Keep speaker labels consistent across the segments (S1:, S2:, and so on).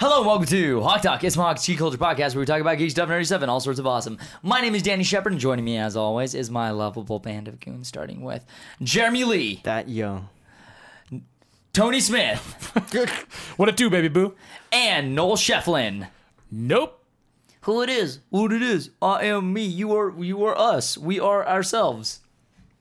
S1: welcome to Hawk Talk. It's Mohawk's Geek Culture Podcast, where we talk about geek stuff, nerdy stuff, and all sorts of awesome. My name is Danny Shepard, and joining me, as always, is my lovable band of goons, starting with Jeremy Lee,
S2: That young.
S1: Tony Smith,
S3: What it do, baby boo?
S1: and Noel Shefflin.
S3: Nope.
S1: Who it is? What it is? I am me. You are. You are us. We are ourselves.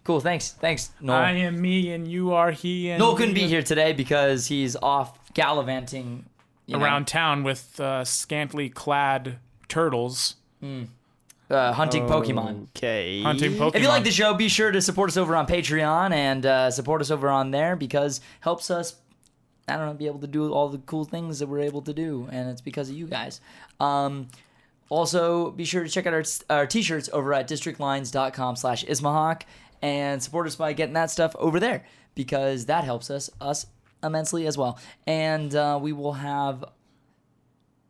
S1: Cool. Thanks. Thanks, Noel.
S3: I am me and you are he and
S1: Noel couldn't be here today because he's off gallivanting you know,
S3: around town with uh, scantily clad turtles
S1: uh, hunting
S3: Oh.
S1: Pokemon.
S2: Okay.
S3: hunting Pokemon.
S1: If you like the show, be sure to support us over on Patreon and uh, support us over on there because helps us. I don't know, be able to do all the cool things that we're able to do, and it's because of you guys. Um, also, be sure to check out our, our t-shirts over at districtlines.com slash ismahawk and support us by getting that stuff over there because that helps us us immensely as well. And uh, we will have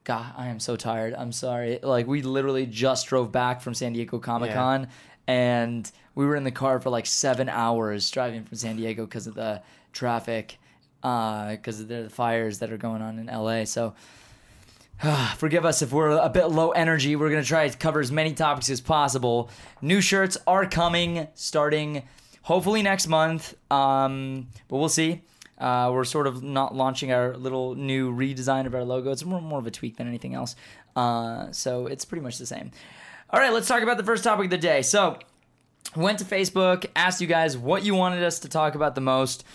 S1: God, I am so tired. I'm sorry. Like we literally just drove back from San Diego Comic Con, and we were in the car for like seven hours driving from San Diego because of the traffic, because of the fires that are going on in LA. So. Ah, Forgive us if we're a bit low energy. We're going to try to cover as many topics as possible. New shirts are coming starting hopefully next month, um, but we'll see. Uh, we're sort of not launching our little new redesign of our logo. It's more, more of a tweak than anything else. Uh, so it's pretty much the same. All right, let's talk about the first topic of the day. So, went to Facebook, asked you guys what you wanted us to talk about the most.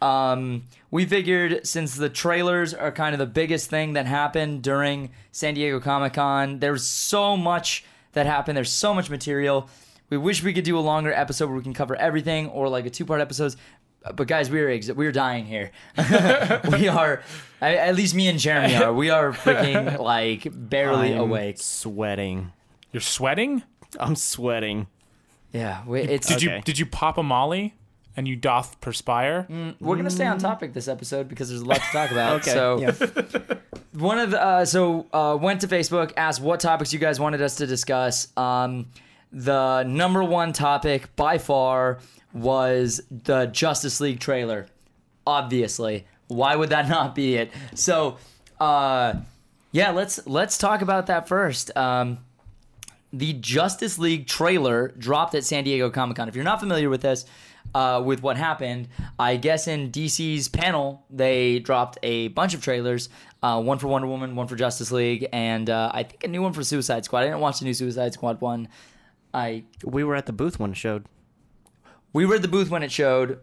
S1: Um, we figured since the trailers are kind of the biggest thing that happened during San Diego Comic Con, there's so much that happened. There's so much material. We wish we could do a longer episode where we can cover everything, or like a two-part episode. But guys, we are ex- we are dying here. we are, I, at least me and Jeremy are. We are freaking like barely
S2: I'm
S1: awake.
S2: Sweating.
S3: You're sweating?
S2: I'm sweating.
S1: Yeah, we, it's
S3: Did
S2: Okay.
S3: you did you pop a molly and you doth perspire?
S1: We're gonna stay on topic this episode because there's a lot to talk about.
S2: Mm. Okay.
S1: So
S2: yeah.
S1: one of the, uh, so uh, went to Facebook, asked what topics you guys wanted us to discuss. Um, the number one topic by far was the Justice League trailer. Obviously, why would that not be it? So, uh, yeah, let's let's talk about that first. Um, the Justice League trailer dropped at San Diego Comic Con. If you're not familiar with this, uh, with what happened, I guess in DC's panel they dropped a bunch of trailers, uh, one for Wonder Woman, one for Justice League, and uh, I think a new one for Suicide Squad. I didn't watch the new Suicide Squad one. I
S2: We were at the booth when it showed.
S1: we were at the booth when it showed.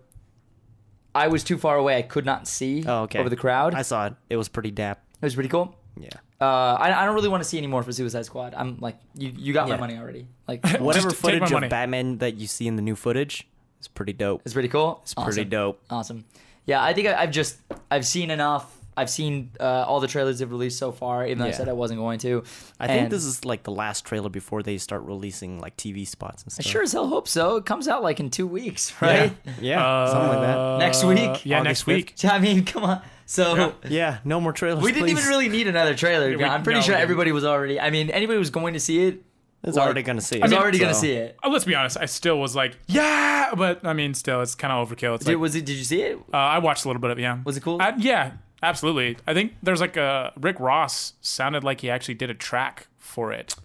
S1: I was too far away; I could not see
S2: Oh, okay.
S1: over the crowd.
S2: I
S1: It
S2: saw it. It was pretty dap.
S1: was pretty cool.
S2: Yeah.
S1: Uh, I, I don't really want to see any more for Suicide Squad. I'm like, you, you got my
S2: Yeah.
S1: money already. Like,
S2: Whatever
S3: take my
S2: footage
S3: money.
S2: of Batman that you see in the new footage is pretty dope.
S1: it's pretty cool.
S2: It's pretty
S1: Awesome.
S2: dope.
S1: Awesome. Yeah, I think I, I've just I've seen enough. I've seen uh, all the trailers they've released so far, even though I
S2: Yeah.
S1: said I wasn't going to.
S2: I think this is like the last trailer before they start releasing like TV spots and
S1: I
S2: stuff.
S1: sure as hell hope so. It comes out like in two weeks, right?
S2: Yeah. something like that.
S3: Uh,
S1: Next week?
S3: Yeah,
S2: August 5th?
S3: next week.
S1: I mean, come on. So
S2: Yeah. No more trailers.
S1: we didn't
S2: please.
S1: even really need another trailer.
S3: we-
S1: I'm pretty
S3: no,
S1: sure
S3: we didn't.
S1: everybody was already. I mean, anybody was going to see it.
S2: It's
S1: like-
S2: already gonna see. it.
S1: was already going to
S2: So-
S1: see it.
S3: Uh, let's be honest. I still was like, yeah, but I mean, still, it's kind of overkill. It's
S1: Did,
S3: like,
S1: was it? Did you see it?
S3: uh, I watched a little bit of it, yeah.
S1: Was it cool?
S3: I, yeah, absolutely. I think there's like a Rick Ross sounded like he actually did a track for it.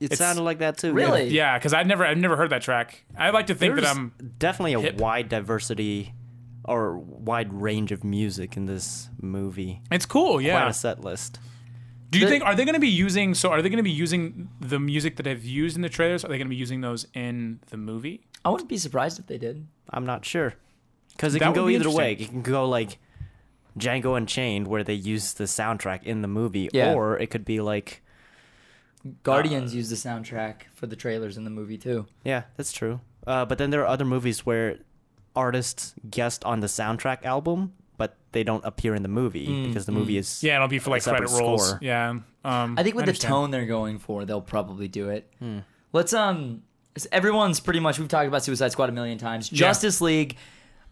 S2: It sounded like that too.
S1: Really?
S3: Yeah, because I'd never I've never heard that track. I like to think
S2: There's
S3: that I'm
S2: definitely a
S3: hip.
S2: wide diversity or wide range of music in this movie.
S3: it's cool, yeah.
S2: Quite a set list.
S3: Do you
S1: The-
S3: think are they going to be using? So are they going to be using the music that they've used in the trailers? Are they going to be using those in the movie?
S1: I wouldn't be surprised if they did.
S2: I'm not sure because it can
S3: That would
S2: go
S3: be
S2: either way. It
S3: interesting.
S2: can go like Django Unchained, where they use the soundtrack in the movie,
S1: Yeah.
S2: or it could be like, Uh,
S1: Guardians used the soundtrack for the trailers in the movie too.
S2: yeah, that's true. Uh, but then there are other movies where artists guest on the soundtrack album, but they don't appear in the movie because the movie is
S3: Mm, Yeah, it'll be for like
S2: separate
S3: credit rolls.
S2: score.
S3: Yeah. Um,
S1: I think with the
S3: understand.
S1: tone they're going for, they'll probably do it. Let's um, s- everyone's pretty much we've talked about Suicide Squad a million times. Justice League.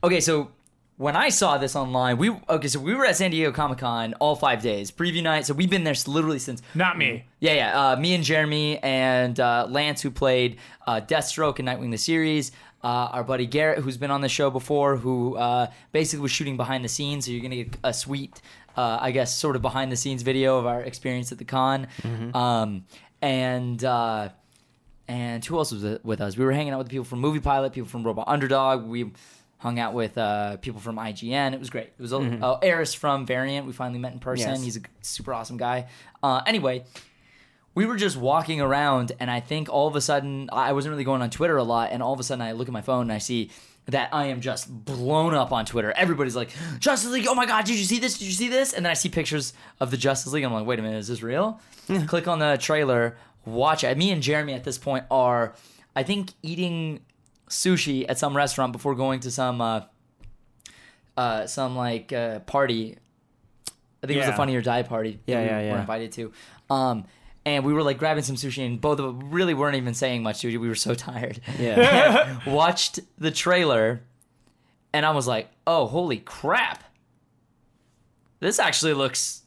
S1: Okay, so when I saw this online, we okay, so we were at San Diego Comic Con all five days, preview night. So we've been there s- literally since.
S3: Not me.
S1: Yeah, yeah. Uh, me and Jeremy and uh, Lance, who played uh, Deathstroke and Nightwing the series. Uh, our buddy Garrett, who's been on the show before, who uh, basically was shooting behind the scenes. So you're gonna get a sweet uh, I guess, sort of behind the scenes video of our experience at the con. Um, and uh, and who else was with us? We were hanging out with people from Movie Pilot, people from Robot Underdog. We hung out with uh, people from IGN. It was great. It was a oh, Eris from Variant. We finally met in person.
S2: Yes.
S1: He's a super awesome guy. Uh, anyway, we were just walking around, and I think all of a sudden I I wasn't really going on Twitter a lot, and all of a sudden I look at my phone and I see that I am just blown up on Twitter. Everybody's like, Justice League, oh my god, did you see this? Did you see this? And then I see pictures of the Justice League. I'm like, wait a minute, is this real? Click on the trailer, watch it. Me and Jeremy at this point are, I think, eating sushi at some restaurant before going to some uh, uh, some like uh, party. I think it was
S2: Yeah.
S1: a Funny or Die party. that
S2: Yeah,
S1: we
S2: yeah,
S1: Were
S2: yeah.
S1: invited to, um, and we were like grabbing some sushi, and both of us really weren't even saying much to each- We were so tired.
S2: Yeah.
S1: Watched the trailer, and I was like, "Oh, holy crap! This actually looks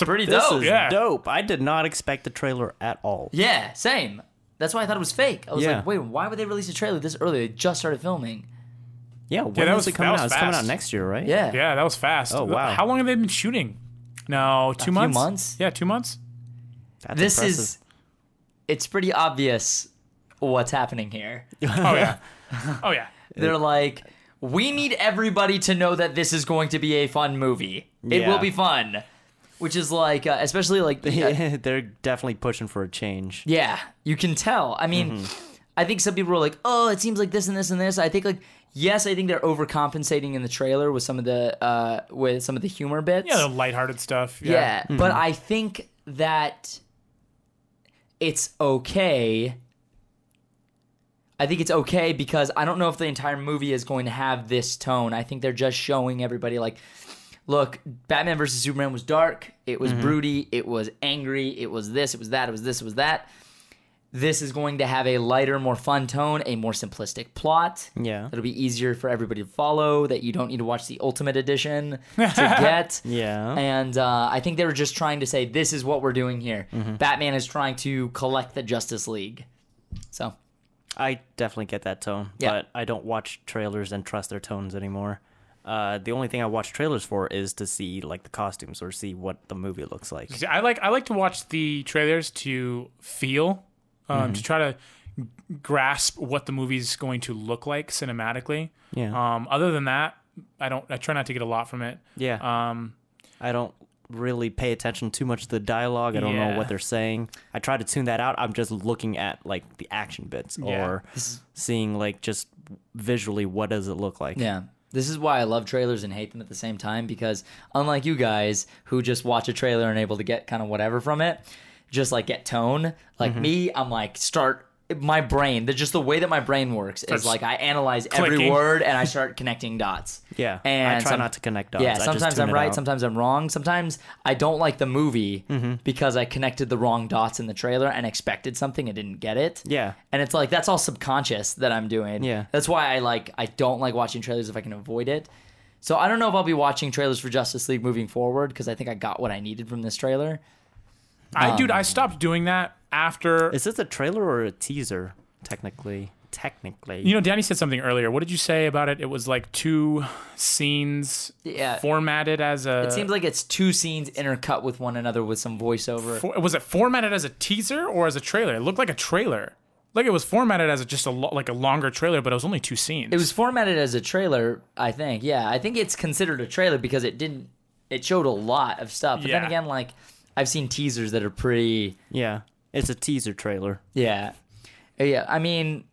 S1: pretty
S2: this
S1: dope."
S2: is
S3: Oh, yeah.
S2: dope. I did not expect the trailer at all.
S1: Yeah, same. That's why I thought it was fake. I was
S2: Yeah.
S1: like, "Wait, why would they release a trailer this early? They just started filming."
S2: Yeah, when
S3: that
S2: is
S3: was-
S2: it coming
S3: that was
S2: out? It's coming out
S3: fast.
S2: next year, right?
S1: Yeah.
S3: Yeah, that was fast.
S2: Oh, wow.
S3: How long have they been shooting? No, two
S1: few
S3: months.
S1: months.
S3: Yeah, two months.
S2: That's
S1: this
S2: impressive.
S1: is it's pretty obvious what's happening here
S3: Oh yeah. oh yeah.
S1: they're like we need everybody to know that this is going to be a fun movie it
S2: Yeah.
S1: will be fun which is like uh, especially like yeah,
S2: They're definitely pushing for a change.
S1: yeah, you can tell i mean i think some people were like oh it seems like this and this and this i think like yes i think they're overcompensating in the trailer with some of the uh with some of the humor bits
S3: Yeah, the lighthearted stuff. Yeah.
S1: Yeah, but I think that it's okay. I think it's okay because I don't know if the entire movie is going to have this tone. I think they're just showing everybody like look, Batman versus Superman was dark, it was broody, it was angry, it was this, it was that, it was this, it was that. This is going to have a lighter, more fun tone, a more simplistic plot.
S2: Yeah.
S1: It'll be easier for everybody to follow, that you don't need to watch the Ultimate Edition to get.
S2: Yeah.
S1: And uh, I think they were just trying to say, this is what we're doing here. Batman is trying to collect the Justice League. So,
S2: I definitely get that tone,
S1: Yeah.
S2: but I don't watch trailers and trust their tones anymore. Uh, the only thing I watch trailers for is to see like the costumes or see what the movie looks like.
S3: See, I like I like to watch the trailers to feel, um,
S2: Mm-hmm.
S3: to try to grasp what the movie's going to look like cinematically.
S2: Yeah.
S3: Um, other than that, I don't. I try not to get a lot from it.
S2: Yeah.
S3: Um,
S2: I don't really pay attention too much to the dialogue. I don't know
S3: Yeah.
S2: what they're saying. I try to tune that out. I'm just looking at like the action bits
S3: Yeah.
S2: or seeing like just visually what does it look like.
S1: yeah. This is why I love trailers and hate them at the same time because, unlike you guys who just watch a trailer and able to get kind of whatever from it, just like get tone, like
S2: Mm-hmm.
S1: me, I'm like, start my brain, the, just the way that my brain works is
S3: Starts
S1: like I analyze every
S3: clicking.
S1: word and I start connecting dots.
S2: Yeah, I
S1: And
S2: try
S1: some-
S2: not to connect dots. I
S1: Yeah,
S2: just
S1: sometimes
S2: tune
S1: I'm
S2: it
S1: right,
S2: out. Mm-hmm.
S1: sometimes I'm wrong. Sometimes I don't like the movie because I connected the wrong dots in the trailer and expected something and didn't get it.
S2: Yeah.
S1: And it's like that's all subconscious that I'm doing.
S2: Yeah.
S1: That's why I like I don't like watching trailers if I can avoid it. So I don't know if I'll be watching trailers for Justice League moving forward because I think I got what I needed from this trailer. Um,
S3: I dude, I stopped doing that after.
S2: Is this a trailer or a teaser? Technically, technically.
S3: You know, Danny said something earlier. What did you say about it? It was like two scenes
S1: Yeah.
S3: formatted as a.
S1: It seems like it's two scenes intercut with one another with some voiceover.
S3: for, was it formatted as a teaser or as a trailer? It looked like a trailer. Like it was formatted as a, just a lo- like a longer trailer, but it was only two scenes.
S1: It was formatted as a trailer, I think. Yeah, I think it's considered a trailer because it didn't. It showed a lot of stuff. But then
S3: Yeah.
S1: again, like I've seen teasers that are pretty.
S2: yeah, it's a teaser trailer.
S1: Yeah, yeah. I mean,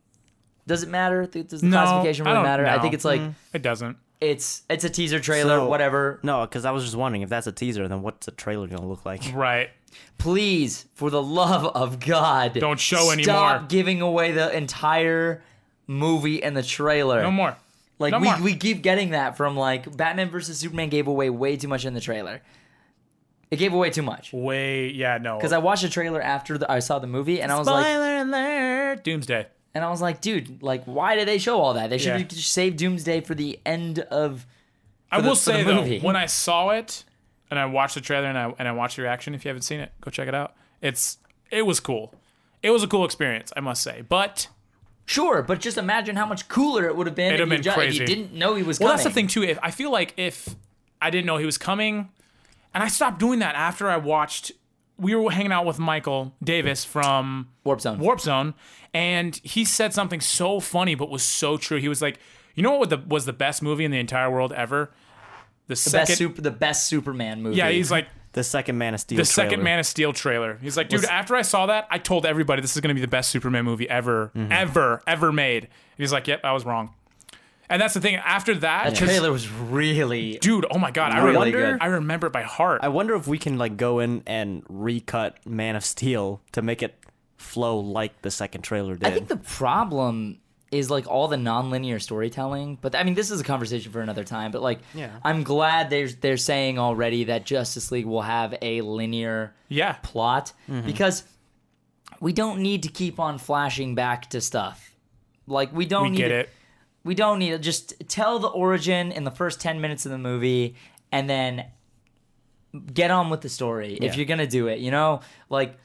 S1: does it matter? Th- Does the
S3: No,
S1: classification
S3: I
S1: really
S3: don't
S1: matter? I
S3: know. Mm.
S1: think it's like
S3: It doesn't.
S1: it's it's a teaser trailer,
S2: So-
S1: whatever.
S2: No, because I was just wondering if that's a teaser, then what's a trailer gonna look like?
S3: Right.
S1: Please, for the love of God,
S3: Don't show
S1: stop
S3: anymore.
S1: giving away the entire movie and the trailer.
S3: No more.
S1: Like
S3: No
S1: we,
S3: more.
S1: we keep getting that from like Batman versus Superman gave away way too much in the trailer. It gave away too much
S3: Way. Yeah. No.
S1: because I watched the trailer after the, I saw the movie and I was like,
S3: alert. Doomsday.
S1: and I was like, dude, like why did they show all that? They should
S3: Yeah.
S1: have just saved Doomsday for the end of.
S3: I
S1: the-
S3: will
S1: for
S3: say
S1: the
S3: though,
S1: movie.
S3: when I saw it and I watched the trailer and I and I watched the reaction, if you haven't seen it, go check it out. It's it was cool. It was a cool experience, I must say. But
S1: Sure, but just imagine how much cooler it would have been, if,
S3: It'd have
S1: you
S3: been
S1: ju- if you
S3: crazy.
S1: didn't know he was
S3: well,
S1: coming.
S3: that's the thing too. If I feel like if I didn't know he was coming, And I stopped doing that after I watched. We were hanging out with Michael Davis from
S1: Warp Zone.
S3: Warp Zone, and he said something so funny but was so true. He was like, "You know what was the, was the best movie in the entire world ever? The,
S1: the
S3: second,
S1: best super, the best Superman movie.
S3: yeah." He's like,
S2: The second Man of Steel.
S3: the second
S2: trailer.
S3: Man of Steel trailer. He's like, dude, after I saw that, I told everybody this is going to be the best Superman movie ever,
S1: Mm-hmm.
S3: ever, ever made. And he's like, yep, I was wrong. And that's the thing. After that,
S1: that
S3: 'cause-
S1: trailer was really.
S3: dude, oh my god, I
S1: Really
S3: wonder,
S1: good.
S3: I remember it by heart.
S2: I wonder if we can like go in and recut Man of Steel to make it flow like the second trailer did.
S1: I think the problem is like all the nonlinear storytelling. But I mean, this is a conversation for another time. But like,
S2: Yeah.
S1: I'm glad they're they're saying already that Justice League will have a linear
S3: yeah,
S1: plot because we don't need to keep on flashing back to stuff. Like we don't
S3: we
S1: need
S3: get
S1: to-
S3: it.
S1: We don't need to just tell the origin in the first 10 minutes of the movie and then get on with the story if
S2: Yeah.
S1: you're going to do it, you know? Like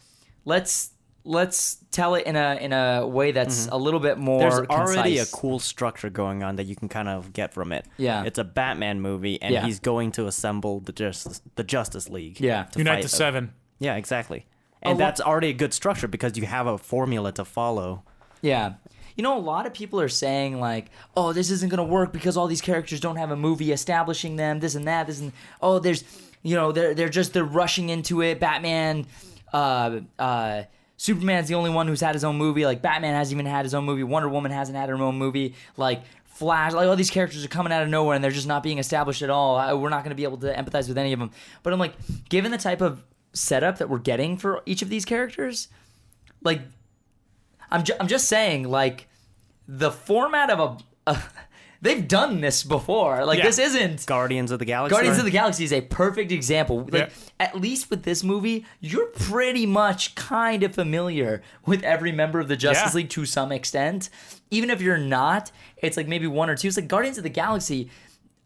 S1: let's let's tell it in a in a way that's a little bit more
S2: Mm-hmm. there's already a
S1: concise.
S2: cool structure going on that you can kind of get from it.
S1: Yeah.
S2: it's a Batman movie, and
S1: Yeah.
S2: he's going to assemble the Justice the Justice League.
S1: Yeah.
S2: to
S3: Unite
S2: fight
S3: the
S2: a-
S3: Seven.
S2: Yeah, exactly. And
S1: lot-
S2: that's already a good structure because you have a formula to follow.
S1: Yeah. You know, a lot of people are saying like, "Oh, this isn't gonna work because all these characters don't have a movie establishing them. This and that. This and oh, there's, you know, they're they're just they're rushing into it. Batman, uh, uh, Superman's the only one who's had his own movie. Like Batman hasn't even had his own movie. Wonder Woman hasn't had her own movie. Like Flash, like all these characters are coming out of nowhere and they're just not being established at all. I, we're not gonna be able to empathize with any of them. But I'm like, given the type of setup that we're getting for each of these characters, like I'm, ju- I'm just saying like the format of a, a they've done this before like
S3: Yeah.
S1: this isn't
S2: Guardians of the Galaxy.
S1: Guardians of the Galaxy is a perfect example. Like
S3: Yeah.
S1: at least with this movie, you're pretty much kind of familiar with every member of the Justice
S3: Yeah.
S1: League to some extent. Even if you're not, it's like maybe one or two. It's like Guardians of the Galaxy.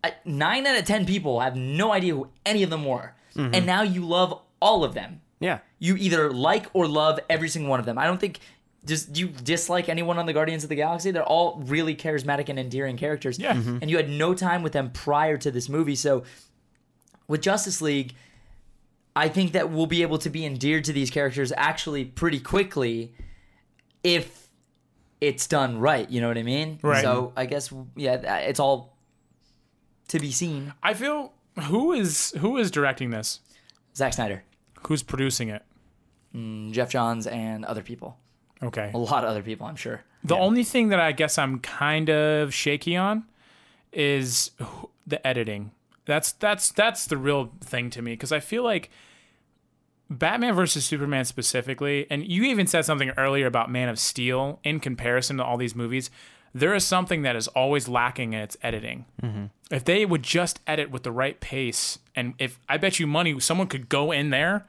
S1: uh, Nine out of ten people have no idea who any of them were,
S3: Mm-hmm.
S1: and now you love all of them
S2: Yeah.
S1: you either like or love every single one of them. I don't think just you dislike anyone on the Guardians of the Galaxy. They're all really charismatic and endearing characters.
S3: Yeah. Mhm.
S1: And you had no time with them prior to this movie. So with Justice League, I think that we'll be able to be endeared to these characters actually pretty quickly if it's done right. You know what I mean?
S3: Right.
S1: So I guess yeah, it's all to be seen.
S3: I feel who is who is directing this?
S1: Zack Snyder,
S3: Who's producing it?
S1: Jeff Johns, and other people.
S3: Okay.
S1: A lot of other people, I'm sure.
S3: The only thing that I guess I'm kind of shaky on is wh- the editing. That's that's that's the real thing to me because I feel like Batman versus Superman specifically, and you even said something earlier about Man of Steel in comparison to all these movies. There is something that is always lacking in its editing. If they would just edit with the right pace, and if I bet you money, someone could go in there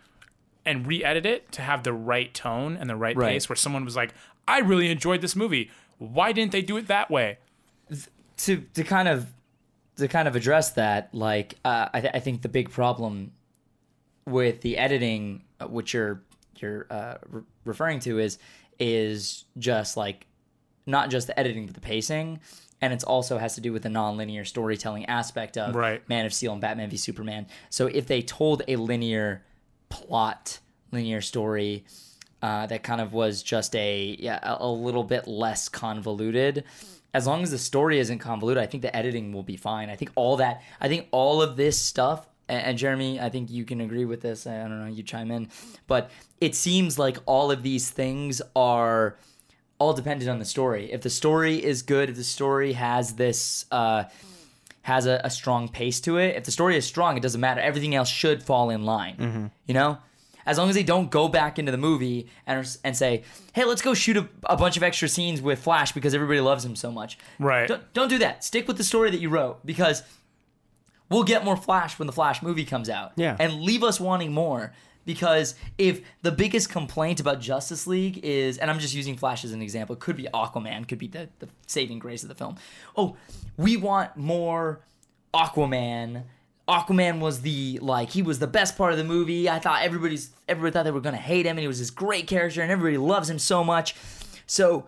S3: and re-edit it to have the right tone and the right,
S1: Right.
S3: pace where someone was like, I really enjoyed this movie. Why didn't they do it that way?
S1: to to kind of to kind of address that, like uh, I, th- I think the big problem with the editing, uh, which you're you're uh, re- referring to, is is just like not just the editing but the pacing, and it's also has to do with the nonlinear storytelling aspect of
S3: Right.
S1: Man of Steel and Batman v Superman. So if they told a linear plot, linear story, uh, that kind of was just a yeah a, a little bit less convoluted. As long as the story isn't convoluted, I think the editing will be fine. I think all that I think all of this stuff and, and Jeremy, I think you can agree with this. I don't know, you chime in, but it seems like all of these things are all dependent on the story. If the story is good, if the story has this uh, has a, a strong pace to it. If the story is strong, it doesn't matter. Everything else should fall in line. You know, as long as they don't go back into the movie and and say, "Hey, let's go shoot a, a bunch of extra scenes with Flash because everybody loves him so much."
S3: Right.
S1: Don't, don't do that. Stick with the story that you wrote because we'll get more Flash when the Flash movie comes out.
S2: Yeah.
S1: And leave us wanting more because if the biggest complaint about Justice League is, and I'm just using Flash as an example, could be Aquaman, could be the, the saving grace of the film. Oh, we want more Aquaman. Aquaman was the like he was the best part of the movie. I thought everybody's everybody thought they were gonna hate him, and he was this great character, and everybody loves him so much. So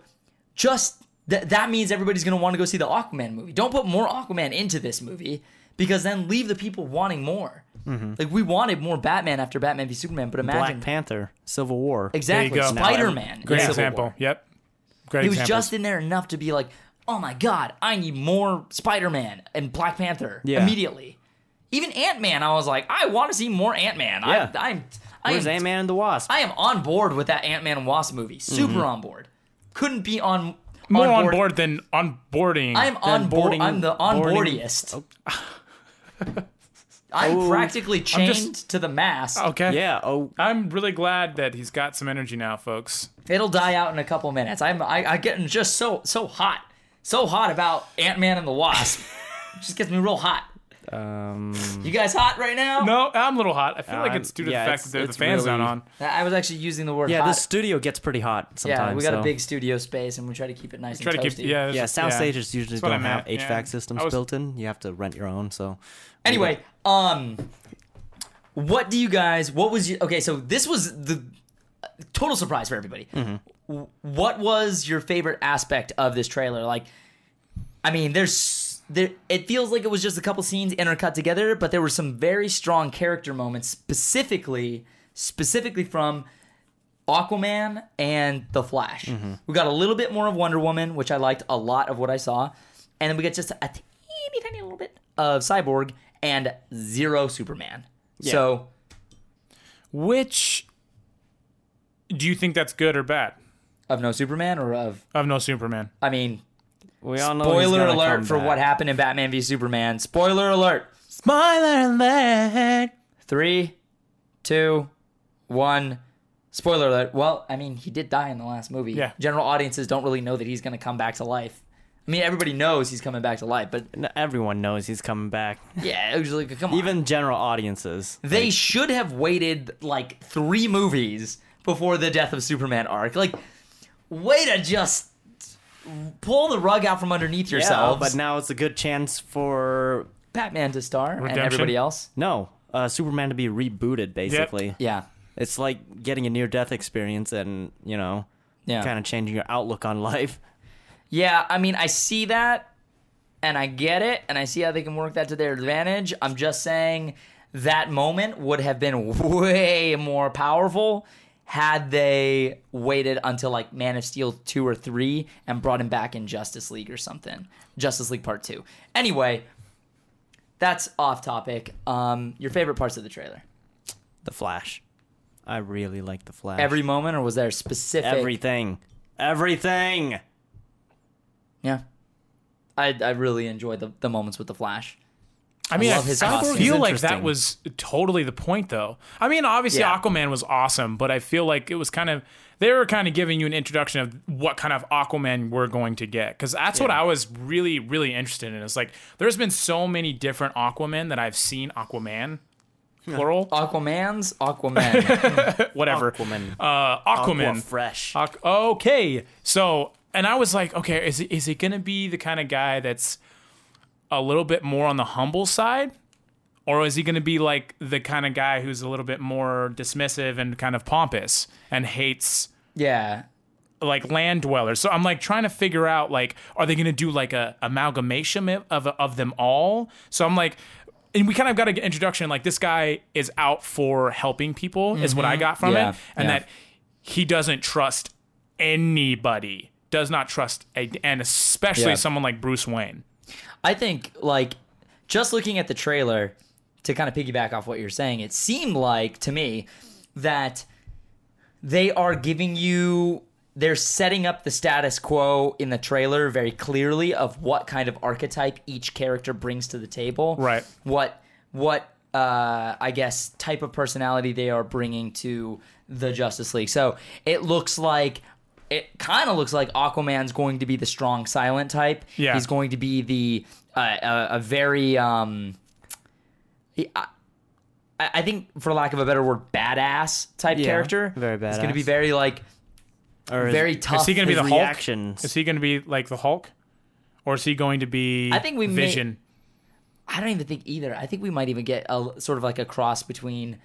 S1: just th- that means everybody's going to want to go see the Aquaman movie. Don't put more Aquaman into this movie because then leave the people wanting more. Like we wanted more Batman after Batman v Superman, but imagine
S2: Black Panther, Civil War.
S3: There
S1: exactly
S3: you go.
S1: Spider Man.
S3: Great example. Yep. Great
S1: He was
S3: example.
S1: just in there enough to be like, oh my god, I need more Spider Man and Black Panther
S2: Yeah.
S1: immediately. Even Ant Man, I was like, I want to see more Ant Man.
S2: Yeah.
S1: I, I'm, I
S2: Where's
S1: am
S2: Ant Man and the Wasp?
S1: I am on board with that Ant Man and Wasp movie. Super on board. Couldn't be on
S3: more on board, than onboarding.
S1: I'm on board.
S2: boarding-
S1: I'm the
S2: boarding-
S1: onboardiest. I'm practically chained
S3: just-
S1: to the mast.
S3: okay.
S2: yeah. Oh,
S3: I'm really glad that he's got some energy now, folks.
S1: It'll die out in a couple minutes. I'm I, I getting just so so hot, so hot about Ant Man and the Wasp. just gets me real hot.
S2: um,
S1: You guys hot right now?
S3: No, I'm a little hot. I feel like
S2: I'm-
S3: it's due to
S2: yeah,
S3: the fact
S2: it's-
S3: that the
S2: it's
S3: fans
S2: really-
S3: not on.
S1: I was actually using the word
S2: yeah.
S1: hot.
S2: This studio gets pretty hot sometimes.
S1: yeah, we got
S2: so-
S1: a big studio space and we try to keep it nice
S3: Try to
S1: and
S3: keep.
S1: toasty.
S3: Yeah.
S2: Yeah,
S3: it's-
S2: South Stages usually
S3: what I
S2: don't have HVAC
S3: meant, yeah.
S2: systems
S3: I was-
S2: built in. You have to rent your own. So
S1: Anyway, um, what do you guys? What was you? Okay, so this was the uh, total surprise for everybody. W- What was your favorite aspect of this trailer? Like, I mean, there's there. It feels like it was just a couple scenes intercut together, but there were some very strong character moments, specifically, specifically from. Aquaman and The Flash.
S2: Mm-hmm.
S1: We got a little bit more of Wonder Woman, which I liked a lot of what I saw. And then we get just a teeny tiny little bit of Cyborg and zero Superman. So
S3: Which do you think that's good or bad?
S1: of no Superman or of
S3: Of no Superman.
S1: I mean
S2: we all know he's
S1: spoiler
S2: gonna
S1: alert
S2: come
S1: for
S2: back.
S1: what happened in Batman v Superman. Spoiler alert.
S2: Spoiler alert.
S1: Three, two, one. Spoiler alert. Well, I mean, he did die in the last movie.
S3: Yeah.
S1: General audiences don't really know that he's gonna come back to life. I mean, everybody knows he's coming back to life, but
S2: No, everyone knows he's coming back.
S1: yeah, it was like, come on.
S2: Even general audiences.
S1: They should have waited like three movies before the death of Superman arc. Like, way to just pull the rug out from underneath
S2: Yeah,
S1: yourselves.
S2: but now it's a good chance for
S1: Batman to star and
S3: Redemption.
S1: everybody else.
S2: no uh, Superman to be rebooted. Basically,
S1: Yeah,
S2: it's like getting a near-death experience, and you know,
S1: yeah,
S2: kind of changing your outlook on life.
S1: yeah. I mean, I see that, and I get it, and I see how they can work that to their advantage. I'm just saying that moment would have been way more powerful had they waited until like Man of Steel 2 or 3 and brought him back in Justice League or something. Justice League Part 2. Anyway, that's off topic. Um your favorite parts of the trailer.
S2: The Flash. I really like the Flash.
S1: Every moment or was there specific
S2: everything, everything.
S1: Yeah. I I really enjoyed the, the moments with the Flash.
S3: I mean, I,
S1: love his
S3: I
S1: costume.
S3: feel
S2: It's
S3: like that
S2: interesting.
S3: was totally the point, though. I mean, obviously
S1: Yeah.
S3: Aquaman was awesome, but I feel like it was kind of they were kind of giving you an introduction of what kind of Aquaman we're going to get because that's what I was really, really interested in. It's like there's been so many different Aquaman that I've seen Aquaman, plural,
S1: Aquaman's Aquaman.
S3: whatever,
S2: Aquaman.
S3: uh, Aquaman,
S2: Aqua fresh.
S3: Ak- okay, so and I was like, okay, is it, is it gonna be the kind of guy that's a little bit more on the humble side, or is he gonna be like the kind of guy who's a little bit more dismissive and kind of pompous and hates
S1: yeah.
S3: like land dwellers? So I'm like trying to figure out like, are they gonna do like a amalgamation of of them all? So I'm like. And we kind of got an introduction like this guy is out for helping people is what I got from
S1: Mm-hmm. Yeah,
S3: it, and
S1: yeah.
S3: that he doesn't trust anybody. Does not trust, a, and especially
S1: Yeah.
S3: someone like Bruce Wayne.
S1: I think like just looking at the trailer to kind of piggyback off what you're saying, it seemed like to me that they are giving you they're setting up the status quo in the trailer very clearly of what kind of archetype each character brings to the table.
S3: Right.
S1: What what uh I guess type of personality they are bringing to the Justice League. So, it looks like it kind of looks like Aquaman's going to be the strong silent type.
S3: Yeah.
S1: He's going to be the uh, a, a very um he- I, I I think for lack of a better word badass type
S2: Yeah,
S1: character.
S2: very
S1: He's going to
S2: badass.
S1: be very like
S2: Or is-
S1: very tough.
S3: Is he going to be
S2: his
S3: the Hulk?
S2: reactions.
S3: Is he going to be like the Hulk, or is he going to be?
S1: I think we may-
S3: Vision.
S1: I don't even think either. I think we might even get a sort of like a cross between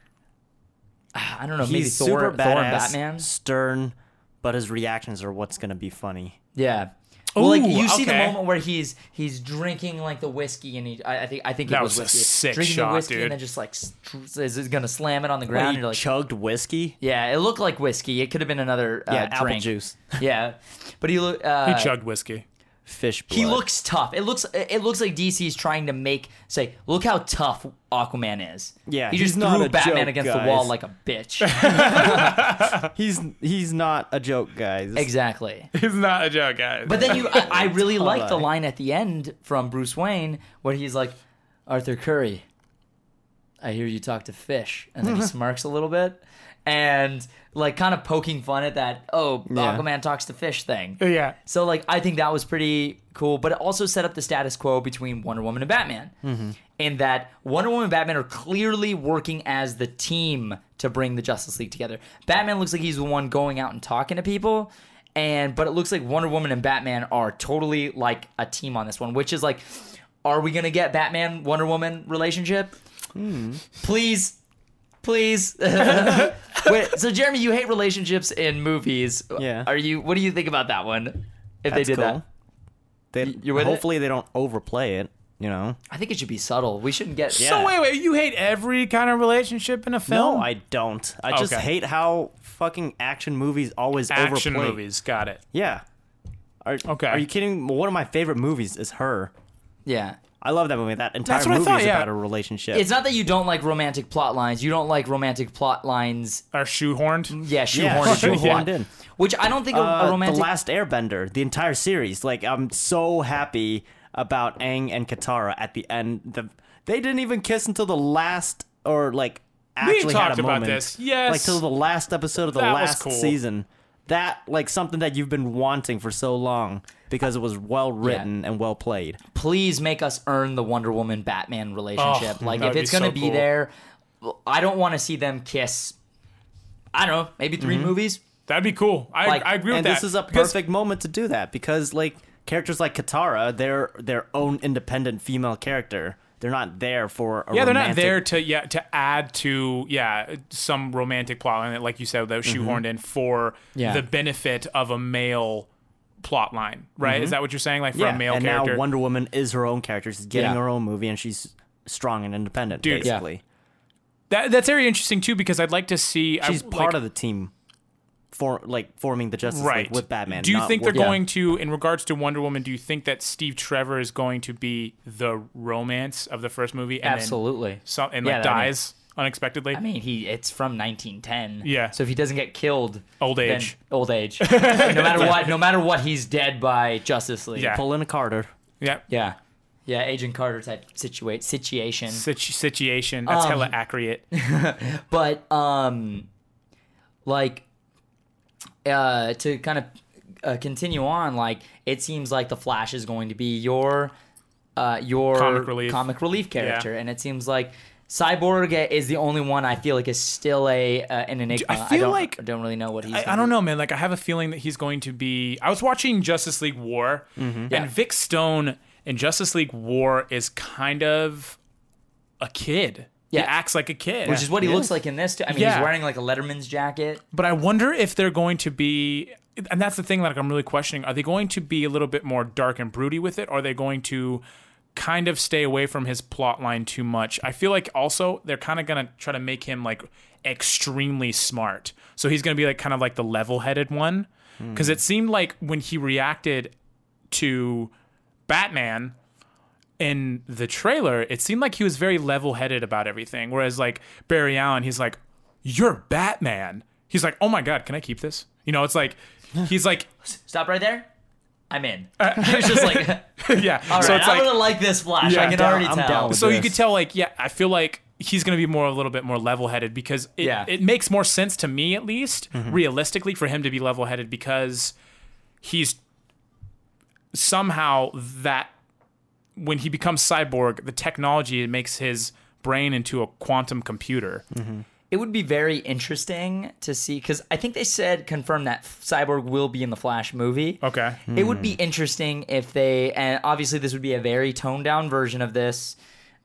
S1: I don't know, maybe
S2: He's
S1: Thor,
S2: super
S1: Thor and
S2: badass,
S1: Batman.
S2: stern, but his reactions are what's gonna be funny.
S1: Yeah. Well, like
S3: Ooh,
S1: you see the
S3: okay.
S1: moment where he's he's drinking like the whiskey, and he I, I think I think
S3: That
S1: it was,
S3: was a
S1: whiskey.
S3: sick
S1: drinking
S3: shot,
S1: the whiskey,
S3: dude.
S1: and then just like st- is it gonna slam it on the
S2: Wait,
S1: ground.
S2: he
S1: and you're like,
S2: chugged whiskey.
S1: yeah, it looked like whiskey. It could have been another uh,
S2: yeah, apple
S1: drink.
S2: juice,
S1: Yeah, but he look. Uh,
S3: He chugged whiskey.
S2: fish. Blood.
S1: He looks tough. It looks it looks like DC's trying to make say, look how tough Aquaman is.
S2: Yeah,
S1: he
S2: he's
S1: just
S2: not
S1: threw
S2: a
S1: Batman
S2: joke,
S1: against
S2: guys.
S1: the wall like a bitch.
S2: He's he's not a joke, guys.
S1: exactly.
S3: It's not a joke, guys.
S1: But then you, I, I really like the
S2: Alright.
S1: line at the end from Bruce Wayne where he's like, Arthur Curry, I hear you talk to fish, and then he smirks a little bit and like kind of poking fun at that. Oh,
S2: Yeah.
S1: Aquaman talks to fish thing.
S3: yeah,
S1: So like I think that was pretty cool, but it also set up the status quo between Wonder Woman and Batman. In that Wonder Woman and Batman are clearly working as the team to bring the Justice League together. Batman looks like he's the one going out and talking to people. And but it looks like Wonder Woman and Batman are totally like a team on this one, which is like, are we gonna get Batman Wonder Woman relationship? Please, please. Wait, so Jeremy, you hate relationships in movies.
S2: Yeah.
S1: Are you? What do you think about that one? If
S2: That's
S1: they did
S2: cool.
S1: that,
S2: They,
S1: you with it?
S2: hopefully they don't overplay it. You know.
S1: I think it should be subtle. We shouldn't get.
S2: Yeah.
S3: So wait, wait, you hate every kind of relationship in a film?
S2: No, I don't. I just
S3: Okay.
S2: hate how fucking action movies always
S3: action
S2: overplay.
S3: movies. Got it.
S2: Yeah. Are,
S3: Okay.
S2: Are you kidding? One of my favorite movies is Her.
S1: Yeah.
S2: I love that movie. That entire
S3: what I
S2: movie
S3: thought,
S2: is
S3: yeah.
S2: about a relationship.
S1: It's not that you don't like romantic plot lines. You don't like romantic plot lines.
S3: Are shoehorned?
S1: Yeah,
S2: yeah,
S1: shoehorned, into a plot.
S2: shoehorned in.
S1: Which I don't think a,
S2: Uh,
S1: a romantic.
S2: The Last Airbender, the entire series. Like, I'm so happy about Aang and Katara at the end. The, they didn't even kiss until the last, or like, actually had
S3: talked
S2: a
S3: about
S2: moment.
S3: this. Yes.
S2: like till the last episode of the
S3: That was
S2: last
S3: cool.
S2: season. That like something that you've been wanting for so long because it was well written and well played.
S1: please make us earn the Wonder Woman Batman relationship.
S3: Oh,
S1: like
S3: that
S1: if
S3: would
S1: it's
S3: be so
S1: gonna be
S3: cool.
S1: there, I don't want to see them kiss. I don't know, maybe
S3: Mm-hmm.
S1: 3 movies.
S3: That'd be cool. I,
S1: Like,
S3: I agree with
S2: and
S3: that.
S2: this is a
S3: Because-
S2: perfect moment to do that because like characters like Katara, they're their own independent female character. They're not there for a
S3: Yeah, they're not
S2: romantic-
S3: there to yeah to add to yeah some romantic plot line that, like you said, that was
S2: Mm-hmm.
S3: shoehorned in for
S1: Yeah.
S3: the benefit of a male plot line, right? Is that what you're saying? Like for
S2: Mm-hmm. yeah.
S3: a male
S2: and
S3: character,
S2: now Wonder Woman is her own character. She's getting
S1: Yeah.
S2: her own movie, and she's strong and independent.
S3: Dude.
S1: Yeah.
S2: basically,
S3: that that's very interesting too because I'd like to see
S2: she's
S3: I,
S2: part of the team for like forming the Justice
S3: right
S2: League with Batman.
S3: Do you
S2: not
S3: think they're
S2: working-
S3: going to, in regards to Wonder Woman, do you think that Steve Trevor is going to be the romance of the first movie? And
S1: Absolutely.
S3: Then some, and
S1: Yeah,
S3: like
S1: that- I mean-
S3: dies unexpectedly.
S1: I mean, he it's from 1910.
S3: Yeah.
S1: So if he doesn't get killed,
S3: Old
S1: then-
S3: age.
S1: old age. no matter what, no matter what, he's dead by Justice League.
S3: Yeah.
S2: pull in a Carter?
S3: yeah.
S1: Yeah. Yeah, Agent Carter type situate situation.
S3: Situ- situation. That's
S1: Um,
S3: hella accurate.
S1: but um like uh to kind of uh, continue on like it seems like the flash is going to be your uh your
S3: Comic relief.
S1: comic relief character and it seems like cyborg is the only one i feel like is still a uh, an enigma
S3: I feel
S1: don't,
S3: like-
S1: I don't really know what he's
S3: I, I
S1: gonna
S3: don't
S1: be.
S3: know, man. Like I have a feeling that he's going to be. I was watching Justice League War,
S1: Mm-hmm. Yeah.
S3: and Vic Stone in Justice League War is kind of a kid.
S1: Yeah.
S3: He acts like a kid,
S1: which is what he looks like in this too i mean
S3: Yeah.
S1: he's wearing like a letterman's jacket
S3: But I wonder if they're going to be. And that's the thing. Like I'm really questioning: Are they going to be a little bit more dark and broody with it? Or are they going to kind of stay away from his plot line too much? I feel like also they're kind of gonna try to make him like extremely smart. So he's gonna be like kind of like the level-headed one. Because it seemed like when he reacted to Batman in the trailer, it seemed like he was very level headed about everything. Whereas like Barry Allen, he's like, You're Batman. He's like, Oh my God, can I keep this? You know, it's like he's like
S1: stop right there i'm in He was just like
S3: Yeah.
S1: all right
S3: Uh, so it's
S1: i
S3: like
S1: would like this flash
S3: Yeah,
S1: i can
S2: down-
S1: already
S2: I'm
S1: tell
S2: down with
S3: so you
S2: this.
S3: could tell like, yeah, I feel like he's gonna be more a little bit more level headed because it,
S1: Yeah. Mm-hmm.
S3: it makes more sense to me at least, realistically, for him to be level headed because he's somehow that when he becomes cyborg, the technology makes his brain into a quantum computer.
S1: it would be very interesting to see because I think they said confirm that Cyborg will be in the Flash movie.
S3: Okay.
S1: It would be interesting if they, and obviously this would be a very toned down version of this,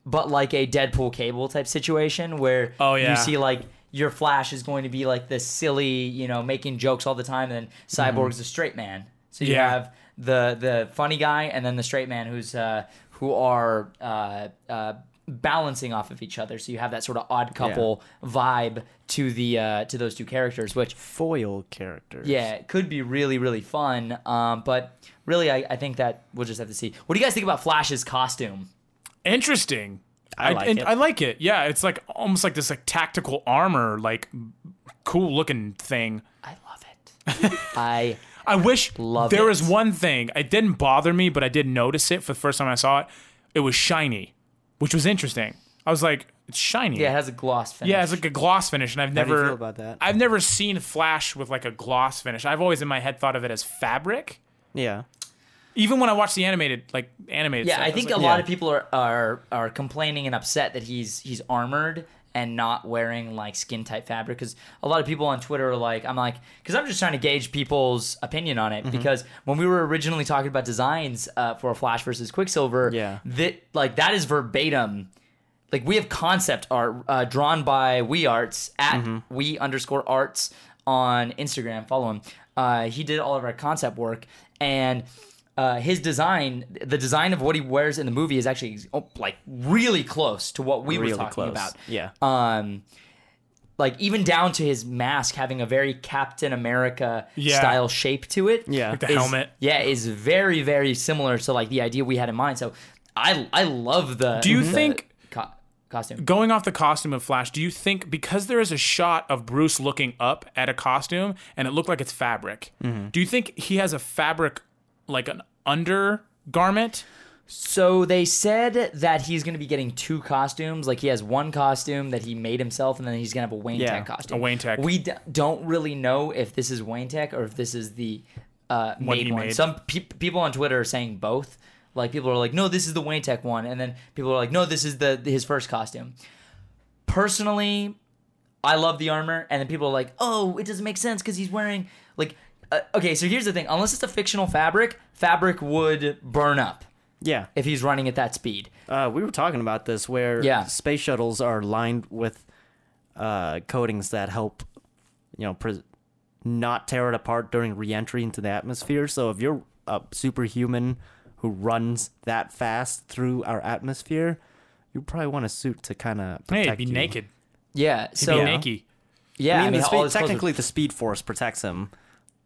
S1: but like a Deadpool Cable type situation where
S3: Oh, yeah.
S1: you see like your Flash is going to be like this silly, you know, making jokes all the time, and Cyborg's a straight man. So you
S3: Mm-hmm. Yeah.
S1: have the the funny guy and then the straight man who's uh, who are uh, uh, balancing off of each other. So you have that sort of odd couple vibe to the uh, to those two characters, which
S2: foil characters.
S1: yeah, it could be really really fun. Um, but really, I, I think that we'll just have to see. What do you guys think about Flash's costume?
S3: Interesting.
S2: I like
S3: and
S2: it.
S3: I like it. Yeah, it's like almost like this like tactical armor, like cool looking thing.
S1: I love it. I
S3: I wish
S1: Love
S3: there
S1: it.
S3: was one thing. It didn't bother me, but I did notice it for the first time I saw it. It was shiny, which was interesting. I was like, it's shiny.
S1: yeah, it has a gloss finish.
S3: Yeah, it's like a gloss finish, and I've
S2: How do you
S3: never
S2: feel about that?
S3: I've never seen Flash with like a gloss finish. I've always in my head thought of it as fabric.
S2: yeah.
S3: Even when I watched the animated, like animated.
S1: Yeah,
S3: stuff,
S1: I
S3: was
S1: think
S3: like,
S1: a lot of people are, are are complaining and upset that he's he's armored and not wearing like skin tight fabric because a lot of people on Twitter are like, I'm like, because I'm just trying to gauge people's opinion on it because when we were originally talking about designs uh, for Flash versus Quicksilver,
S2: Yeah.
S1: that like that is verbatim. Like we have concept art uh, drawn by We Arts at
S2: Mm-hmm.
S1: We underscore Arts on Instagram. Follow him. Uh, he did all of our concept work and. Uh, his design, the design of what he wears in the movie, is actually oh, like really close to what we were
S2: Really
S1: talking
S2: close.
S1: about
S2: Yeah.
S1: um like even down to his mask having a very Captain America
S3: Yeah.
S1: style shape to it.
S2: Yeah. Like
S3: the
S1: is-
S3: helmet.
S1: Yeah, is very very similar to like the idea we had in mind. So I I love the
S3: Do you
S1: the
S3: think-
S1: co- costume?
S3: Going off the costume of Flash, do you think because there is a shot of Bruce looking up at a costume and it looked like it's fabric,
S1: Mm-hmm.
S3: do you think he has a fabric like an undergarment?
S1: So they said that he's going to be getting two costumes. Like he has one costume that he made himself and then he's going to have a Wayne
S2: Yeah,
S1: Tech costume.
S3: a Wayne Tech.
S1: We d- don't really know if this is Wayne Tech or if this is the uh, made
S3: he
S1: one.
S3: made.
S1: Some pe- people on Twitter are saying both. Like people are like, no, this is the Wayne Tech one, and then people are like, no, this is the his first costume. Personally, I love the armor, and then people are like, oh, it doesn't make sense because he's wearing like. Uh, okay, so here's the thing: unless it's a fictional fabric, fabric would burn up
S2: Yeah.
S1: if he's running at that speed.
S2: Uh, we were talking about this where
S1: Yeah.
S2: space shuttles are lined with uh, coatings that help, you know, pres not tear it apart during reentry into the atmosphere. So if you're a superhuman who runs that fast through our atmosphere, you probably want a suit to kind of
S3: Hey,
S2: protect
S3: it'd be
S2: you.
S3: naked.
S1: Yeah, so
S3: It'd
S1: yeah,
S3: be naked.
S2: I mean,
S1: I mean,
S2: the
S1: all
S2: spe-
S1: his clothes are-
S2: technically, the Speed Force protects him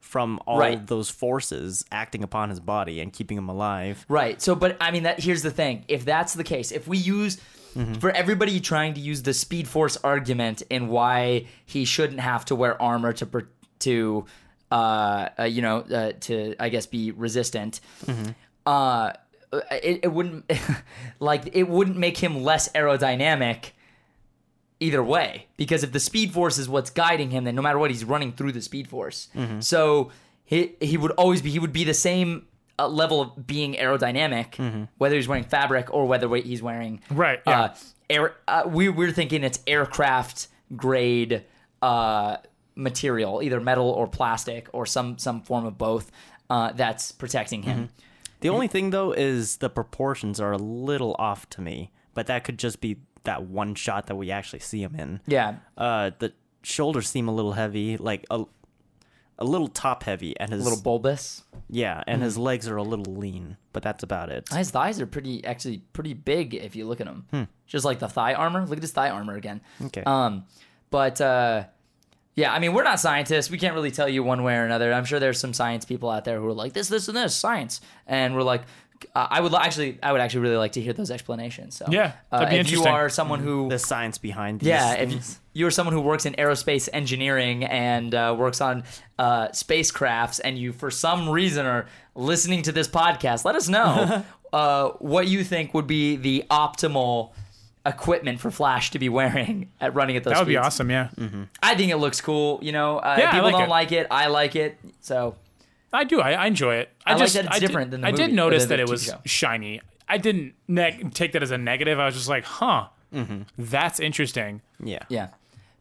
S2: from all
S1: Right.
S2: those forces acting upon his body and keeping him alive.
S1: Right. So, but I mean, that here's the thing: if that's the case, if we use
S2: Mm-hmm.
S1: for everybody trying to use the Speed Force argument and why he shouldn't have to wear armor to pr- to uh, uh you know uh, to I guess be resistant, uh, it, it wouldn't like it wouldn't make him less aerodynamic. Either way, because if the speed force is what's guiding him, then no matter what, he's running through the speed force. So he he would always be he would be the same uh, level of being aerodynamic, whether he's wearing fabric or whether wa- he's wearing
S3: Right,
S1: Uh, air, uh, we we're thinking it's aircraft grade uh, material, either metal or plastic or some some form of both. Uh, that's protecting him.
S2: The only thing though is the proportions are a little off to me, but that could just be that one shot that we actually see him in.
S1: Yeah,
S2: Uh, the shoulders seem a little heavy, like a, a little top heavy, and his
S1: a little Mm-hmm. bulbous.
S2: yeah, and his legs are a little lean, but that's about it.
S1: His thighs are pretty actually pretty big if you look at him. Just like the thigh armor. Look at his thigh armor again.
S2: Okay.
S1: Um, but uh, yeah, I mean, we're not scientists. We can't really tell you one way or another. I'm sure there's some science people out there who are like this, this, and this science, and we're like, uh, I would li- actually, I would actually really like to hear those explanations. So
S3: Yeah,
S1: uh,
S3: that'd be
S1: if
S3: interesting.
S1: you are someone who.
S2: the science behind these
S1: yeah, if you-
S2: things.
S1: you are someone who works in aerospace engineering and uh, works on uh, spacecrafts, and you for some reason are listening to this podcast, let us know uh, what you think would be the optimal equipment for Flash to be wearing at running at those.
S3: That would be
S1: speeds.
S3: awesome. Yeah,
S1: I think it looks cool. You know, uh,
S3: Yeah, I
S1: people
S3: like
S1: don't
S3: it.
S1: like it. I like it. So
S3: I do. I, I enjoy it. I,
S1: I like
S3: just
S1: that it's
S3: I did-
S1: different than the
S3: I
S1: movie,
S3: did
S1: or
S3: notice
S1: the
S3: that it
S1: TV
S3: was
S1: show.
S3: shiny. I didn't neg- take that as a negative. I was just like, huh,
S1: Mm-hmm.
S3: that's interesting.
S2: yeah,
S1: yeah,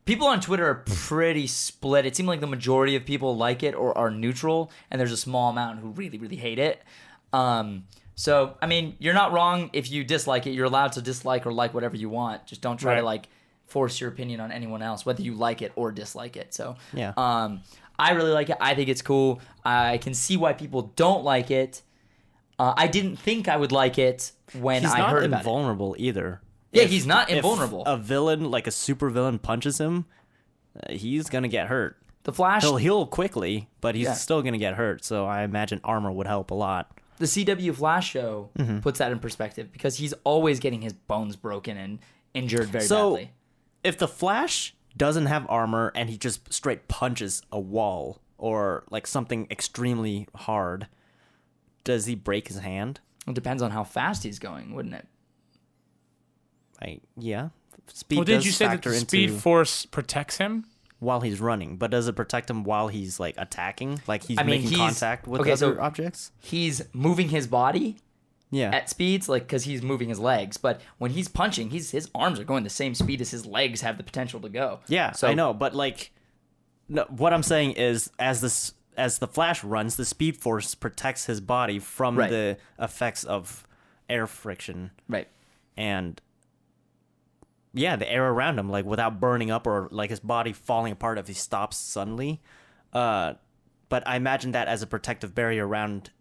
S1: people on Twitter are pretty split. It seemed like the majority of people like it or are neutral, and there's a small amount who really, really hate it. Um, so I mean, you're not wrong if you dislike it. You're allowed to dislike or like whatever you want. Just don't try to
S3: Right.
S1: like force your opinion on anyone else, whether you like it or dislike it. So
S2: Yeah.
S1: um, I really like it. I think it's cool. I can see why people don't like it. Uh, I didn't think I would like it when
S2: He's
S1: I
S2: not
S1: heard about it.
S2: invulnerable either.
S1: Yeah, he's not
S2: If
S1: invulnerable.
S2: a villain like a super villain punches him, uh, he's gonna get hurt.
S1: the Flash,
S2: He'll heal quickly, but he's
S1: Yeah.
S2: still gonna get hurt. So I imagine armor would help a lot.
S1: the CW Flash show
S2: Mm-hmm.
S1: puts that in perspective because he's always getting his bones broken and injured very
S2: So-
S1: badly.
S2: If the Flash doesn't have armor and he just straight punches a wall or like something extremely hard, does he break his hand?
S1: It depends on how fast he's going, wouldn't it?
S2: I yeah. Speed
S3: Well, did
S2: does
S3: you say that
S2: factor
S3: the
S2: into
S3: Speed Force protects him?
S2: while he's running, but does it protect him while he's like attacking? Like he's
S1: I mean,
S2: making
S1: he's-
S2: contact with
S1: okay,
S2: other
S1: so-
S2: objects?
S1: He's moving his body
S2: Yeah.
S1: at speeds like because he's moving his legs, but when he's punching, he's his arms are going the same speed as his legs have the potential to go.
S2: Yeah,
S1: so
S2: I know, but like, no, what I'm saying is, as this as the Flash runs, the Speed Force protects his body from
S1: Right.
S2: the effects of air friction
S1: Right.
S2: and yeah, the air around him, like without burning up or like his body falling apart if he stops suddenly. Uh, but I imagine that as a protective barrier around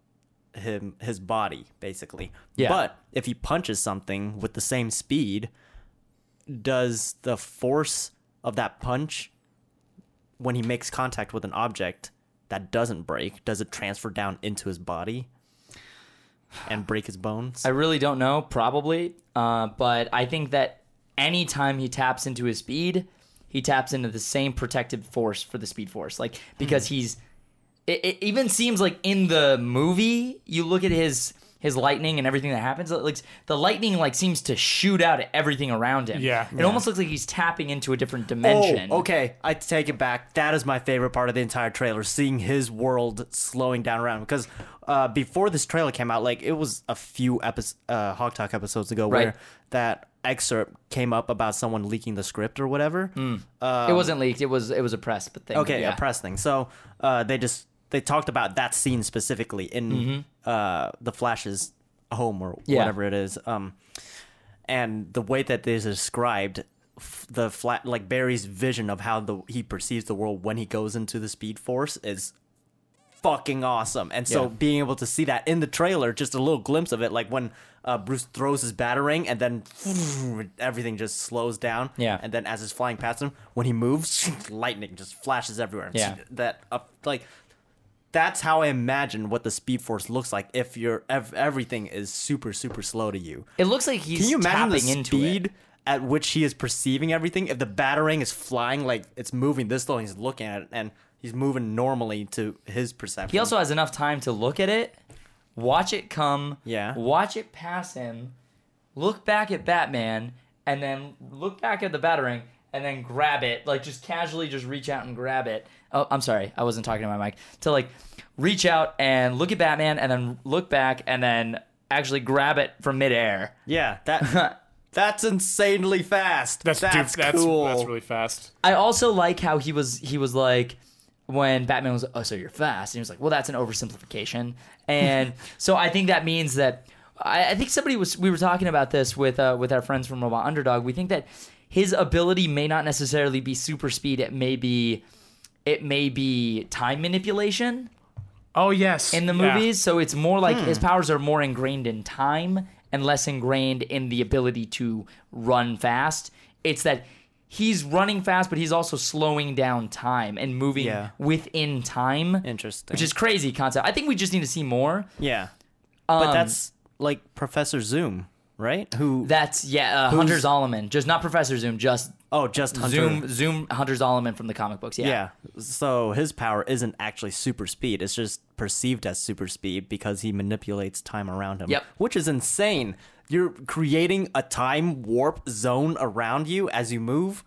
S2: him, his body, basically.
S1: Yeah.
S2: But if he punches something with the same speed, does the force of that punch, when he makes contact with an object that doesn't break, does it transfer down into his body and break his bones?
S1: I really don't know, probably. Uh, but I think that anytime he taps into his speed, he taps into the same protective force for the speed force.
S2: Hmm.
S1: Like, because he's. It, it even seems like in the movie, you look at his his lightning and everything that happens like the lightning like seems to shoot out at everything around him
S3: Yeah.
S1: it almost looks like he's tapping into a different dimension
S2: Oh, okay. I take it back. That is my favorite part of the entire trailer, seeing his world slowing down around. Because uh, before this trailer came out, like it was a few epis uh, Hawk Talk episodes ago,
S1: Right.
S2: where that excerpt came up about someone leaking the script or whatever.
S1: it wasn't leaked it was it was a press but thing
S2: Okay,
S1: yeah.
S2: a press thing. So uh, they just they talked about that scene specifically in uh, the Flash's home or
S1: Mm-hmm. Yeah.
S2: whatever it is. Um, and the way that they described f- the flat like Barry's vision of how the he perceives the world when he goes into the Speed Force is fucking awesome. And so
S1: Yeah.
S2: being able to see that in the trailer, just a little glimpse of it, like when uh, Bruce throws his battering and then everything just slows down.
S1: Yeah.
S2: And then as it's flying past him, when he moves, lightning just flashes everywhere.
S1: Yeah.
S2: That up like that's how I imagine what the Speed Force looks like if you're if everything is super super slow to you.
S1: it looks like he's
S2: Can you imagine the
S1: tapping into it.
S2: speed at which he is perceiving everything? If the battering is flying, like it's moving this slow, and he's looking at it, and he's moving normally to his perception.
S1: He also has enough time to look at it, watch it come,
S2: Yeah.
S1: watch it pass him, look back at Batman, and then look back at the battering, and then grab it, like just casually just reach out and grab it. Oh, I'm sorry, I wasn't talking to my mic. To like reach out and look at Batman, and then look back, and then actually grab it from midair.
S2: yeah, that that's insanely fast.
S3: That's
S2: That's
S3: dude,
S2: that's,
S3: that's,
S2: cool.
S3: that's really fast.
S1: I also like how he was he was like when Batman was oh so you're fast and he was like well that's an oversimplification and so I think that means that I, I think somebody was we were talking about this with uh, with our friends from Robot Underdog we think that his ability may not necessarily be super speed it may be it may be time manipulation
S3: Oh yes.
S1: in the
S3: yeah.
S1: movies so it's more like his
S2: Hmm.
S1: powers are more ingrained in time and less ingrained in the ability to run fast it's that he's running fast but he's also slowing down time and moving
S2: Yeah.
S1: within time
S2: interesting.
S1: which is crazy concept i think we just need to see more
S2: yeah,
S1: Um,
S2: but that's like Professor Zoom, right? Who?
S1: that's yeah uh, hunter zolomon just not professor zoom just
S2: oh, just Hunter.
S1: zoom zoom hunter zolomon from the comic books yeah
S2: Yeah. So his power isn't actually super speed. It's just perceived as super speed because he manipulates time around him.
S1: Yep.
S2: Which is insane. You're creating a time warp zone around you as you move.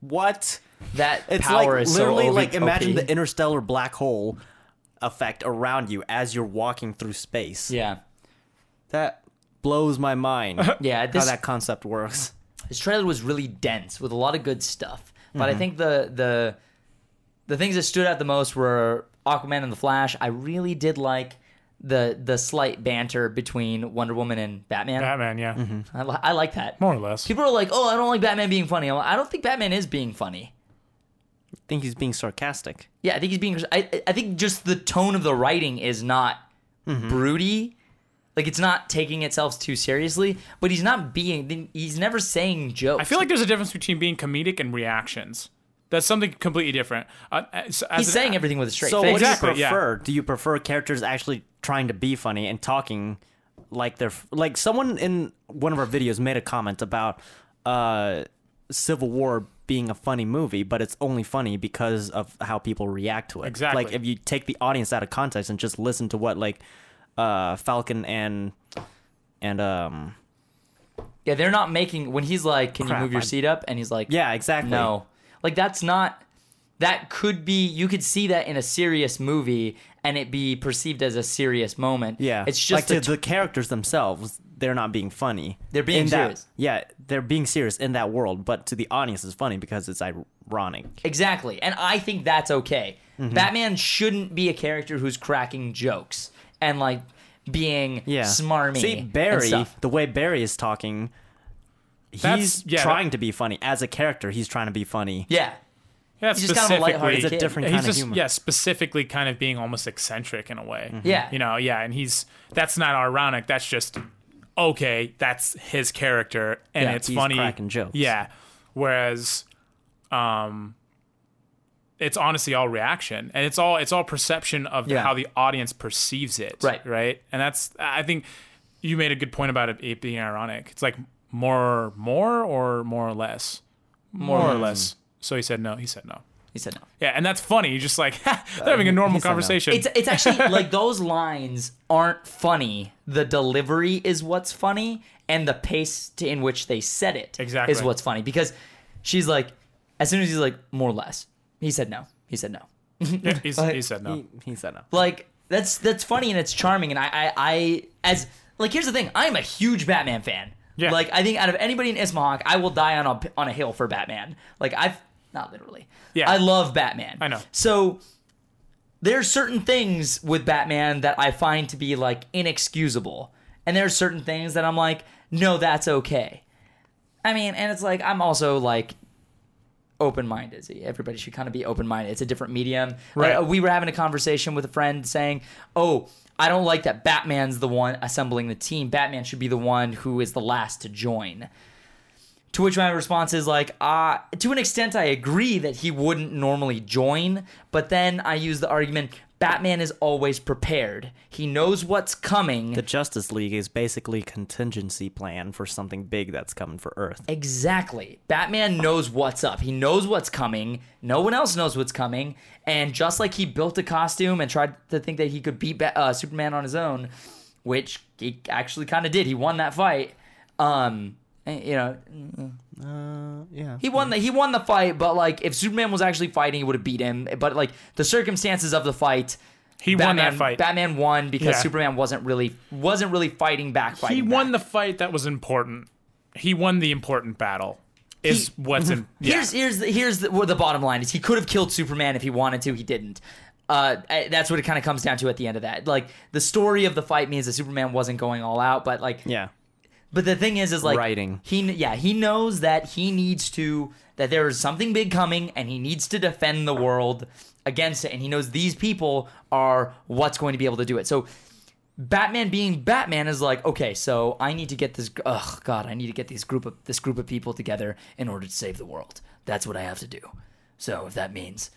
S2: What?
S1: that
S2: It's
S1: power
S2: like
S1: is
S2: literally
S1: so OV-
S2: like imagine
S1: OP.
S2: the interstellar black hole effect around you as you're walking through space.
S1: yeah
S2: That blows my mind.
S1: yeah this,
S2: how that concept works.
S1: this trailer was really dense with a lot of good stuff. But
S3: Mm-hmm.
S1: I think the the the things that stood out the most were Aquaman and the Flash. I really did like the the slight banter between Wonder Woman and Batman.
S3: Batman, yeah,
S1: I, li- I like that.
S3: more or less.
S1: People are like, "Oh, I don't like Batman being funny." I'm like, I don't think Batman is being funny.
S2: think he's being sarcastic.
S1: Yeah, I think he's being. I I think just the tone of the writing is not
S3: Mm-hmm.
S1: broody, like it's not taking itself too seriously. But he's not being. He's never saying jokes.
S3: I feel like there's a difference between being comedic and reactions. That's something completely different. Uh, as, as
S1: he's
S3: an-
S1: saying everything with a straight
S2: So
S1: face.
S2: what do you
S3: Exactly, yeah.
S2: prefer? Do you prefer characters actually trying to be funny and talking like they're like someone in one of our videos made a comment about uh Civil War being a funny movie, but it's only funny because of how people react to it.
S3: Exactly.
S2: Like if you take the audience out of context and just listen to what like uh Falcon and and um
S1: Yeah, they're not making when he's like, "Can
S2: Crap,
S1: you move your
S2: I-
S1: seat up?" and he's like,
S2: yeah, exactly.
S1: no, like that's not. That could be you could see that in a serious movie and it be perceived as a serious moment.
S2: Yeah,
S1: it's just the
S2: like to the, characters themselves. They're not being funny.
S1: They're being
S2: In that-
S1: serious.
S2: yeah, they're being serious in that world, but to the audience, it's funny because it's ironic.
S1: Exactly. And I think that's okay.
S2: Mm-hmm.
S1: Batman shouldn't be a character who's cracking jokes and like being
S2: Yeah,
S1: smarmy.
S2: See
S1: and
S2: Barry,
S1: stuff.
S2: the way Barry is talking, he's
S3: That's- yeah,
S2: trying to be funny as a character. He's trying to be funny.
S1: Yeah.
S3: yeah,
S1: He's just kind of a
S3: specifically-
S1: lighthearted
S2: It's a
S1: kid.
S2: different-
S3: he's
S2: kind of
S3: just
S2: humor.
S3: yeah specifically kind of being almost eccentric in a way
S1: Yeah.
S3: you know yeah and he's that's not ironic that's just okay that's his character and
S2: Yeah,
S3: it's
S2: he's
S3: funny
S2: cracking jokes.
S3: yeah whereas um it's honestly all reaction and it's all it's all perception of
S1: Yeah.
S3: how the audience perceives it
S1: Right.
S3: right and that's i think you made a good point about it, it being ironic it's like more more or more or less more, or
S2: Hmm.
S3: less so he said no he said no
S1: He said no.
S3: yeah, and that's funny. You're just like they're having a normal
S2: Uh, said no.
S3: conversation.
S1: It's it's actually like those lines aren't funny. The delivery is what's funny, and the pace to, in which they said it
S3: Exactly.
S1: is what's funny. Because she's like, as soon as he's like, more or less, he said no. He said no.
S3: He's- he said no.
S2: He, he said no.
S1: like that's that's funny and it's charming and I I, I as like here's the thing I'm a huge Batman fan.
S3: Yeah.
S1: Like I think out of anybody in Ismahawk, I will die on a on a hill for Batman. Like I've not literally.
S3: Yeah.
S1: I love Batman.
S3: I know.
S1: So there are certain things with Batman that I find to be like inexcusable, and there are certain things that I'm like, no, that's okay. I mean, and it's like I'm also like open minded. Everybody should kind of be open minded. It's a different medium. Like, uh,
S3: Right.
S1: we were having a conversation with a friend saying, "Oh, I don't like that Batman's the one assembling the team. Batman should be the one who is the last to join." To which my response is like, uh, to an extent, I agree that he wouldn't normally join, but then I use the argument Batman is always prepared. He knows what's coming.
S2: The Justice League is basically contingency plan for something big that's coming for Earth.
S1: Exactly. Batman knows what's up. He knows what's coming. No one else knows what's coming. And just like he built a costume and tried to think that he could beat Ba- uh, Superman on his own, which he actually kind of did. He won that fight. Um, and, you know,
S2: Uh, yeah.
S1: he won the he won the fight. But like, if Superman was actually fighting, he would have beat him. But like, the circumstances of the fight.
S3: he
S1: Batman,
S3: won that fight.
S1: Batman won because
S3: Yeah.
S1: Superman wasn't really wasn't really fighting back. Fighting
S3: he
S1: back.
S3: won the fight that was important. He won the important battle. Is
S1: He-
S3: what's in. Yeah.
S1: Here's here's the, here's the, where the bottom line is. He could have killed Superman if he wanted to. He didn't. Uh, I- that's what it kind of comes down to at the end of that. Like the story of the fight means that Superman wasn't going all out, but like,
S2: Yeah.
S1: but the thing is, is like
S2: Writing.
S1: He kn- yeah he knows that he needs to that there is something big coming and he needs to defend the world against it, and he knows these people are what's going to be able to do it. So Batman being Batman is like, okay, so I need to get this. Oh God, I need to get these group of this group of people together in order to save the world. That's what I have to do. So if that means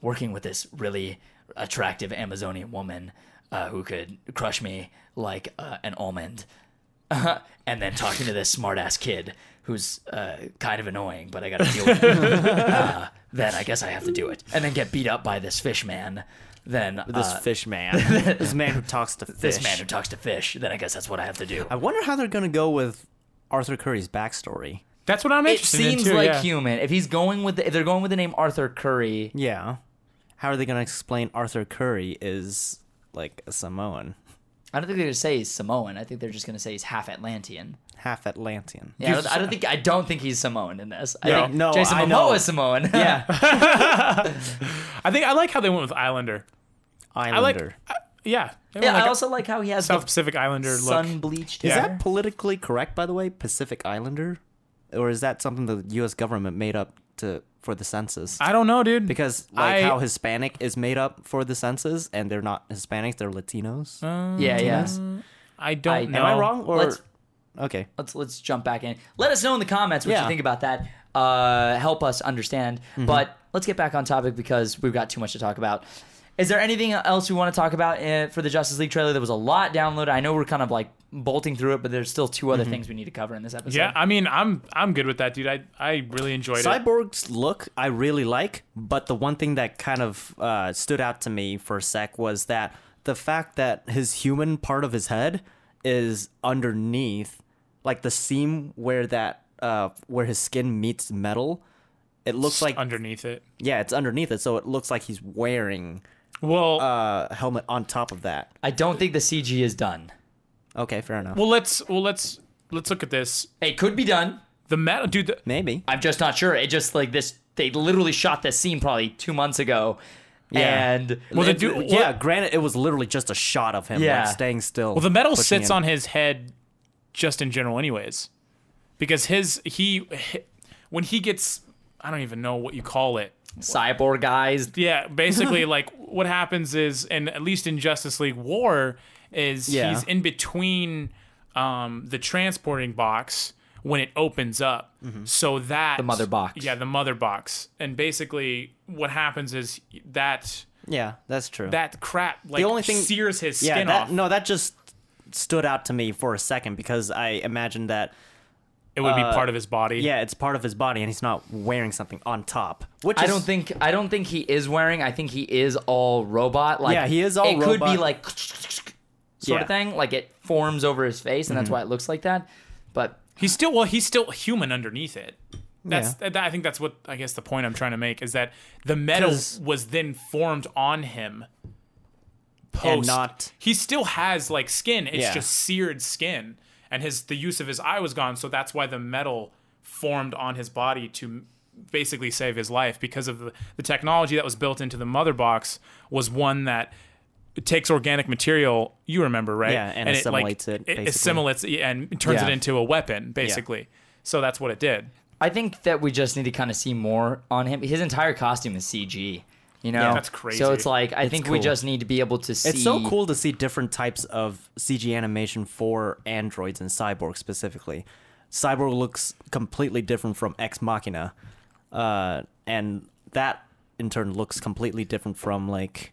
S1: working with this really attractive Amazonian woman uh, who could crush me like uh, an almond, and then talking to this smartass kid who's uh, kind of annoying, but I got to deal with him, uh, then I guess I have to do it, and then get beat up by this fish man. Then
S2: This
S1: uh,
S2: fish man. this man who talks to fish.
S1: this man who talks to fish, then I guess that's what I have to do.
S2: I wonder how they're gonna go with Arthur Curry's backstory.
S3: That's what I'm
S1: It
S3: interested in.
S1: seems
S3: too,
S1: like
S3: yeah.
S1: human. If he's going with, the, if they're going with the name Arthur Curry,
S2: Yeah. How are they going to explain Arthur Curry is like a Samoan,
S1: I don't think they're gonna say he's Samoan. I think they're just gonna say he's half Atlantean.
S2: half Atlantean?
S1: Yeah, I don't, I don't think I don't think he's Samoan in this. I
S2: No,
S1: think
S2: no,
S1: Jason
S2: I know.
S1: Momoa is Samoan. Yeah,
S3: I think I like how they went with Islander. I like.
S2: Islander.
S3: I- yeah. They went
S1: yeah.
S2: Oh
S3: like
S1: I
S3: a
S1: also like how he has
S3: South
S1: the
S3: Pacific Islander
S1: sun
S3: look.
S1: bleached
S2: is
S1: hair.
S2: that politically correct, by the way? Pacific Islander, or is that something the U.S. government made up to for the census.
S3: I don't know, dude.
S2: because like
S3: I-
S2: how Hispanic is made up for the census, and they're not Hispanics, they're Latinos.
S1: yeah, yeah.
S3: I don't
S1: I-
S3: know.
S1: no.
S2: Am I wrong? Or
S1: Let's-
S2: okay,
S1: let's let's jump back in. Let us know in the comments what
S2: Yeah.
S1: you think about that. Uh, help us understand. But let's get back on topic because we've got too much to talk about. Is there anything else we want to talk about uh, for the Justice League trailer? There was a lot downloaded. I know we're kind of like bolting through it, but there's still two other things we need to cover in this episode.
S3: Yeah, I mean, I'm I'm good with that, dude. I I really enjoyed it.
S2: Cyborg's look I really like, but the one thing that kind of uh, stood out to me for a sec was that the fact that his human part of his head is underneath, like the seam where that uh, where his skin meets metal. It looks like
S3: underneath it.
S2: yeah, it's underneath it, so it looks like he's wearing
S3: Well,
S2: a helmet on top of that.
S1: I don't think the CG is done.
S2: Okay, fair enough.
S3: well, let's well let's let's look at this.
S1: It could be done.
S3: The metal, dude. The,
S2: Maybe.
S1: I'm just not sure. It just like this. They literally shot this scene probably two months ago,
S2: Yeah.
S1: and
S3: Well, the
S2: It-
S3: dude-
S2: yeah, granted, it was literally just a shot of him
S1: Yeah.
S2: like staying still.
S3: well, the metal
S2: pushing
S3: sits
S2: in.
S3: on his head, just in general, anyways, because his he hi- when he gets I don't even know what you call it.
S1: cyborg guys.
S3: Yeah, basically, like what happens is, and at least in Justice League War, is
S2: Yeah.
S3: he's in between um, the transporting box when it opens up,
S2: Mm-hmm.
S3: so that the
S1: mother box.
S3: Yeah, the mother box, and basically what happens is that
S2: Yeah, that's true.
S3: that crap like
S2: only thing-
S3: sears his
S2: yeah,
S3: skin
S2: that,
S3: off.
S2: no, that just stood out to me for a second because I imagined that
S3: it would be part of his body.
S2: uh, yeah, it's part of his body and he's not wearing something on top. Which
S1: I
S2: is-
S1: don't think I don't think he is wearing. I think he is all robot. Like
S2: Yeah, he is all
S1: It could be
S2: robot.
S1: like sort
S2: Yeah. Mm-hmm.
S1: of thing. Like it forms over his face, and that's why it looks like that. But
S3: He's still well. He's still human underneath it. That's
S2: Yeah.
S3: that, I think that's what I guess the point I'm trying to make is that the metal
S2: 'Cause-
S3: was then formed on him. Post.
S2: And not-
S3: he still has like skin. It's
S2: Yeah.
S3: just seared skin, and his the use of his eye was gone. So that's why the metal formed on his body to basically save his life because of the, the technology that was built into the mother box was one that takes organic material. You remember, right?
S2: Yeah, and assimilates it,
S3: It,
S2: basically.
S3: assimilates it and turns
S1: Yeah.
S3: it into a weapon, basically. So that's what it did.
S1: I think that we just need to kind of see more on him. His entire costume is CG. You know,
S3: that's crazy.
S1: So it's like I think we
S2: cool.
S1: just need to be able to see.
S2: it's so cool to see different types of CG animation for androids and cyborg specifically. Cyborg looks completely different from Ex Machina, uh, and that in turn looks completely different from like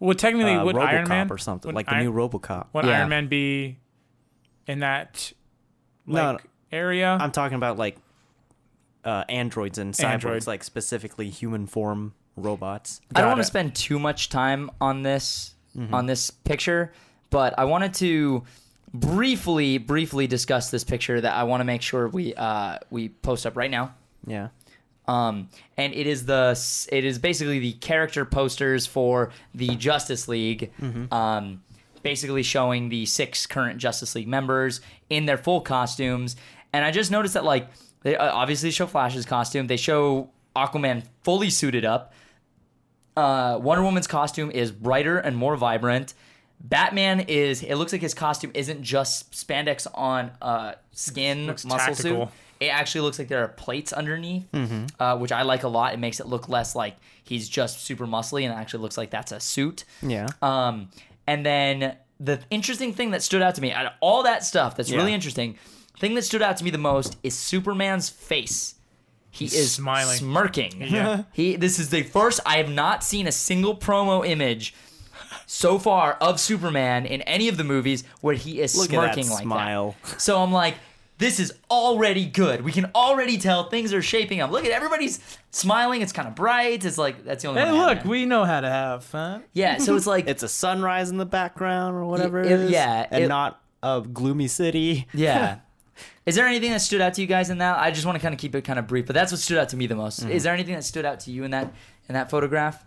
S3: Well, technically,
S2: uh,
S3: would
S2: RoboCop
S3: Iron Man
S2: or something
S3: would
S2: like
S3: Iron,
S2: the new RoboCop.
S3: Would
S1: Yeah.
S3: Iron Man be in that like
S2: No, no,
S3: area?
S2: I'm talking about like uh, androids and cyborgs,
S3: Android.
S2: like specifically human form robots.
S1: I don't
S3: Got
S1: want to
S3: it.
S1: spend too much time on this
S2: Mm-hmm.
S1: on this picture, but I wanted to briefly briefly discuss this picture that I want to make sure we uh, we post up right now.
S2: Yeah,
S1: Um, and it is the s- it is basically the character posters for the Justice League.
S3: Mm-hmm.
S1: Um, basically showing the six current Justice League members in their full costumes. And I just noticed that like they uh, obviously show Flash's costume. They show Aquaman fully suited up. Uh, Wonder Woman's costume is brighter and more vibrant. Batman is it looks like his costume isn't just spandex on uh, skin
S3: Looks
S1: muscle suit
S3: tactical.
S1: it actually looks like there are plates underneath,
S2: Mm-hmm.
S1: uh, which I like a lot. It makes it look less like he's just super muscly, and it actually looks like that's a suit.
S2: yeah.
S1: Um, and then the interesting thing that stood out to me out of all that stuff that's really
S2: Yeah.
S1: interesting, thing that stood out to me the most is Superman's face. He is
S3: smiling.
S1: smirking.
S3: Yeah.
S1: he. This is the first I have not seen a single promo image so far of Superman in any of the movies where he is
S2: Look at that
S1: smirking like
S2: smile.
S1: that. So I'm like, this is already good. We can already tell things are shaping up. Look at everybody's smiling. It's kind of bright. It's like that's the only. one I had.
S3: we know how to have fun.
S1: yeah. So it's like
S2: It's a sunrise in the background or whatever.
S1: it-
S2: it is,
S1: yeah,
S2: and
S1: it-
S2: not a gloomy city.
S1: Yeah. Is there anything that stood out to you guys in that? I just want to kind of keep it kind of brief, but that's what stood out to me the most.
S3: Mm-hmm.
S1: Is there anything that stood out to you in that in that photograph?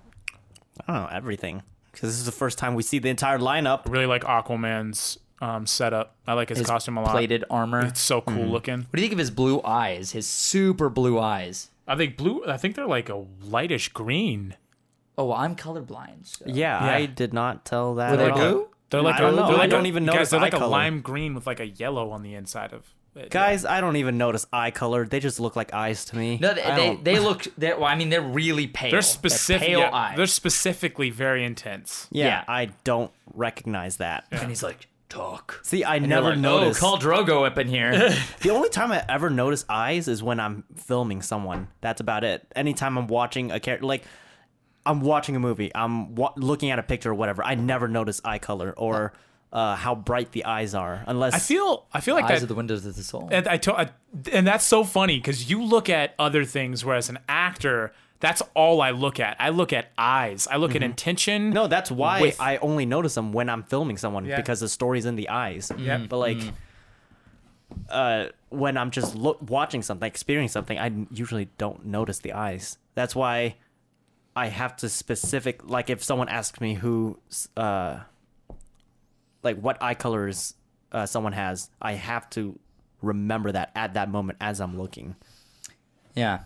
S2: I don't know everything because this is the first time we see the entire lineup.
S3: I really like Aquaman's um, setup. I like his,
S1: His
S3: costume a lot.
S1: plated armor.
S3: It's so cool
S2: Mm-hmm.
S3: looking.
S1: What do you think of his blue eyes? His super blue eyes.
S3: I think blue. I think they're like a lightish green.
S1: Oh, well, I'm colorblind. So.
S2: Yeah,
S3: Yeah.
S2: I did not tell that.
S1: Were they
S2: at all.
S1: blue?
S3: They're
S2: No,
S3: like
S2: I
S3: a-
S2: don't know.
S3: they're
S2: I
S3: like a-
S2: don't even
S3: guys,
S2: notice
S3: They're
S2: eye
S3: like a
S2: color.
S3: lime green with like a yellow on the inside of. But, yeah.
S2: Guys, I don't even notice eye color. They just look like eyes to me.
S1: No, they
S2: I
S1: they,
S2: don't-
S1: they look. They're, well, I mean, they're really pale.
S3: they're specific.
S1: pale
S3: yeah,
S1: eyes.
S3: They're specifically very intense.
S2: yeah,
S1: yeah.
S2: I don't recognize that.
S1: and he's like, talk.
S2: See, I
S1: And they're
S2: never
S1: like,
S2: notice.
S1: Oh, call Drogo up in here.
S2: The only time I ever notice eyes is when I'm filming someone. That's about it. Anytime I'm watching a character, like I'm watching a movie, I'm wa- looking at a picture or whatever. I never notice eye color or uh, how bright the eyes are, unless
S3: I feel I feel like
S1: Eyes
S3: that
S1: are the windows of the soul.
S3: and I, to, I and that's so funny because you look at other things, whereas an actor, that's all I look at. I look at eyes. I
S1: Mm-hmm.
S3: look at intention.
S2: no. That's why
S3: With-
S2: I only notice them when I'm filming someone
S3: Yeah.
S2: because the story's in the eyes.
S3: Yep.
S2: but like. Uh, when I'm just lo- watching something, experiencing something, I n- usually don't notice the eyes. That's why I have to specific. Like if someone asks me who, s- uh, like what eye colors uh, someone has, I have to remember that at that moment as I'm looking.
S1: Yeah.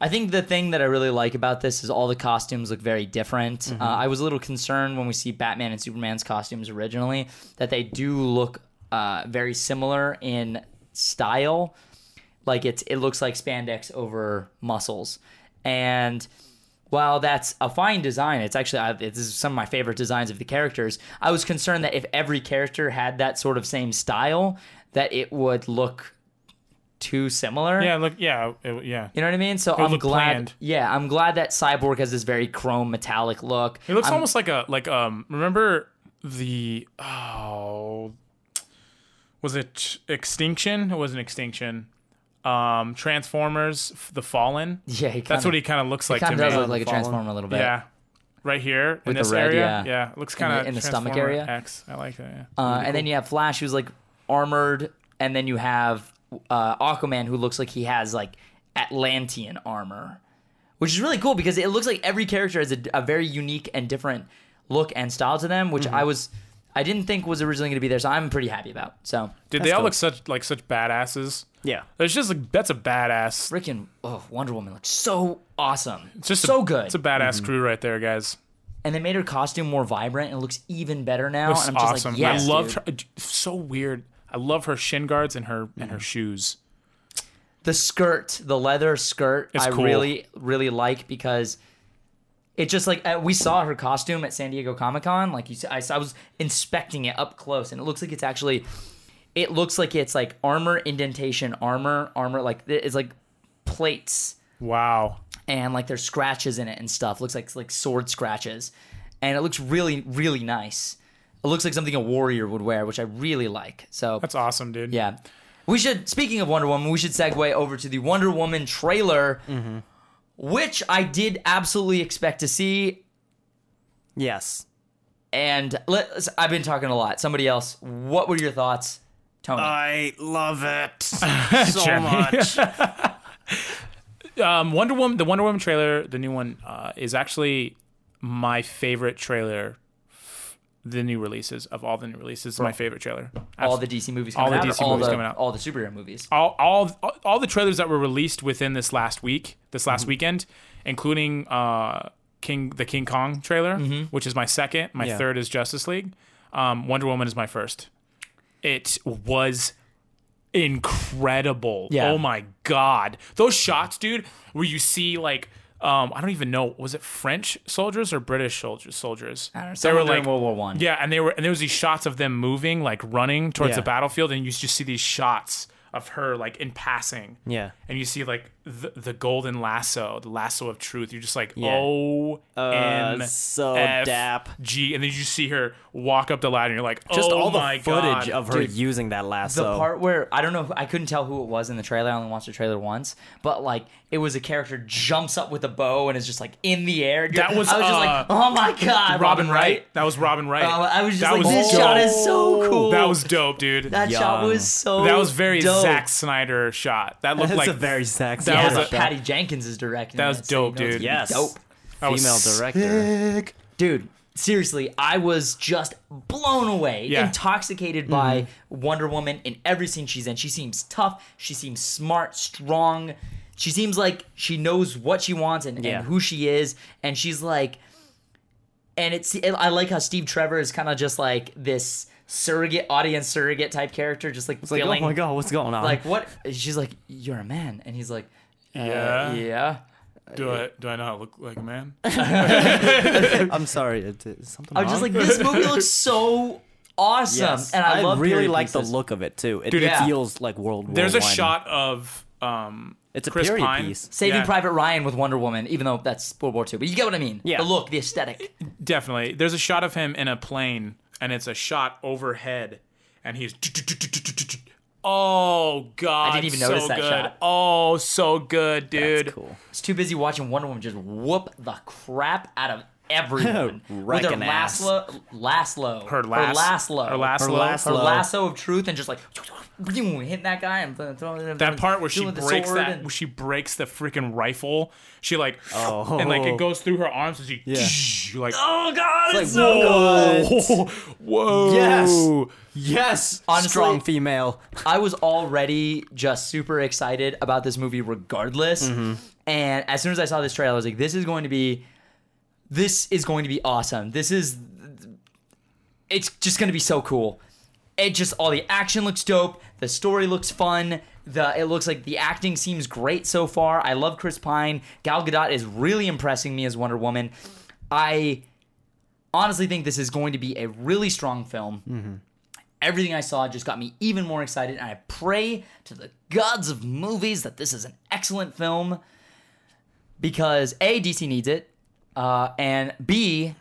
S1: I think the thing that I really like about this is all the costumes look very different. Uh, I was a little concerned when we see Batman and Superman's costumes originally that they do look uh, very similar in style. Like it's it looks like spandex over muscles, and while that's a fine design, it's actually I, this is some of my favorite designs of the characters. I was concerned that if every character had that sort of same style, that it would look too similar.
S3: Yeah. Look. Yeah. it- yeah.
S1: You know what I mean? So
S3: It'll
S1: I'm
S3: look
S1: glad.
S3: bland.
S1: Yeah, I'm glad that Cyborg has this very chrome metallic look.
S3: It looks
S1: I'm-
S3: almost like a like um. Remember the oh, was it Extinction? It wasn't Extinction. Um, Transformers: F- The Fallen.
S1: Yeah, he kinda,
S3: That's what he kind of looks like to
S1: kind
S3: me.
S1: of does look like a
S2: Fallen.
S1: transformer a little bit.
S3: yeah, right here in
S1: the
S3: this
S1: red,
S3: area.
S1: yeah.
S3: it looks kind of
S1: in the stomach area.
S3: X. I like that. Yeah.
S1: Uh, and then you have Flash, who's like armored, and then you have uh, Aquaman, who looks like he has like Atlantean armor, which is really cool because it looks like every character has a, a very unique and different look and style to them, which
S3: Mm-hmm.
S1: I was, I didn't think was originally going to be there, so I'm pretty happy about. So
S3: Did they all look such like such badasses?
S2: Yeah,
S3: It's just like that's a badass.
S1: freaking oh, Wonder Woman looks so awesome,
S3: It's just
S1: so
S3: a,
S1: good.
S3: It's a badass crew right there, guys.
S1: and they made her costume more vibrant and it looks even better now.
S3: It's
S1: Oh, and I'm just
S3: awesome.
S1: like, yes,
S3: I loved
S1: dude.
S3: her. So weird. I love her shin guards and her and
S1: Mm.
S3: her shoes.
S1: the skirt, the leather skirt.
S3: It's
S1: I
S3: cool.
S1: really, really like because it just like uh, we saw her costume at San Diego Comic Con. Like you, s- I, s- I was inspecting it up close, and it looks like it's actually, it looks like it's like armor indentation, armor, armor. Like it's like plates.
S3: Wow.
S1: and like there's scratches in it and stuff. Looks like like sword scratches, and it looks really really nice. It looks like something a warrior would wear, which I really like. So
S3: That's awesome, dude.
S1: yeah, we should. Speaking of Wonder Woman, we should segue over to the Wonder Woman trailer,
S3: Mm-hmm.
S1: which I did absolutely expect to see.
S2: yes.
S1: And let I've been talking a lot. Somebody else, what were your thoughts, Tony?
S3: Uh,
S2: I love it so much.
S3: Um, Wonder Woman, the Wonder Woman trailer, the new one, uh, is actually my favorite trailer. f- The new releases of all the new releases, It's my favorite trailer.
S1: all
S3: Abs-
S1: the DC movies
S3: all
S1: coming out,
S3: the
S1: or
S3: DC
S1: all
S3: movies
S1: the
S3: coming out. Uh,
S1: all the superhero movies.
S3: all, all all the trailers that were released within this last week, this last weekend, including uh, King the King Kong trailer, which is my second. My
S2: Yeah.
S3: third is Justice League. Um, Wonder Woman is my first. It was incredible.
S1: Yeah.
S3: Oh my god, those shots, dude, where you see like. Um, I don't even know. Was it French soldiers or British soldiers? Soldiers.
S1: I don't know,
S3: They were
S1: someone during
S3: like
S1: World War One.
S3: yeah, and they were and there was these shots of them moving, like running towards
S2: Yeah.
S3: the battlefield, and you just see these shots of her like in passing.
S2: Yeah.
S3: And you see like the, the golden lasso, the lasso of truth. You're just like,
S2: Yeah.
S3: oh,
S2: Uh, so dap.
S3: G, and then you see her walk up the ladder, and you're like,
S2: Just
S3: oh
S2: all the
S3: my
S2: footage
S3: God.
S2: of her
S1: Dude,
S2: using that
S1: The
S2: lasso.
S1: part where I don't know, I couldn't tell who it was in the trailer. I only watched the trailer once, but like it was a character jumps up with a bow and is just like in the air.
S3: That was,
S1: I was just
S3: uh,
S1: like, oh my god, Robin Wright.
S3: That was Robin Wright.
S1: Uh, I was just
S3: that
S1: like,
S3: was
S1: this
S3: dope.
S1: shot is so cool.
S3: That was dope, dude.
S1: that shot
S2: young.
S1: was so.
S3: that was very
S1: dope.
S3: Zack Snyder shot. That looked
S2: That's
S3: like
S2: a very sexy.
S3: that
S1: Yeah,
S3: was
S1: like
S3: a-
S1: Patty Jenkins is directing.
S3: That was
S1: this, so you
S3: dope,
S1: know it's
S3: dude.
S1: gonna be
S2: Yes.
S1: dope.
S3: that was
S2: female
S3: sick.
S2: director.
S1: dude seriously i was just blown away
S3: Yeah.
S1: intoxicated by
S2: Mm-hmm.
S1: wonder woman in every scene she's in she seems tough she seems smart strong she seems like she knows what she wants and,
S2: Yeah.
S1: and who she is and she's like and it's it, I like how Steve Trevor is kind of just like this surrogate audience surrogate type character, just like
S2: It's like,
S1: feeling
S2: oh my god, what's going on?
S1: like what? She's like, you're a man, and he's like, uh,
S3: Yeah.
S1: yeah.
S3: Do I do I not look like a man?
S2: I'm sorry, it, it's something.
S1: I was just like, this movie looks so awesome,
S2: yes.
S1: and I, love
S2: really
S1: period
S2: like the
S1: pieces.
S2: look of it too. It
S3: Dude,
S1: it's-
S2: feels like World War.
S3: There's a
S2: One.
S3: shot of um
S2: It's a
S3: Chris
S2: period
S3: Pine.
S2: piece.
S1: Saving
S3: Yeah.
S1: Private Ryan with Wonder Woman, even though that's World War II, but you get what I mean.
S2: Yeah.
S1: The look, the aesthetic.
S3: Definitely. There's a shot of him in a plane, and it's a shot overhead, and he's. Oh god!
S1: didn't even notice
S3: so
S1: that
S3: good.
S1: shot.
S3: Oh, so good, dude.
S2: That's cool.
S1: It's too busy watching Wonder Woman just whoop the crap out of everyone with her
S2: Wrecking ass.
S1: Laszlo, Laszlo,
S3: Her last,
S1: Laszlo,
S3: her last,
S2: Her
S1: her
S2: Laszlo.
S1: lasso of truth, and just like hitting that guy and th- throwing him.
S3: That part where she
S1: doing the
S3: breaks
S1: sword
S3: that,
S1: and-
S3: where she breaks the freaking rifle. She like, and like it goes through her arms, and she, like,
S1: oh god, it's,
S2: like,
S1: so good.
S3: whoa, whoa,
S2: Yes. Yes,
S1: Honestly-
S2: strong female.
S1: I was already just super excited about this movie, regardless. And as soon as I saw this trailer, I was like, "This is going to be, this is going to be awesome. This is, it's just going to be so cool. It just all the action looks dope. The story looks fun. The it looks like the acting seems great so far. I love Chris Pine. Gal Gadot is really impressing me as Wonder Woman. I honestly think this is going to be a really strong film everything I saw just got me even more excited, and I pray to the gods of movies that this is an excellent film because A, DC needs it, uh, and B,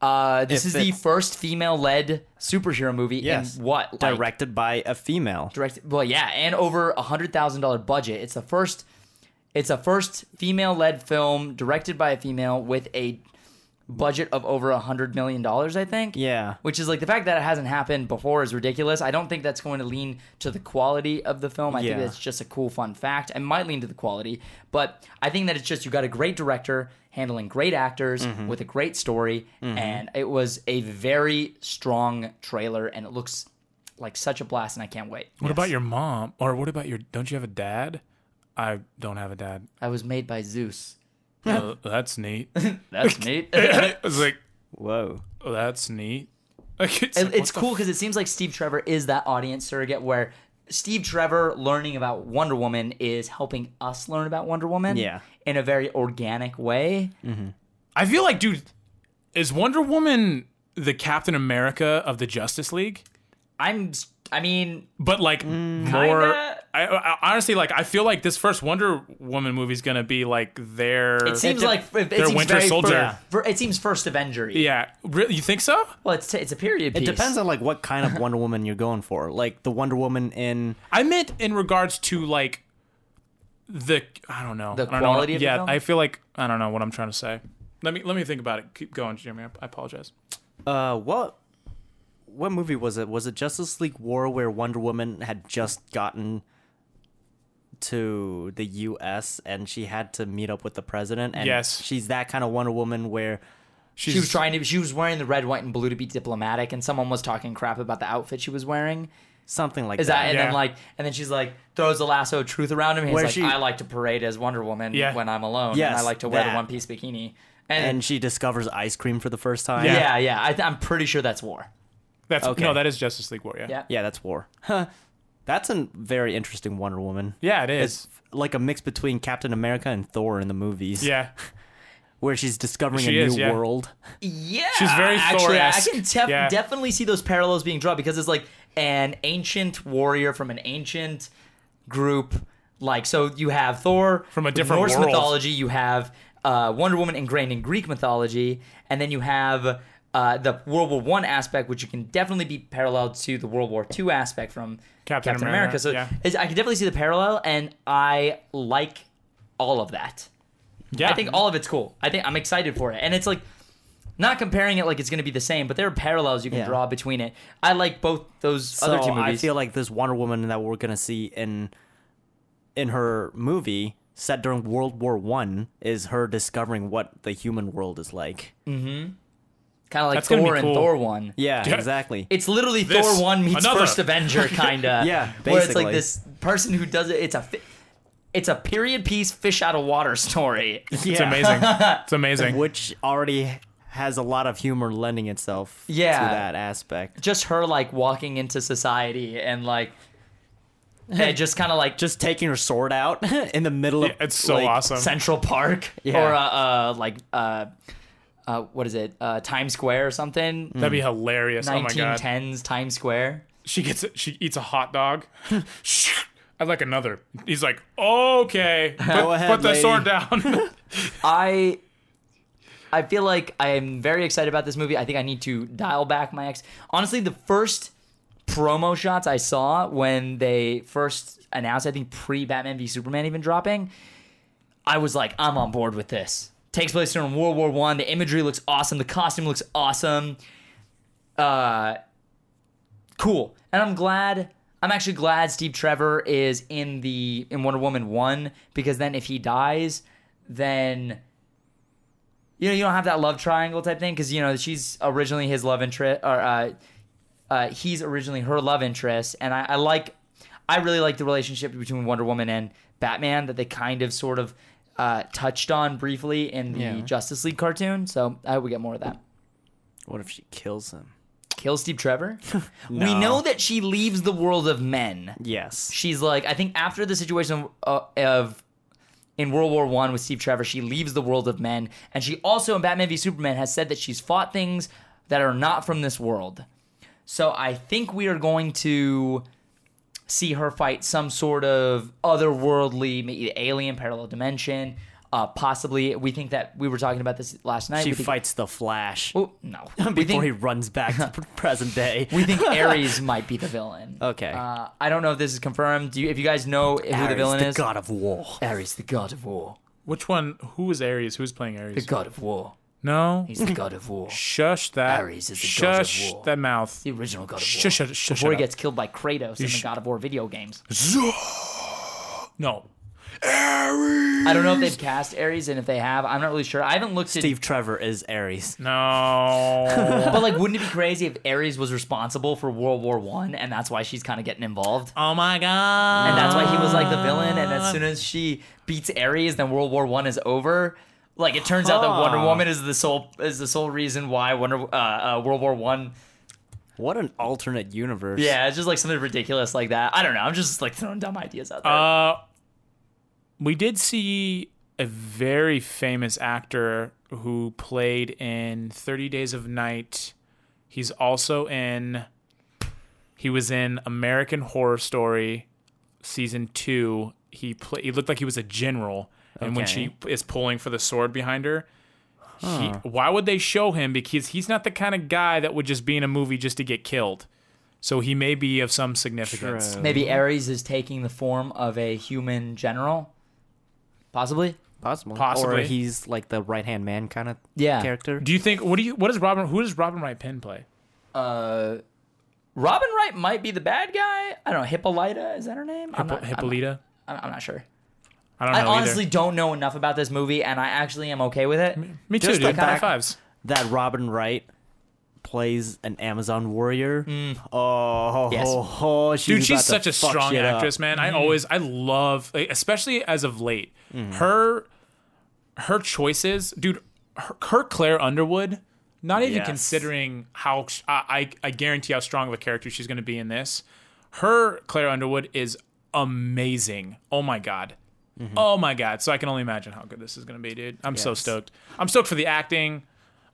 S1: uh, this
S2: If
S1: is the
S2: it's-
S1: first female led superhero movie
S2: Yes.
S1: in what? like-
S2: Directed by a female.
S1: directed well yeah and over a hundred thousand dollar budget it's the first it's a first female led film directed by a female with a budget of over a hundred million dollars i think
S2: Yeah.
S1: which is like the fact that it hasn't happened before is ridiculous i don't think that's going to lean to the quality of the film i
S2: Yeah.
S1: think that's just a cool fun fact it might lean to the quality but i think that it's just you got a great director handling great actors
S2: Mm-hmm.
S1: with a great story and it was a very strong trailer and it looks like such a blast and i can't wait
S3: What about your mom? Or what about your? Don't you have a dad? I don't have a dad.
S1: I was made by Zeus. Uh,
S3: Oh, that's neat.
S1: That's neat.
S3: I was like,
S2: Whoa.
S3: oh, that's neat. Like, it's,
S1: it's
S3: cool.
S1: cool because it seems like Steve Trevor is that audience surrogate where Steve Trevor learning about Wonder Woman is helping us learn about Wonder Woman
S2: Yeah.
S1: in a very organic way.
S3: I feel like, dude, is Wonder Woman the Captain America of the Justice League?
S1: I'm, s- I mean,
S3: But like
S1: Mm.
S3: more, I,
S1: kinda.
S3: I, honestly, like I feel like this first Wonder Woman movie is gonna be like their.
S1: it seems like it,
S3: they're
S1: seems
S3: Winter
S1: very
S3: Soldier.
S1: fir-
S3: Yeah.
S1: fir- it seems first Avenger.
S3: yeah, really, you think so?
S1: Well, it's it's a period
S2: It
S1: piece.
S2: depends on like what kind of Wonder Woman you're going for. Like the Wonder Woman in
S3: I meant in regards to like the I don't know
S1: The
S3: I don't know.
S1: quality of the
S3: yeah,
S1: film?
S3: I feel like I don't know what I'm trying to say. Let me let me think about it. Keep going, Jeremy. I, I apologize.
S2: uh what what movie was it? Was it Justice League War where Wonder Woman had just gotten to the US and she had to meet up with the president and
S3: Yes.
S2: she's that kind of Wonder Woman where
S1: She was trying to. She was wearing the red, white, and blue to be diplomatic, and someone was talking crap about the outfit she was wearing.
S2: something like
S1: Is that and
S3: Yeah.
S1: then like and then she's like throws the lasso of truth around him. And he's
S2: Where
S1: like,
S2: she-
S1: I like to parade as Wonder Woman
S3: Yeah.
S1: when I'm alone, and
S2: Yes,
S1: I like to wear the
S2: that.
S1: one piece bikini. And,
S2: and she discovers ice cream for the first time.
S3: Yeah.
S1: yeah, yeah, I th- I'm pretty sure that's war.
S3: That's
S2: Okay.
S3: no, that is Justice League War. Yeah,
S1: Yeah.
S2: Yeah, that's war. Huh. That's a very interesting Wonder Woman.
S3: Yeah, it
S2: It's
S3: is.
S2: like a mix between Captain America and Thor in the movies.
S3: yeah,
S2: Where she's discovering
S3: She
S2: a
S3: is,
S2: new
S3: yeah.
S2: world.
S1: Yeah,
S3: She's very
S1: actually, I- I
S3: Thor-esque.
S1: can tef-
S3: Yeah.
S1: definitely see those parallels being drawn because it's like an ancient warrior from an ancient group. Like so, you have Thor
S3: From a
S1: with
S3: different
S1: Norse
S3: world.
S1: mythology. You have uh, Wonder Woman ingrained in Greek mythology, and then you have uh, the World War One aspect, which you can definitely be paralleled to the World War Two aspect from
S3: Captain
S1: Captain America.
S3: America,
S1: So
S3: yeah.
S1: it's, I can definitely see the parallel, and I like all of that.
S3: yeah.
S1: I think all of it's cool. I think I'm excited for it. And it's like not comparing it like it's going to be the same, but there are parallels you can
S2: Yeah.
S1: draw between it. I like both those
S2: So
S1: other two movies.
S2: I feel like this Wonder Woman that we're gonna see in in her movie set during World War One is her discovering what the human world is like.
S1: Mm. kind of like
S3: That's gonna be
S1: Thor and
S3: cool.
S1: Thor 1.
S2: Yeah,
S3: Yeah.
S2: exactly.
S1: It's literally
S3: This,
S1: Thor 1 meets
S3: another.
S1: First Avenger kind of.
S2: Yeah,
S1: Where it's like
S2: basically.
S1: this person who does it it's a fi- it's a period piece fish out of water story.
S3: it's amazing. It's amazing.
S2: Which already has a lot of humor lending itself
S1: Yeah.
S2: to that aspect.
S1: Just her like walking into society and like, and just kind of like
S2: Just taking her sword out in the middle
S3: Yeah,
S2: of
S3: it's so
S2: like,
S3: awesome.
S1: Central Park
S2: Yeah.
S1: or uh, uh like uh, uh what is it uh Times Square or something.
S3: That'd be hilarious. Oh Mm. my god.
S1: 1910s Times Square.
S3: She gets it. She eats a hot dog. I'd like another. He's like, okay, put,
S2: ahead,
S3: put the
S2: lady."
S3: sword down.
S1: I I feel like I am very excited about this movie. I think I need to dial back my ex. Honestly, the first promo shots I saw when they first announced, I think pre Batman v Superman even dropping, I was like, I'm on board with this. Takes place during World War One. The imagery looks awesome. The costume looks awesome. Uh, cool. And I'm glad. I'm actually glad Steve Trevor is in the in Wonder Woman one because then if he dies, then you know you don't have that love triangle type thing because you know she's originally his love interest or uh, uh, he's originally her love interest, and I, I like I really like the relationship between Wonder Woman and Batman that they kind of sort of uh, touched on briefly in the
S2: Yeah.
S1: Justice League cartoon. So I hope we get more of that.
S2: What if she kills him?
S1: Kill Steve Trevor. We
S2: No.
S1: know that she leaves the world of men
S2: Yes.
S1: she's like i think after the situation uh, of in world war one with steve trevor she leaves the world of men and she also in batman v superman has said that she's fought things that are not from this world so i think we are going to see her fight some sort of otherworldly maybe alien parallel dimension uh, possibly we think that we were talking about this last night
S2: She
S1: we think,
S2: fights the Flash
S1: oh, no we
S2: before
S1: think,
S2: he runs back to pr- present day.
S1: we think ares might be the villain
S2: Okay.
S1: uh, i don't know if this is confirmed do you if you guys know who the
S2: Ares,
S1: villain is
S2: god of war.
S1: Ares, the god of war.
S3: Which one? Who is Ares? Who's playing
S1: The
S3: Ares?
S1: god of war.
S3: No.
S1: He's the god of war.
S3: Shush that.
S1: Ares is the god of
S3: Shush
S1: war.
S3: that mouth.
S1: The original god of war.
S3: Shush it. Shush
S1: Before
S3: it.
S1: he gets killed by Kratos in the
S3: sh-
S1: God of War video games.
S3: up. no.
S1: I don't know if they've cast Ares, and if they have, I'm not really sure. I haven't looked at.
S2: Steve Trevor is Ares.
S3: No.
S1: But like, wouldn't it be crazy if Ares was responsible for World War One, and that's why she's kind of getting involved,
S3: oh my god.
S1: and that's why he was like the villain, and as soon as she beats Ares, then World War One is over. Like, it turns out that Wonder
S2: Huh.
S1: Woman is the sole is the sole reason why Wonder uh, uh, World War One
S2: What an alternate universe.
S1: Yeah, it's just like something ridiculous like that. I don't know. I'm just like throwing dumb ideas out there.
S3: Uh, we did see a very famous actor who played in 30 Days of Night. He's also in he was in American Horror Story season 2. He play, he looked like he was a general and when she
S2: Okay.
S3: is pulling for the sword behind her he, why would they show him because he's not the kind of guy that would just be in a movie just to get killed. So he may be of some significance.
S2: True.
S1: Maybe Ares is taking the form of a human general, possibly.
S2: Possible. Or
S3: Possibly.
S2: he's like the right hand man kind of
S1: Yeah.
S2: character.
S3: Do you think what do you what does Robin who does Robin Wright Penn play?
S1: Uh, Robin Wright might be the bad guy. I don't know. Hippolyta is that her name? I'm
S3: Hippo-
S1: not, I'm,
S3: Hippolyta?
S1: I'm- I'm not sure.
S3: I don't know
S1: I honestly
S3: either.
S1: don't know enough about this movie, and I actually am okay with it.
S3: Me too,
S2: Just
S3: dude.
S2: the
S3: High
S2: fact-
S3: fives.
S2: that Robin Wright plays an Amazon warrior. Oh,
S1: Yes.
S2: ho, ho, she's
S3: Dude, she's
S2: about
S3: such
S2: to
S3: a
S2: fuck
S3: strong
S2: shit up.
S3: actress, man.
S1: Mm-hmm.
S3: I always I love like, especially as of late.
S2: Mm-hmm.
S3: Her her choices, dude, her, her Claire Underwood, not even
S2: Yes.
S3: considering how I, I I guarantee how strong of a character she's going to be in this. Her Claire Underwood is amazing. Oh my god. Oh my god. So I can only imagine how good this is going to be, dude. I'm so
S2: Mm-hmm. Yes.
S3: stoked. I'm stoked for the acting.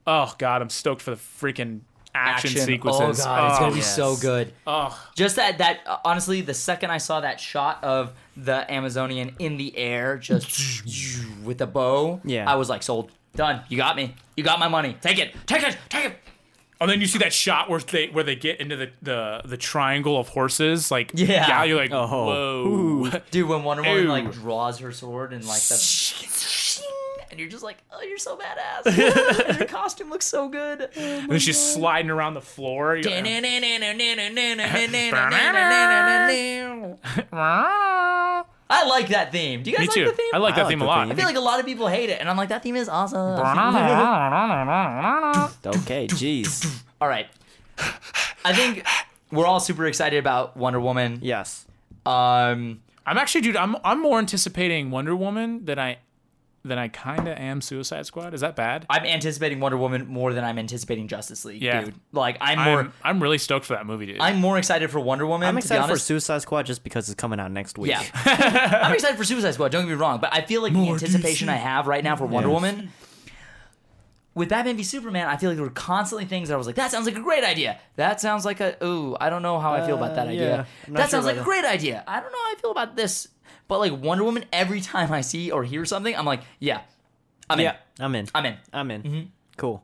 S3: Oh god, I'm stoked for the freaking action, sequences.
S1: Oh god, it's gonna be
S2: yes.
S1: so good.
S3: Oh.
S1: Just that that uh, honestly, the second I saw that shot of the Amazonian in the air, just with the bow,
S2: Yeah.
S1: I was like sold. Done. You got me. You got my money. Take it. Take it. Take it.
S3: And then you see that shot where they where they get into the the, the triangle of horses, like
S1: Yeah.
S3: you're like
S2: Oh.
S3: whoa,
S1: Dude, when Wonder Woman
S3: Ew.
S1: like draws her sword and like the and you're just like, oh, you're so badass. And your costume looks so good.
S3: and then she's sliding around the floor. You're like,
S1: I like that theme. Do you guys
S3: Me
S1: like
S3: too.
S1: the theme?
S3: I like
S2: I
S3: that
S2: like
S3: theme a
S2: the
S3: lot.
S1: I feel like a lot of people hate it, and I'm like, that theme is awesome.
S2: Okay, jeez.
S1: all right. I think we're all super excited about Wonder Woman.
S2: yes.
S1: Um,
S3: I'm actually, dude, I'm I'm more anticipating Wonder Woman than I then I kind of am Suicide Squad. Is that bad?
S1: I'm anticipating Wonder Woman more than I'm anticipating Justice League,
S3: Yeah.
S1: dude. Like I'm more I'm,
S3: I'm, I'm really stoked for that movie, dude.
S1: more excited for Wonder Woman.
S2: I'm excited
S1: to be
S2: for
S1: honest.
S2: Suicide Squad just because it's coming out next week.
S1: Yeah. I'm excited for Suicide Squad, don't get me wrong, but I feel like the
S3: More
S1: anticipation
S3: DC.
S1: I have right now for Wonder
S2: Yes.
S1: Woman. With Batman v Superman, I feel like there were constantly things that I was like, that sounds like a great idea. That sounds like a, ooh, I don't know how I feel about that
S2: Uh, yeah.
S1: idea.
S2: I'm
S1: That
S2: not sure
S1: sounds like a
S2: about
S1: great idea. I don't know how I feel about this. But like Wonder Woman, every time I see or hear something, I'm like, yeah, I'm
S2: yeah.
S1: in.
S2: I'm in.
S1: I'm in.
S2: I'm in. Cool.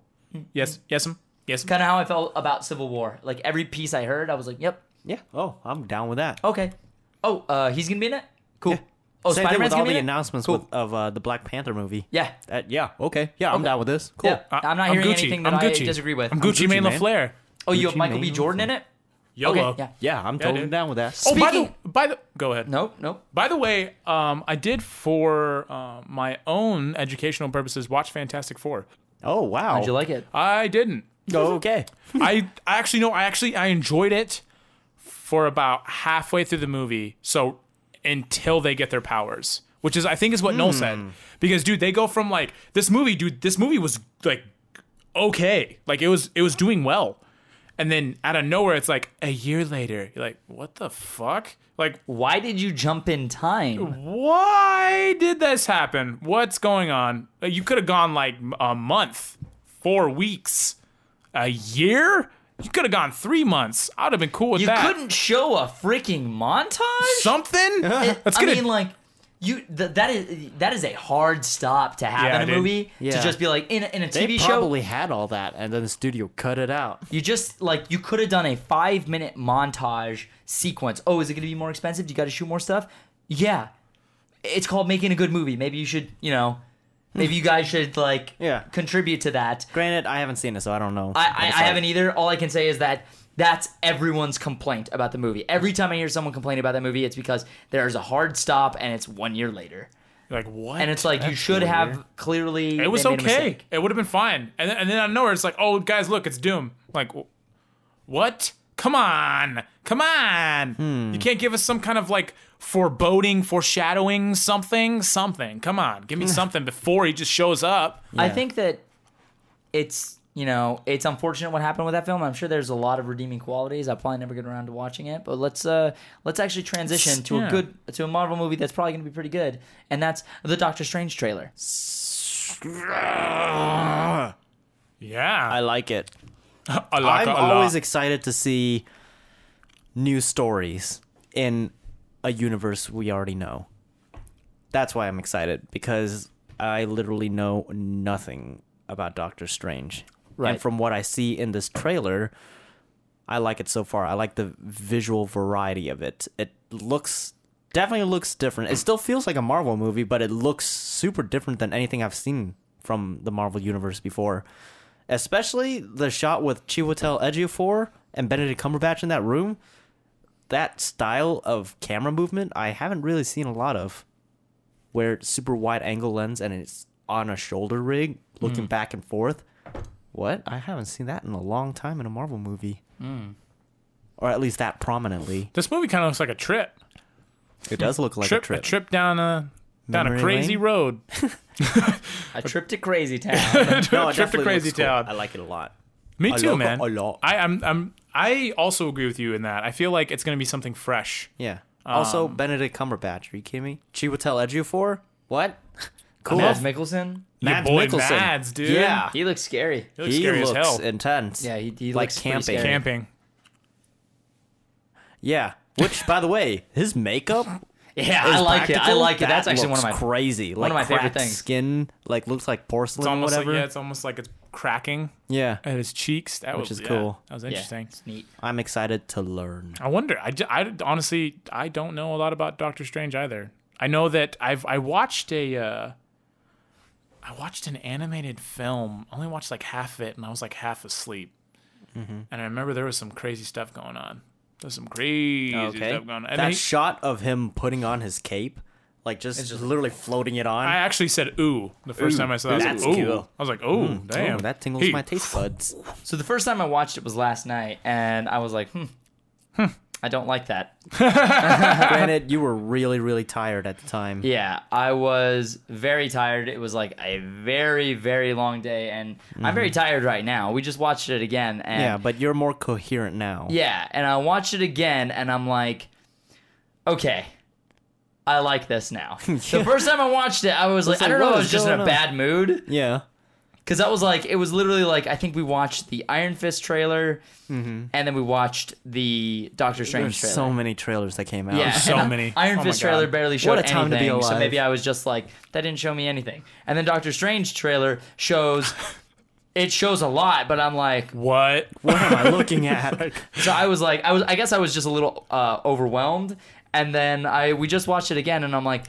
S3: yes, yes, um, yes. um.
S1: Kind of how I felt about Civil War. Like every piece I heard, I was like, yep,
S2: Yeah. Oh, I'm down with that.
S1: okay. Oh, uh, he's going to be in it? Cool.
S2: Yeah.
S1: Oh,
S2: Same
S1: Spider
S2: thing with
S1: Man's
S2: all
S1: going to
S2: the
S1: be in it?
S2: announcements with, of uh, the Black Panther movie.
S1: Yeah. "Oh,
S2: That- yeah. Okay. Yeah, I'm down with this. Cool.
S1: Yeah.
S3: I-
S1: I'm not hearing anything that
S3: I'm
S1: I
S3: Gucci.
S1: disagree with.
S3: I'm
S1: I'm
S3: Gucci,
S2: Gucci,
S3: Mane
S2: man.
S3: LaFlair.
S1: Oh, you have
S2: Gucci
S1: Michael B.
S2: Mane.
S1: Jordan in it?
S3: YOLO.
S1: yeah.
S2: Yeah, I'm totally
S3: dude.
S2: down with that.
S3: Oh, by the
S1: Speaking-
S3: by the go ahead.
S1: Nope, nope.
S3: By the way, um, I did for uh, my own educational purposes watch Fantastic Four.
S2: Oh, wow.
S1: Did you like it?
S3: I didn't.
S2: Oh, okay.
S3: I, I actually no. I actually I enjoyed it for about halfway through the movie. So until they get their powers, which is I think is what Noel said. Because dude, they go from like this movie, dude. This movie was like okay, like it was it was doing well, and then out of nowhere, it's like a year later. You're like, what the fuck? Like
S1: Why did you jump in time?
S3: why did this happen? What's going on? Uh, You could have gone like m- a month, four weeks, a year. You could have gone three months. I'd have been cool with
S1: You
S3: that.
S1: couldn't show a freaking montage?
S3: something. That's
S1: I
S3: gonna.
S1: mean, like, you th- that is that is a hard stop to have
S3: Yeah,
S1: in a
S3: dude.
S1: movie to
S2: Yeah.
S1: just be like in a, in a
S2: They
S1: TV show.
S2: probably had all that, and then the studio cut it out.
S1: You just like you could have done a five minute montage sequence. Oh, is it going to be more expensive? Do you got to shoot more stuff? Yeah, it's called making a good movie. Maybe you should, you know, maybe you guys should like
S2: Yeah.
S1: contribute to that.
S2: Granted, I haven't seen it, so I don't know.
S1: I, I, I haven't e- either. All I can say is that that's everyone's complaint about the movie. Every time I hear someone complain about that movie, it's because there's a hard stop and it's one year later.
S3: like what?
S1: And it's like you should have clearly.
S3: It was
S1: they made a
S3: okay.
S1: mistake.
S3: It would have been fine. And then, and then out of nowhere, it's like, oh guys, look, it's Doom. Like, wh- what? Come on, come on.
S1: Hmm.
S3: You can't give us some kind of like foreboding, foreshadowing, something, something. Come on, give me something before he just shows up.
S1: I
S2: Yeah.
S1: think that it's you know it's unfortunate what happened with that film. I'm sure there's a lot of redeeming qualities. I'll probably never get around to watching it, but let's uh let's actually transition to a
S3: Yeah.
S1: good to a Marvel movie that's probably going to be pretty good, and that's the Doctor Strange trailer.
S3: Yeah,
S2: I like it.
S3: A
S2: I'm
S3: lot, a lot.
S2: always excited to see new stories in a universe we already know. That's why I'm excited because I literally know nothing about Doctor Strange.
S1: Right.
S2: And from what I see in this trailer, I like it so far. I like the visual variety of it. It looks definitely looks different. It still feels like a Marvel movie, but it looks super different than anything I've seen from the Marvel universe before. Especially the shot with Chiwetel Ejiofor and Benedict Cumberbatch in that room. That style of camera movement I haven't really seen a lot of. Where it's super wide angle lens and it's on a shoulder rig
S3: Hmm.
S2: looking back and forth. What? I haven't seen that in a long time in a Marvel movie.
S3: Hmm.
S2: Or at least that prominently.
S3: this movie kind of looks like a trip.
S2: It does look like
S3: trip,
S2: a trip.
S3: down a down
S2: Memory
S3: a crazy
S2: lane?
S3: road.
S1: A trip to Crazy Town.
S2: No, it
S3: trip to
S2: definitely
S3: Crazy
S2: looks cool.
S3: Town.
S2: I like it a lot.
S3: Me
S2: I
S3: too,
S2: love
S3: man.
S2: it a lot.
S3: I, I'm, I'm, I also agree with you in that. I feel like it's gonna be something fresh.
S2: Yeah.
S3: Um,
S2: Also, Benedict Cumberbatch. Are you kidding me? Chiwetel Ejiofor? What? Cool.
S1: Mads Mikkelsen.
S2: Mads
S3: Your boy
S2: Mikkelsen.
S3: Mads, dude.
S2: Yeah.
S1: He looks scary.
S3: It looks
S2: He
S3: scary
S2: looks
S3: as hell.
S2: intense.
S1: Yeah, he- he
S2: like
S1: looks pretty
S2: camping.
S1: scary.
S3: Camping.
S2: Yeah. Which, by the way, his makeup.
S1: Yeah,
S2: is
S1: I like it. I
S2: practical.
S1: like it.
S2: That
S1: That's actually one
S2: looks
S1: of my
S2: crazy.
S1: one of
S2: like
S1: my favorite
S2: cracked
S1: things.
S2: Skin like looks like porcelain.
S3: It's almost
S2: or whatever.
S3: like yeah, it's almost like it's cracking
S2: yeah.
S3: at his cheeks. That
S2: Which
S3: was
S2: is
S3: yeah,
S2: cool.
S3: That was
S1: Yeah,
S3: interesting.
S1: it's neat.
S2: I'm excited to learn.
S3: I wonder. I, ju- I honestly I don't know a lot about Doctor Strange either. I know that I've I watched a uh, I watched an animated film. I only watched like half of it, and I was like half asleep.
S2: Mm-hmm.
S3: And I remember there was some crazy stuff going on. There's some crazy stuff going on. And
S2: that
S3: he-
S2: shot of him putting on his cape, like just, literally floating it on.
S3: I actually said "ooh" the first
S2: Ooh,
S3: time I saw that. I was
S2: that's
S3: like, "Ooh."
S2: cool.
S3: I was like, "Ooh, damn!"
S2: Oh, that tingles
S3: He-
S2: my taste buds.
S1: So the first time I watched it was last night, and I was like, hmm. I don't like that.
S2: Granted, you were really, really tired at the time.
S1: Yeah, I was very tired. It was like a very, very long day, and I'm very tired right now. We just watched it again, and
S2: Yeah, but you're more coherent now.
S1: Yeah, and I watched it again, and I'm like, okay, I like this now. The first time I watched it, I was like, I
S2: like,
S1: don't know,
S2: what
S1: I was
S2: is
S1: just in a
S2: going on?
S1: bad mood
S2: Yeah.
S1: because that was like, it was literally like, I think we watched the Iron Fist trailer, and then we watched the Doctor Strange
S2: There's
S1: trailer.
S2: so many trailers that came out.
S1: yeah,
S3: so
S1: and
S3: many.
S1: Iron
S3: Oh my
S1: Fist trailer
S3: God.
S1: barely showed
S2: a time to be
S1: anything, so
S2: alive.
S1: maybe I was just like, that didn't show me anything. And then Doctor Strange trailer shows, it shows a lot, but I'm like,
S3: What?
S2: What am I looking at?
S1: so I was like, I was, I guess I was just a little uh, overwhelmed, and then I we just watched it again, and I'm like,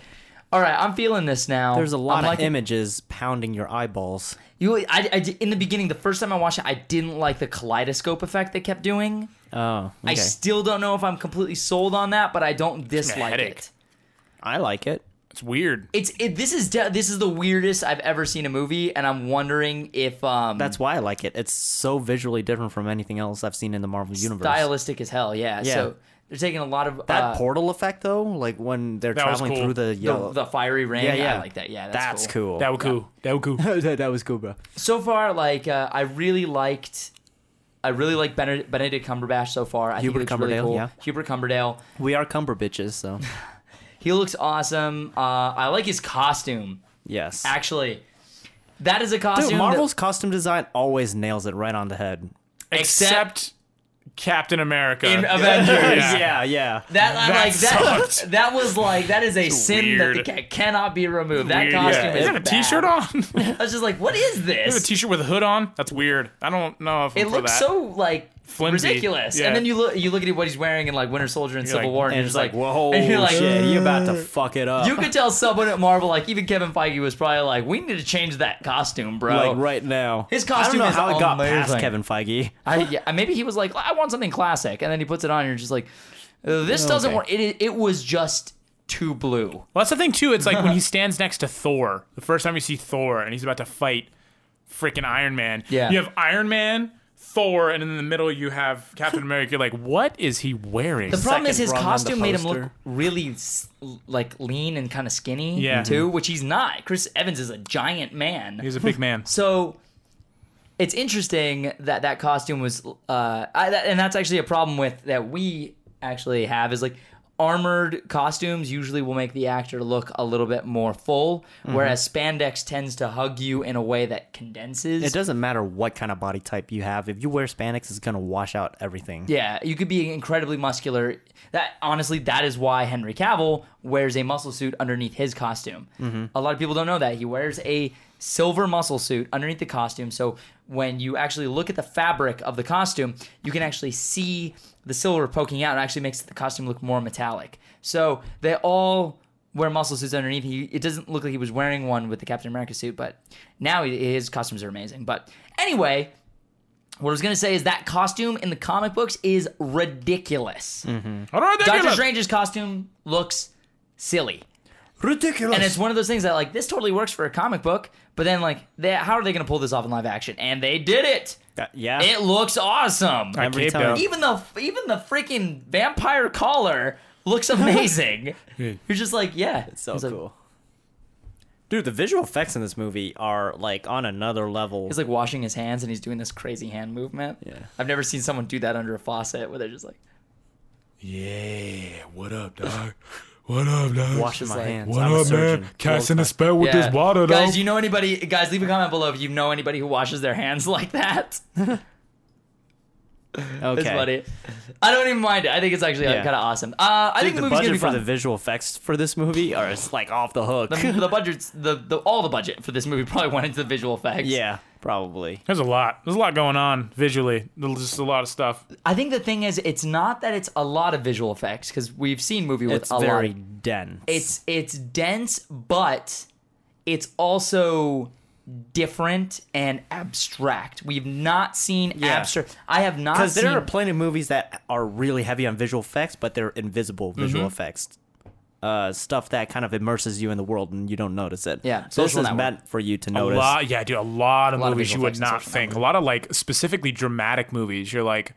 S1: all right, I'm feeling this now.
S2: There's a lot
S1: I'm
S2: of
S1: like,
S2: images pounding your eyeballs.
S1: You, I, I di- in the beginning, the first time I watched it, I didn't like the kaleidoscope effect they kept doing.
S2: Oh, okay.
S1: I
S2: I,
S1: still don't know if I'm completely sold on that, but I don't dislike
S3: headache.
S1: it.
S2: like it.
S3: It's weird.
S1: It's it, this is de- this is the weirdest I've ever seen a movie, and I'm wondering if um
S2: That's why I like it. It's so visually different from anything else I've seen in the Marvel universe.
S1: stylistic as hell. Yeah,
S2: Yeah.
S1: so they're taking a lot of
S2: that
S1: uh,
S2: portal effect though, like when they're
S3: That was
S2: traveling
S3: cool.
S2: through the
S1: the,
S2: yellow.
S1: the fiery rain.
S2: yeah, yeah,
S1: I like that. Yeah, that's,
S2: that's
S1: cool.
S2: cool.
S3: That was cool. That was cool.
S2: that, that was cool, bro.
S1: so far like uh, i really liked i really like Benedict, benedict cumberbatch so far i
S2: Hubert
S1: think he looks really
S2: Cumberdale,
S1: cool
S2: yeah.
S1: hubert cumberdale
S2: We are cumber bitches, so
S1: he looks awesome uh, i like his costume
S2: yes.
S1: actually that is a costume
S2: Dude,
S1: that-
S2: Marvel's costume design always nails it right on the head.
S1: Except-
S3: Except Captain America.
S1: in avengers
S2: yeah.
S3: Yeah.
S2: yeah.
S1: That, I'm
S3: That
S1: like that,
S3: sucked.
S1: that was like that is a sin
S3: weird.
S1: that the, ca- cannot be removed. That
S3: Weird.
S1: costume
S3: yeah.
S1: is
S3: Is that a
S1: bad.
S3: t-shirt on?
S1: I was just like, what is
S3: Is that a
S1: this?
S3: t-shirt with a hood on? That's weird. I don't know if I'm
S1: It
S3: for
S1: looks
S3: that.
S1: so like
S3: Flimsy.
S1: ridiculous.
S3: Yeah.
S1: And then you look you look at what he's wearing in like Winter Soldier and
S3: You're
S1: Civil
S3: like-
S1: War, and,
S2: And
S1: you're
S2: it's
S1: just
S2: like,
S1: like,
S2: whoa,
S1: and you're like,
S2: shit, you about to fuck it up.
S1: You could tell someone at Marvel, like even Kevin Feige, was probably like, "We need to change that costume, bro."
S2: like right now.
S1: His costume
S2: I don't know
S1: is
S2: how it got
S1: amazing.
S2: past Kevin Feige.
S1: I, yeah, maybe he was like, "I want something classic," and then he puts it on, and you're just like, "Uh, "This
S3: Oh,
S1: doesn't
S2: Okay.
S1: work." It it was just too blue.
S3: Well, that's the thing too. It's like when he stands next to Thor. The first time you see Thor, and he's about to fight freaking Iron Man.
S1: Yeah.
S3: You have Iron Man, Thor, and in the middle you have Captain America. You're like, what is he wearing?
S1: The problem is
S2: Second
S1: his
S2: rung on the
S1: costume made him look
S2: poster.
S1: really s- like lean and kind of skinny,
S3: Yeah.
S1: too, which he's not. Chris Evans is a giant man.
S3: he's a big man.
S1: So it's interesting that that costume was, uh, I, that, and that's actually a problem with that we actually have is like armored costumes usually will make the actor look a little bit more full,
S2: Mm-hmm.
S1: whereas spandex tends to hug you in a way that condenses.
S2: It doesn't matter what kind of body type you have. If you wear spandex, it's gonna wash out everything.
S1: Yeah, you could be incredibly muscular. That honestly, that is why Henry Cavill wears a muscle suit underneath his costume. A lot of people don't know that he wears a silver muscle suit underneath the costume. So when you actually look at the fabric of the costume, you can actually see the silver poking out. It actually makes the costume look more metallic. So they all wear muscle suits underneath. He, it doesn't look like he was wearing one with the Captain America suit, but now he, his costumes are amazing. But anyway, what I was gonna say is that costume in the comic books is ridiculous.
S2: Mm.
S3: All right, there you
S1: Doctor
S3: go.
S1: Strange's costume looks silly,
S2: Ridiculous.
S1: and it's one of those things that like this totally works for a comic book, but then like they, how are they gonna pull this off in live action? And they did it.
S2: That- yeah.
S1: It looks awesome.
S3: I
S2: Every
S3: caped
S2: time.
S3: out.
S1: Even the even the freaking vampire collar looks amazing. You're just like, yeah,
S2: so
S1: It's like-
S2: cool. Dude, the visual effects in this movie are like on another level.
S1: He's like washing his hands and he's doing this crazy hand movement.
S2: Yeah.
S1: I've never seen someone do that under a faucet where they're just like,
S4: Yeah, what up, dog? What up, dog?
S2: washing my
S1: like,
S2: hands.
S4: what
S2: I'm a
S4: up,
S2: surgeon.
S4: man? Casting a spell with
S1: Yeah.
S4: this water,
S1: guys.
S4: dog.
S1: You know anybody? Guys, leave a comment below if you know anybody who washes their hands like that.
S2: Okay.
S1: It's funny. I don't even mind it. I think it's actually
S2: Yeah.
S1: kind of awesome. Uh, I
S2: Dude,
S1: think the,
S2: the
S1: movie's gonna be
S2: budget for
S1: fun.
S2: the visual effects for this movie are it's like off the hook.
S1: the, the budget's the, the all the budget for this movie probably went into the visual effects.
S2: yeah, probably.
S3: There's a lot. There's a lot going on visually. There's just a lot of stuff.
S1: I think the thing is, it's not that it's a lot of visual effects because we've seen movie with
S2: It's
S1: a
S2: very
S1: lot.
S2: dense.
S1: It's it's dense, but it's also different and abstract. We've not seen
S2: Yeah.
S1: abstract. I have not
S2: because
S1: seen.
S2: there are plenty of movies that are really heavy on visual effects, but they're invisible
S1: Mm-hmm.
S2: visual effects. Uh, stuff that kind of immerses you in the world and you don't notice it.
S1: Yeah,
S2: so this
S1: social
S2: is
S1: network.
S2: meant for you to
S3: A
S2: notice.
S3: lot, yeah, dude. A lot of
S1: lot of
S3: movies
S1: visual
S3: you would
S1: effects and
S3: not
S1: stuff.
S3: think. A lot of like specifically dramatic movies. You're like,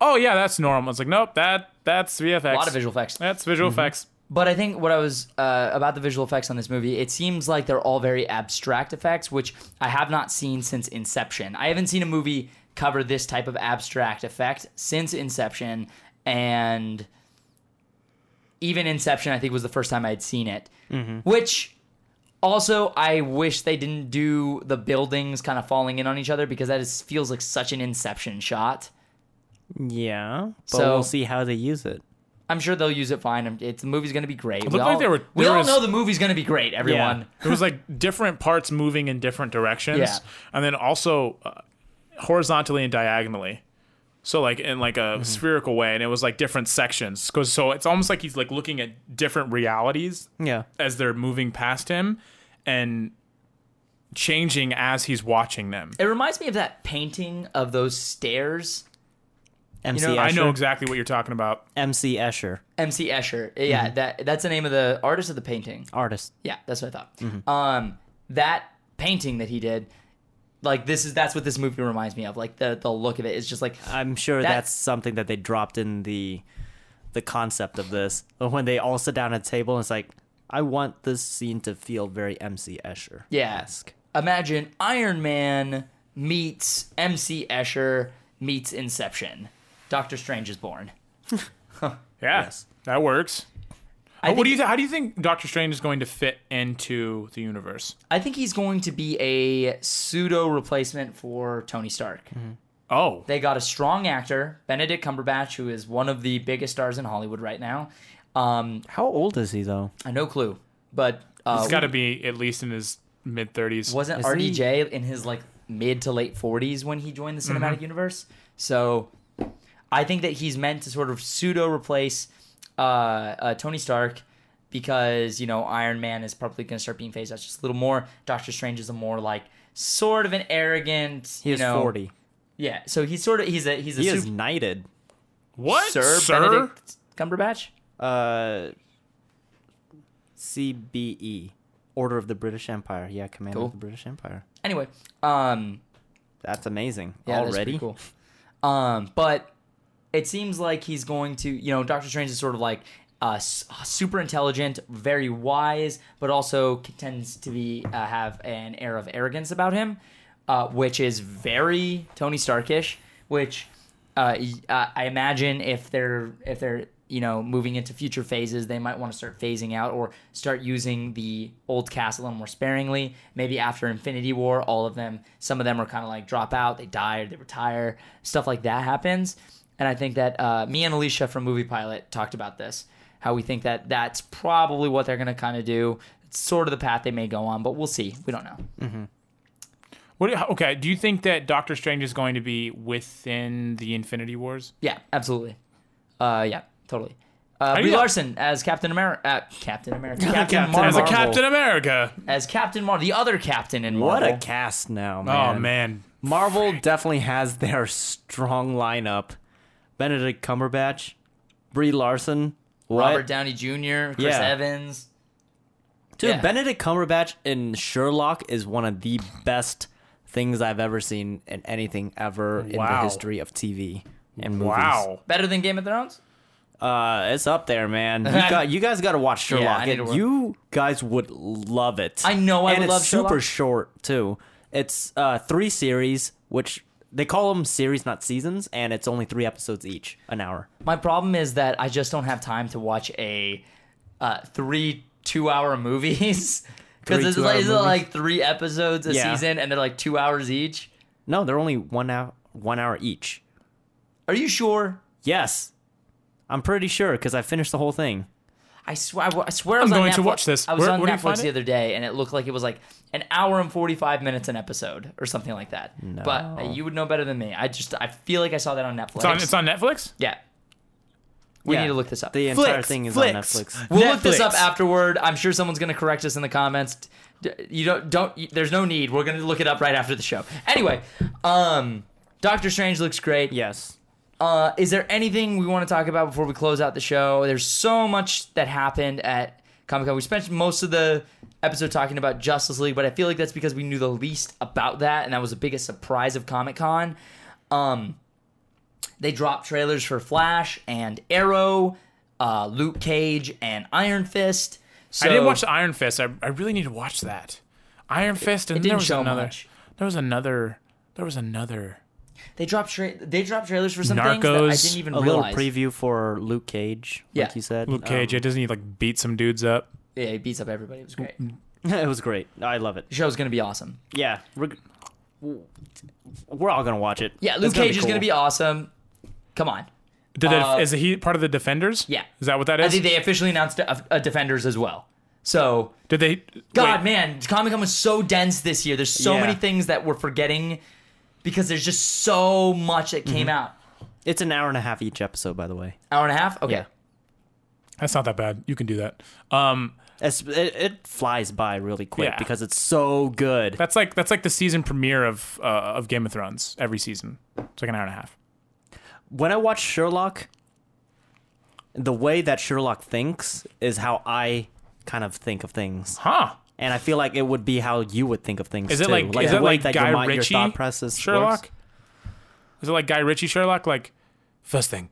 S3: oh yeah, that's normal. It's like, nope, that That's VFX.
S1: A lot of visual effects. Mm-hmm.
S3: That's visual effects.
S1: But I think what I was uh, about the visual effects on this movie, it seems like they're all very abstract effects, which I have not seen since Inception. I haven't seen a movie cover this type of abstract effect since Inception, and even Inception, I think, was the first time I'd seen it.
S3: Mm-hmm.
S1: Which also, I wish they didn't do the buildings kind of falling in on each other because that is, feels like such an Inception shot.
S2: Yeah, but
S1: So-
S2: we'll see how they use it.
S1: I'm sure they'll use it fine. I'm- It's the movie's gonna be great. we
S3: looked like
S1: all,
S3: they were-
S1: we
S3: there
S1: all
S3: was-
S1: know the movie's gonna be great. Everyone.
S3: It was like different parts moving in different directions,
S1: Yeah.
S3: and then also uh, horizontally and diagonally. So like in like a
S1: Mm-hmm.
S3: spherical way, and it was like different sections. 'Cause- so it's almost like he's like looking at different realities
S2: Yeah,
S3: as they're moving past him, and changing as he's watching them.
S1: It reminds me of that painting of those stairs.
S2: MC
S1: know,
S2: Escher.
S3: I know exactly what you're talking about.
S2: MC Escher,
S1: MC Escher. Yeah,
S3: Mm-hmm.
S1: that that's the name of the artist of the painting.
S2: artist.
S1: Yeah, that's what I thought.
S3: Mm-hmm.
S1: Um, that painting that he did, like this is that's what this movie reminds me of. Like the the look of it is just like
S2: I'm sure
S1: That-
S2: that's something that they dropped in the the concept of this when they all sit down at a table. and It's like I want this scene to feel very MC Escher.
S1: yeah. Imagine Iron Man meets MC Escher meets Inception. Doctor Strange is born.
S3: Yeah,
S2: Yes.
S3: that works.
S1: I
S3: what
S1: think-
S3: do you? Th- how do you think Doctor Strange is going to fit into the universe?
S1: I think he's going to be a pseudo replacement for Tony Stark.
S3: Oh,
S1: They got a strong actor, Benedict Cumberbatch, who is one of the biggest stars in Hollywood right now. Um,
S2: How old is he though?
S1: I no clue, but uh,
S3: he's got to be at least in his mid 30s.
S1: wasn't
S2: Is he-
S1: RDJ in his like mid to late 40s when he joined the
S3: Mm-hmm.
S1: cinematic universe? So I think that he's meant to sort of pseudo replace uh, uh, Tony Stark because you know Iron Man is probably going to start being phased out just a little more. Doctor Strange is a more like sort of an arrogant.
S2: He
S1: you
S2: is
S1: know,
S2: forty.
S1: Yeah, so he's sort of he's a he's a
S2: He is
S1: super-
S2: knighted.
S3: What,
S1: Sir, Benedict Cumberbatch.
S2: Uh, CBE, Order of the British Empire. Yeah, Commander
S1: Cool.
S2: of the British Empire.
S1: Anyway, um,
S2: That's amazing.
S1: yeah, that's pretty
S2: Already,
S1: cool. Um, but it seems like he's going to, you know, Doctor Strange is sort of like uh, s- super intelligent, very wise, but also tends to be uh, have an air of arrogance about him, uh, which is very Tony Starkish. Which uh, y- uh, I imagine if they're if they're you know moving into future phases, they might want to start phasing out or start using the old cast a little more sparingly. Maybe after Infinity War, all of them, some of them are kind of like drop out, they die or they retire, stuff like that happens. And I think that uh, me and Alicia from Movie Pilot talked about this, how we think that that's probably what they're going to kind of do. It's sort of the path they may go on, but we'll see. We don't know.
S3: What? do you- Okay. Do you think that Doctor Strange is going to be within the Infinity Wars?
S1: Yeah, absolutely. Uh, yeah, totally. Uh,
S3: do
S1: Brie
S3: you-
S1: Larson as Captain America. Uh, Captain America. Captain,
S2: Captain-
S1: Marvel.
S3: As
S2: As
S3: a
S2: Marvel.
S3: Captain America.
S1: As Captain Marvel, the other Captain in
S2: What
S1: Marvel.
S2: a cast now,
S3: Oh man.
S2: Marvel definitely has their strong lineup. Benedict Cumberbatch, Brie Larson, what?
S1: Robert Downey Jr., Chris
S2: Yeah.
S1: Evans.
S2: Dude,
S1: yeah.
S2: Benedict Cumberbatch in Sherlock is one of the best things I've ever seen in anything ever in the
S3: Wow.
S2: history of TV and movies.
S3: Wow.
S1: Better than Game of Thrones?
S2: Uh, it's up there, man. You, got, you guys got to watch Sherlock.
S1: I need to
S2: It-
S1: watch-
S2: you guys would love it.
S1: I know I
S2: and
S1: would
S2: it's
S1: love
S2: super
S1: Sherlock.
S2: short too. It's uh, three series, which they call them series, not seasons, and it's only three episodes each, an hour.
S1: My problem is that I just don't have time to watch a uh, three two-hour movies because
S2: Three
S1: it's
S2: two-hour
S1: like, is it
S2: movies?
S1: like three episodes a
S2: Yeah.
S1: season and they're like two hours each.
S2: No, they're only one hour, one hour each.
S1: Are you sure?
S2: Yes, I'm pretty sure because I finished the whole thing.
S1: I swear, I wa- I swear, I
S3: I'm
S1: was on
S3: going to
S1: Netflix-
S3: watch this.
S1: I was
S3: Where-
S1: on
S3: where do you
S1: Netflix
S3: find
S1: the
S3: it?
S1: other day, and it looked like it was like an hour and forty-five minutes an episode or something like that. But uh, you would know better than me. I just, I feel like I saw that on Netflix.
S3: It's on, it's on Netflix.
S1: yeah, we
S2: Yeah,
S1: need to look this up.
S2: The entire
S3: Flicks,
S2: thing is on
S3: flicks.
S2: Netflix.
S1: We'll look this up
S3: Netflix.
S1: afterward. I'm sure someone's going to correct us in the comments. D- You don't don't you- there's no need. We're going to look it up right after the show. Anyway, um Doctor Strange looks great.
S2: Yes.
S1: Uh is there anything we want to talk about before we close out the show? There's so much that happened at Comic-Con. We spent most of the episode talking about Justice League, but I feel like that's because we knew the least about that and that was the biggest surprise of Comic-Con. Um They dropped trailers for Flash and Arrow, uh, Luke Cage and Iron Fist. So
S3: I didn't watch the Iron Fist. I, I really need to watch that. Iron Fist, and
S1: it
S3: then there
S1: didn't
S3: was
S1: show
S3: another.
S1: much.
S3: There was another. There was another.
S1: They dropped tra- they dropped trailers for some things that I
S3: Narcos,
S1: didn't even
S2: A little
S1: realize.
S2: preview for Luke Cage,
S1: Yeah.
S2: like you said.
S3: Luke Cage.
S2: Um,
S3: it doesn't he like beat some dudes up?
S1: yeah, he beats up everybody. It was great.
S2: it was great. I love it.
S1: The show's gonna be awesome.
S2: Yeah, we're, g- we're all gonna watch it.
S1: Yeah, Luke
S2: It's
S1: Cage is
S2: cool.
S1: gonna be awesome. Come on.
S3: Did the,
S1: Uh,
S3: is he part of the Defenders?
S1: Yeah.
S3: Is that what that
S1: I
S3: is?
S1: think they officially announced uh, uh, Defenders as well. So
S3: Did they?
S1: God,
S3: wait,
S1: man, Comic Con was so dense this year. There's so
S3: Yeah.
S1: many things that we're forgetting because there's just so much that came
S2: Mm-hmm.
S1: out.
S2: It's an hour and a half each episode, by the way.
S1: Hour and a half? Okay.
S2: Yeah.
S3: That's not that bad. You can do that. Um,
S2: It's, it, it flies by really quick
S3: Yeah.
S2: because it's so good.
S3: that's like that's like the season premiere of uh, of Game of Thrones every season. It's like an hour and a half.
S2: When I watch Sherlock, the way that Sherlock thinks is how I kind of think of things,
S3: Huh?
S2: and I feel like it would be how you would think of things.
S3: Is it
S2: too.
S3: like, is
S2: the
S3: it
S2: way
S3: like
S2: that
S3: Guy
S2: your, mind-
S3: Ritchie
S2: your thought process
S3: Sherlock?
S2: works.
S3: Is it like Guy Ritchie Sherlock? Like first thing,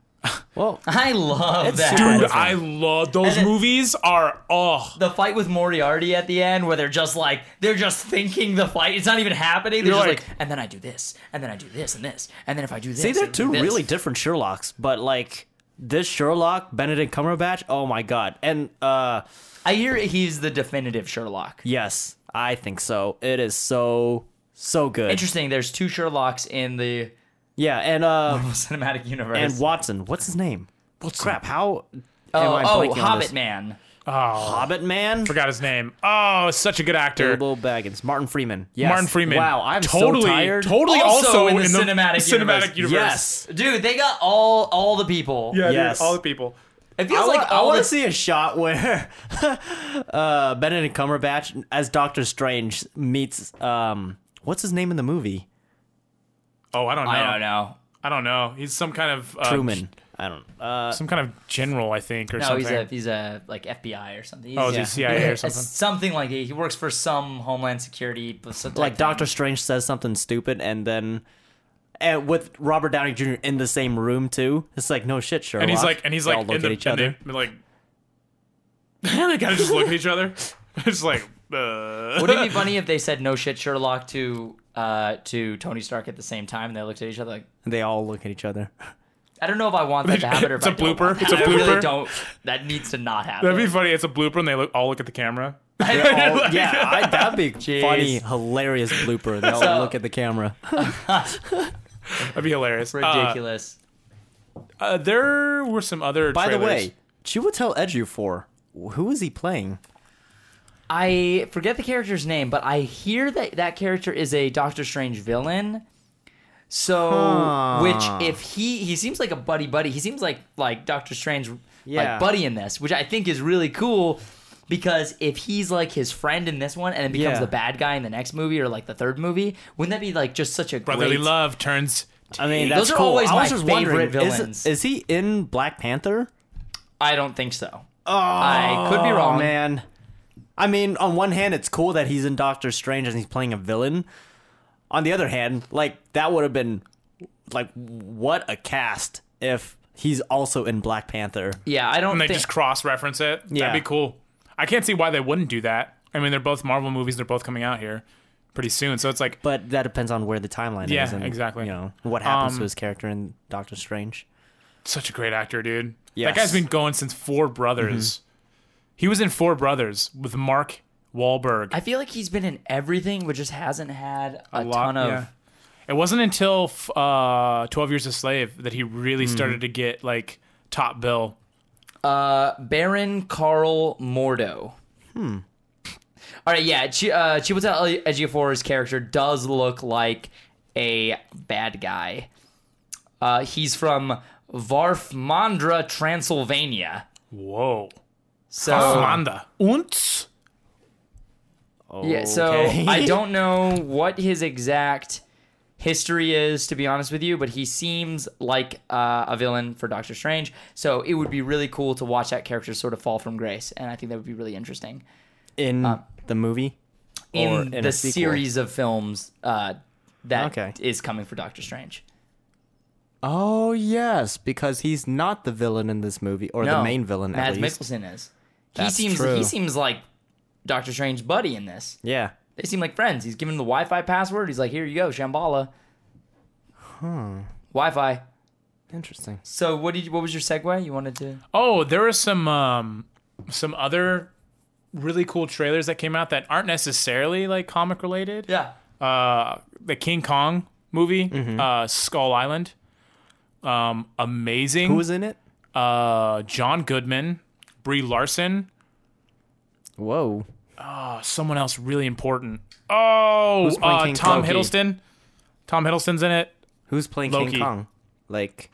S2: Well,
S1: I love
S2: It's
S1: that.
S2: super-
S3: dude.
S2: First thing.
S3: I love those
S1: then-
S3: movies. Are oh,
S1: the fight with Moriarty at the end, where they're just like they're just thinking the fight. It's not even happening. They're
S3: You're
S1: just like,
S3: like-
S1: and then I do this, and then I do this, and this, and then if I do this,
S2: see, they're
S1: and do
S2: two
S1: this."
S2: really different Sherlocks, but like this Sherlock, Benedict Cumberbatch, oh my god, and uh,
S1: I hear he's the definitive Sherlock.
S2: yes, I think so. It is so so good.
S1: Interesting. There's two Sherlocks in the
S2: Yeah, and
S3: Oh,
S2: uh,
S1: cinematic universe.
S2: and Watson, what's his name? What's crap? How am
S1: oh,
S2: I
S1: oh,
S2: blanking on
S1: Hobbit
S2: this?
S1: man.
S3: oh,
S2: Hobbit man.
S3: forgot his name. Oh, such a good actor.
S2: Bilbo Baggins, Martin Freeman. Yes.
S3: Martin Freeman.
S2: Wow, I'm
S3: totally,
S2: so tired.
S3: Totally,
S1: Also
S3: also,
S1: in the cinematic universe.
S3: cinematic universe.
S2: Yes.
S1: Dude, they got all all the people.
S3: Yeah, dude,
S2: Yes.
S3: all the people.
S1: It
S2: I
S1: feels
S2: like
S1: like
S2: I
S1: all
S2: want
S1: the
S2: to see a shot where uh, Benedict Cumberbatch as Doctor Strange meets um, what's his name in the movie?
S3: Oh, I don't know.
S1: I don't know.
S3: I don't know. He's some kind of uh,
S2: Truman. I don't. Uh,
S3: some kind of general, I think, or
S1: No,
S3: something.
S1: he's a he's a like FBI or something.
S3: Oh, is he CIA or something?
S1: Something like he, he works for some Homeland Security, but some type
S2: like
S1: thing.
S2: Doctor Strange says something stupid, and then and with Robert Downey Jr. in the same room too. It's like no shit, Sherlock.
S3: and he's like, and he's
S2: They
S3: like,
S2: all look
S3: in the,
S2: at each
S3: and
S2: other.
S3: They, like, they kind of just look at each other. It's like, uh.
S1: Wouldn't it be funny if they said no shit Sherlock to uh to Tony Stark at the same time and they looked at each other like
S2: they all look at each other.
S1: I don't know if I want that to happen or if
S3: It's a
S1: I don't
S3: blooper.
S1: want that.
S3: It's a
S1: I really
S3: blooper.
S1: don't that needs to not happen.
S3: That'd be funny. It's a blooper, and they look, all look at the camera.
S2: They're all- yeah, I, that'd be funny,
S1: Jeez.
S2: hilarious blooper. They all
S1: So-
S2: look at the camera.
S3: That'd be hilarious. Uh,
S1: ridiculous.
S3: Uh, there were some other.
S2: By the
S3: trailers.
S2: way, Chiwetel Ejiofor, who is he playing?
S1: I forget the character's name, but I hear that that character is a Doctor Strange villain. So,
S2: Huh.
S1: which if he he seems like a buddy buddy, he seems like like Doctor Strange
S2: Yeah.
S1: like buddy in this, which I think is really cool because if he's like his friend in this one and then becomes
S2: Yeah.
S1: the bad guy in the next movie or like the third movie, wouldn't that be like just such a
S3: brotherly
S1: great
S3: love turns.
S2: I mean,
S1: Those
S2: that's
S1: are
S2: cool.
S1: always
S2: I was
S1: my
S2: just
S1: favorite
S2: wondering, is-
S1: villains.
S2: Is, he in Black Panther?
S1: I don't think so.
S2: Oh,
S1: I could be wrong.
S2: man. I mean, on one hand, it's cool that he's in Doctor Strange and he's playing a villain. On the other hand, like that would have been, like, what a cast if he's also in Black Panther.
S1: Yeah, I don't
S3: and they
S1: think
S3: just cross reference it.
S2: Yeah.
S3: That'd be cool. I can't see why they wouldn't do that. I mean, they're both Marvel movies. They're both coming out here pretty soon. So it's like,
S2: But that depends on where the timeline
S3: Yeah,
S2: is. and,
S3: exactly.
S2: You know what happens
S3: Um,
S2: to his character in Doctor Strange.
S3: such a great actor, dude.
S2: Yes.
S3: That guy's been going since Four Brothers.
S1: Mm-hmm.
S3: He was in Four Brothers with Mark Wahlberg.
S1: I feel like he's been in everything but just hasn't had a,
S3: lot-
S1: ton of
S3: yeah. It wasn't until f- uh, Twelve Years a Slave that he really
S1: Mm-hmm.
S3: started to get like top bill.
S1: Uh, Baron Carl Mordo. Hmm. All right, yeah. Chi uh, Chiwetel Ejiofor's character does look like a bad guy. Uh, he's from Varfmandra, Transylvania.
S3: Whoa,
S1: So
S3: Amanda. Unts.
S1: yeah, so
S2: Okay.
S1: I don't know what his exact history is to be honest with you, but he seems like uh, a villain for Doctor Strange. So it would be really cool to watch that character sort of fall from grace, and I think that would be really interesting.
S2: in the movie
S1: in,
S2: or a
S1: the
S2: sequel?
S1: series of films uh, that is
S2: Okay.
S1: coming for Doctor Strange.
S2: Oh yes, because he's not the villain in this movie, or the
S1: No,
S2: main villain
S1: Mads
S2: at least.
S1: Mikkelsen is. He
S2: That's
S1: seems
S2: true.
S1: he seems like Doctor Strange's buddy in this.
S2: Yeah.
S1: They seem like friends. He's given him the Wi-Fi password. He's like, "Here you go, Shambhala." Wi-Fi.
S2: Interesting.
S1: So what did you, what was your segue? You wanted to
S3: Oh, there are some um, some other really cool trailers that came out that aren't necessarily like comic related.
S1: yeah.
S3: Uh, the King Kong movie,
S2: Mm-hmm.
S3: uh, Skull Island, um, amazing.
S2: Who was in it?
S3: uh, John Goodman, Brie Larson,
S2: Whoa.
S3: uh, someone else really important. Oh,
S2: Who's playing
S3: uh,
S2: King
S3: Tom
S2: Loki?
S3: Hiddleston. Tom Hiddleston's in it.
S2: Who's playing
S3: Loki.
S2: King Kong? Like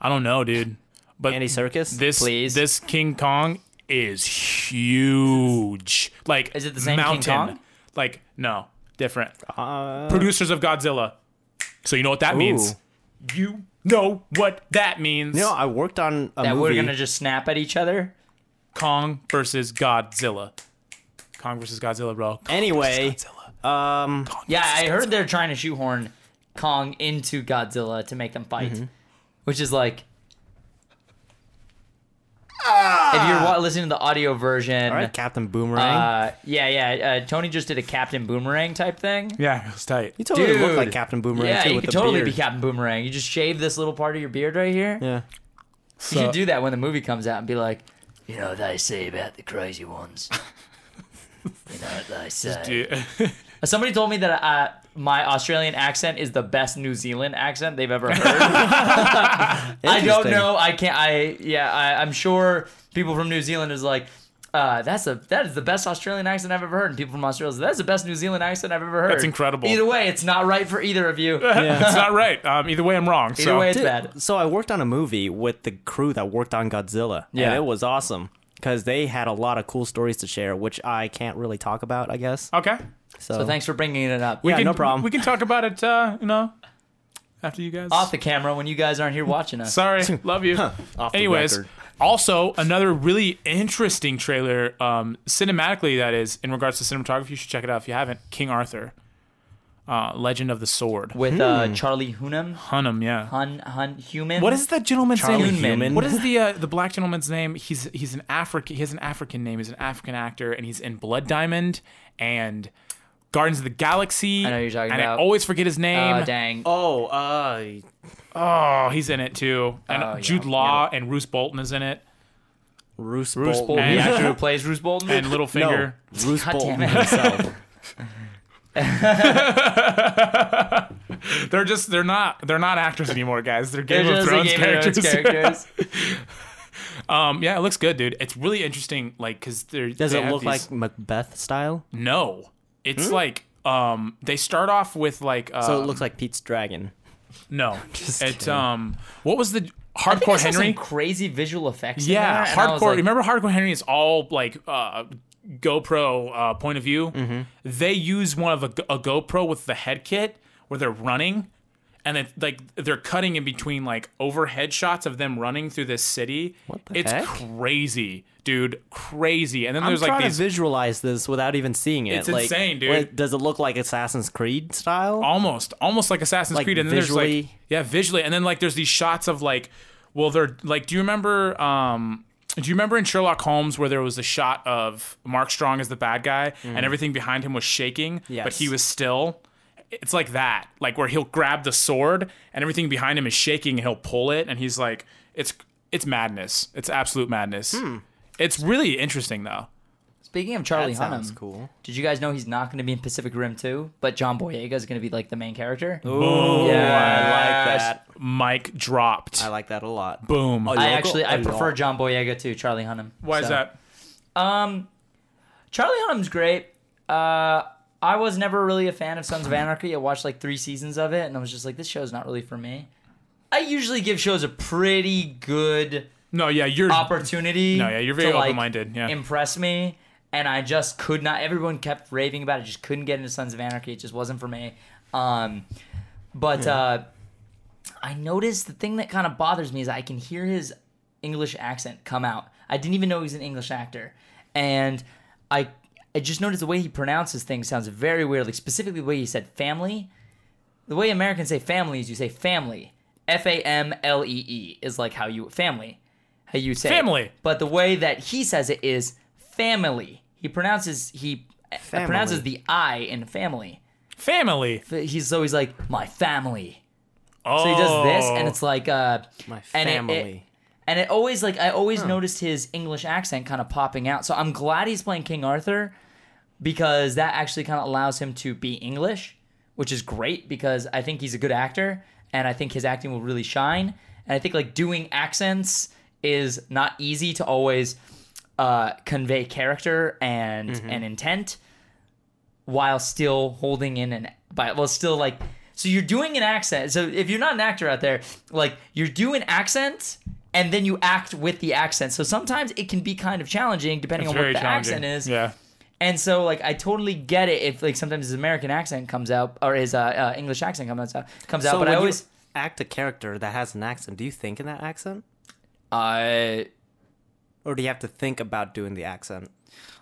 S3: I don't know, dude. But
S2: Andy Serkis?
S3: this
S1: Please.
S3: this King Kong is huge. Like
S1: Is it the same King
S3: mountain.
S1: Kong? Uh-huh.
S3: Like no, different.
S2: Uh,
S3: Producers of Godzilla. So you know what that means.
S2: Ooh.
S3: You know what that means.
S2: you know, I worked on a
S1: That
S2: movie.
S1: we're gonna just snap at each other.
S3: Kong versus Godzilla. Kong versus Godzilla, bro. Kong
S2: Anyway,
S3: versus Godzilla.
S2: um,
S1: Yeah, I heard they're trying to shoehorn Kong into Godzilla to make them fight,
S2: Mm-hmm.
S1: which is like. If you're wa- listening to the audio version,
S2: all right, Captain Boomerang.
S1: uh, yeah, yeah, uh, Tony just did a Captain Boomerang type thing.
S3: Yeah, it was tight.
S2: you totally look like
S1: dude.
S2: Captain Boomerang
S1: Yeah,
S2: too
S1: you
S2: with
S1: could
S2: the
S1: totally
S2: beard.
S1: be Captain Boomerang. You just shave this little part of your beard right here.
S2: yeah.
S1: You should do that when the movie comes out and be like, you know what they say about the crazy ones. you know what they say.
S3: Dude.
S1: Somebody told me that uh, my Australian accent is the best New Zealand accent they've ever heard. I don't
S2: Interesting.
S1: know. I can't. I yeah. I, I'm sure people from New Zealand is like. Uh, that's a that is the best Australian accent I've ever heard. And people from Australia, say, that's the best New Zealand accent I've ever heard.
S3: That's incredible.
S1: Either way, it's not right for either of you.
S3: it's not right. Um, either way, I'm wrong.
S1: Either
S3: so
S1: way, it's
S2: Dude,
S1: bad.
S2: So I worked on a movie with the crew that worked on Godzilla. Yeah,
S1: Yeah.
S2: and it was awesome because they had a lot of cool stories to share, which I can't really talk about, I guess.
S3: okay.
S2: So,
S1: So thanks for bringing it up.
S2: Yeah,
S3: We can-
S2: no problem.
S3: We can talk about it. Uh, you know, after you guys.
S1: Off the camera when you guys aren't here watching us.
S3: Sorry, love you.
S2: Off the
S3: Anyways,
S2: record.
S3: also another really interesting trailer, um, cinematically that is, in regards to cinematography. You should check it out if you haven't. King Arthur, uh, Legend of the Sword.
S1: With uh,
S2: Hmm.
S1: Charlie Hunnam,
S3: Hunnam, yeah.
S1: Hun Hun Human.
S3: What is that gentleman's
S2: Charlie
S3: name?
S1: Hunnam.
S2: Human.
S3: What is the uh, the black gentleman's name? He's he's an African. He has an African name. He's an African actor, and he's in Blood Diamond and Gardens of the Galaxy.
S1: I know who you're talking
S3: and
S1: about.
S3: I always forget his name.
S1: Uh, dang.
S2: Oh, uh,
S3: Oh, he's in it too. And
S1: Oh, yeah.
S3: Jude Law and Roose Bolton is in it.
S2: Roose
S1: Bruce
S2: Bolton.
S1: Bolton.
S3: And-
S1: The actor who plays Bruce Bolton.
S3: And Littlefinger.
S2: No, Roose
S1: God
S2: Bolton
S1: damn it.
S2: himself.
S3: They're just they're not they're not actors anymore, guys. They're
S1: They're
S3: Game of
S1: just the
S3: Thrones
S1: Game of
S3: characters.
S1: Thrones characters.
S3: um, yeah, it looks good, dude. It's really interesting, like because they're
S2: Does
S3: they
S2: it
S3: have
S2: look
S3: these-
S2: like Macbeth style?
S3: no? It's
S1: Hmm?
S3: like um they start off with like uh,
S2: So Oh, it looks like Pete's dragon.
S3: no.
S2: Just
S3: It's
S2: kidding.
S3: um what was
S1: I
S3: the
S1: think I
S3: Hardcore
S1: saw some
S3: Henry?
S1: crazy visual effects. in
S3: Yeah,
S1: there, and I
S3: hardcore.
S1: was like,
S3: remember, hardcore Henry is all like uh, GoPro uh, point of view. They use one of a, a GoPro with the head kit where they're running, and it, like they're cutting in between like overhead shots of them running through this city. What
S2: the
S3: it's
S2: heck?
S3: crazy, dude, crazy. And then
S2: I'm
S3: there's
S2: trying
S3: like these
S2: to visualize this without even seeing it.
S3: It's
S2: like,
S3: insane, dude.
S2: what- does it look like Assassin's Creed style?
S3: almost almost like Assassin's
S2: Like,
S3: Creed, and then there's like
S2: visually?
S3: yeah, visually, and then like there's these shots of like, well, they're like, do you remember? um do you remember in Sherlock Holmes where there was a shot of Mark Strong as the bad guy and everything behind him was shaking, but
S2: Mm. Yes.
S3: he was still? It's like that, like where he'll grab the sword and everything behind him is shaking and he'll pull it and he's like, it's it's madness, it's absolute madness.
S2: Hmm.
S3: It's really interesting though.
S1: Speaking of Charlie
S2: That sounds
S1: Hunnam,
S2: cool.
S1: did you guys know he's not going to be in Pacific Rim 2, but John Boyega is going to be like the main character?
S2: Oh, I like
S1: Yes.
S2: that.
S3: Mike dropped.
S2: I like that a lot.
S3: Boom.
S2: Oh,
S1: I
S2: Local-
S1: actually I
S2: Oh,
S1: prefer
S2: local.
S1: John Boyega to Charlie Hunnam.
S3: Why is
S1: so.
S3: that?
S1: Um, Charlie Hunnam's great. Uh, I was never really a fan of Sons of Anarchy. I watched like three seasons of it, and I was just like, this show's not really for me. I usually give shows a pretty good
S3: No, yeah, you're
S1: opportunity.
S3: No, yeah, you're very
S1: to, like,
S3: open-minded, yeah.
S1: impress me, and I just could not. Everyone kept raving about it. Just couldn't get into Sons of Anarchy. It just wasn't for me. Um, but uh, I noticed the thing that kind of bothers me is I can hear his English accent come out. I didn't even know he was an English actor, and I I just noticed the way he pronounces things sounds very weird. Like specifically the way he said family. The way Americans say family is you say family, F A M L E E is like how you family, how you say it.
S3: Family.
S1: But the way that he says it is family. He pronounces he uh,
S2: Family.
S1: pronounces the I in family.
S3: Family.
S1: F- He's always like my family.
S3: Oh.
S1: So he does this, and it's like uh,
S2: My
S1: and it- it-
S2: family.
S1: and it always like I always noticed his English accent kind of popping out. So I'm glad he's playing King Arthur because that actually kind of allows him to be English, which is great because I think he's a good actor and I think his acting will really shine. And I think like doing accents is not easy to always uh, convey character and
S3: Mm-hmm.
S1: and intent while still holding in an by well still like so you're doing an accent so if you're not an actor out there like you're doing accent and then you act with the accent so sometimes it can be kind of challenging depending
S3: It's
S1: on
S3: very
S1: what the
S3: challenging.
S1: accent is
S3: Yeah.
S1: and so like i totally get it if like sometimes his american accent comes out or his uh, uh, english accent comes out comes out but
S2: when
S1: i
S2: you
S1: always
S2: act a character that has an accent. Do you think in that accent,
S1: I
S2: or do you have to think about doing the accent?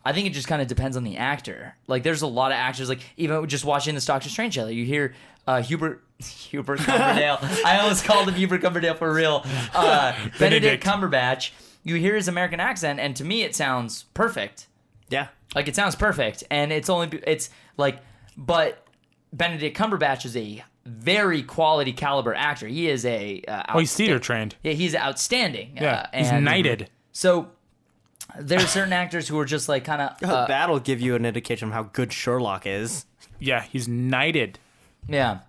S1: I think it just kind of depends on the actor. Like, there's a lot of actors. Like, even just watching the Stockton Strange trailer, you hear uh, Hubert Hubert Cumberdale. I almost called him Hubert Cumberdale for real. Uh, Benedict
S3: Benedict.
S1: Cumberbatch. You hear his American accent, and to me, it sounds perfect.
S2: Yeah.
S1: Like, it sounds perfect, and it's only it's like, but Benedict Cumberbatch is a very quality caliber actor. He is a uh,
S3: Oh, he's theater trained.
S1: yeah, he's outstanding.
S3: Yeah.
S1: uh,
S3: he's
S1: and-
S3: knighted.
S1: So. There are certain actors who are just like kind of
S3: Oh,
S1: uh,
S2: Oh, That'll give you an indication of how good Sherlock is.
S3: Yeah, he's knighted.
S1: Yeah.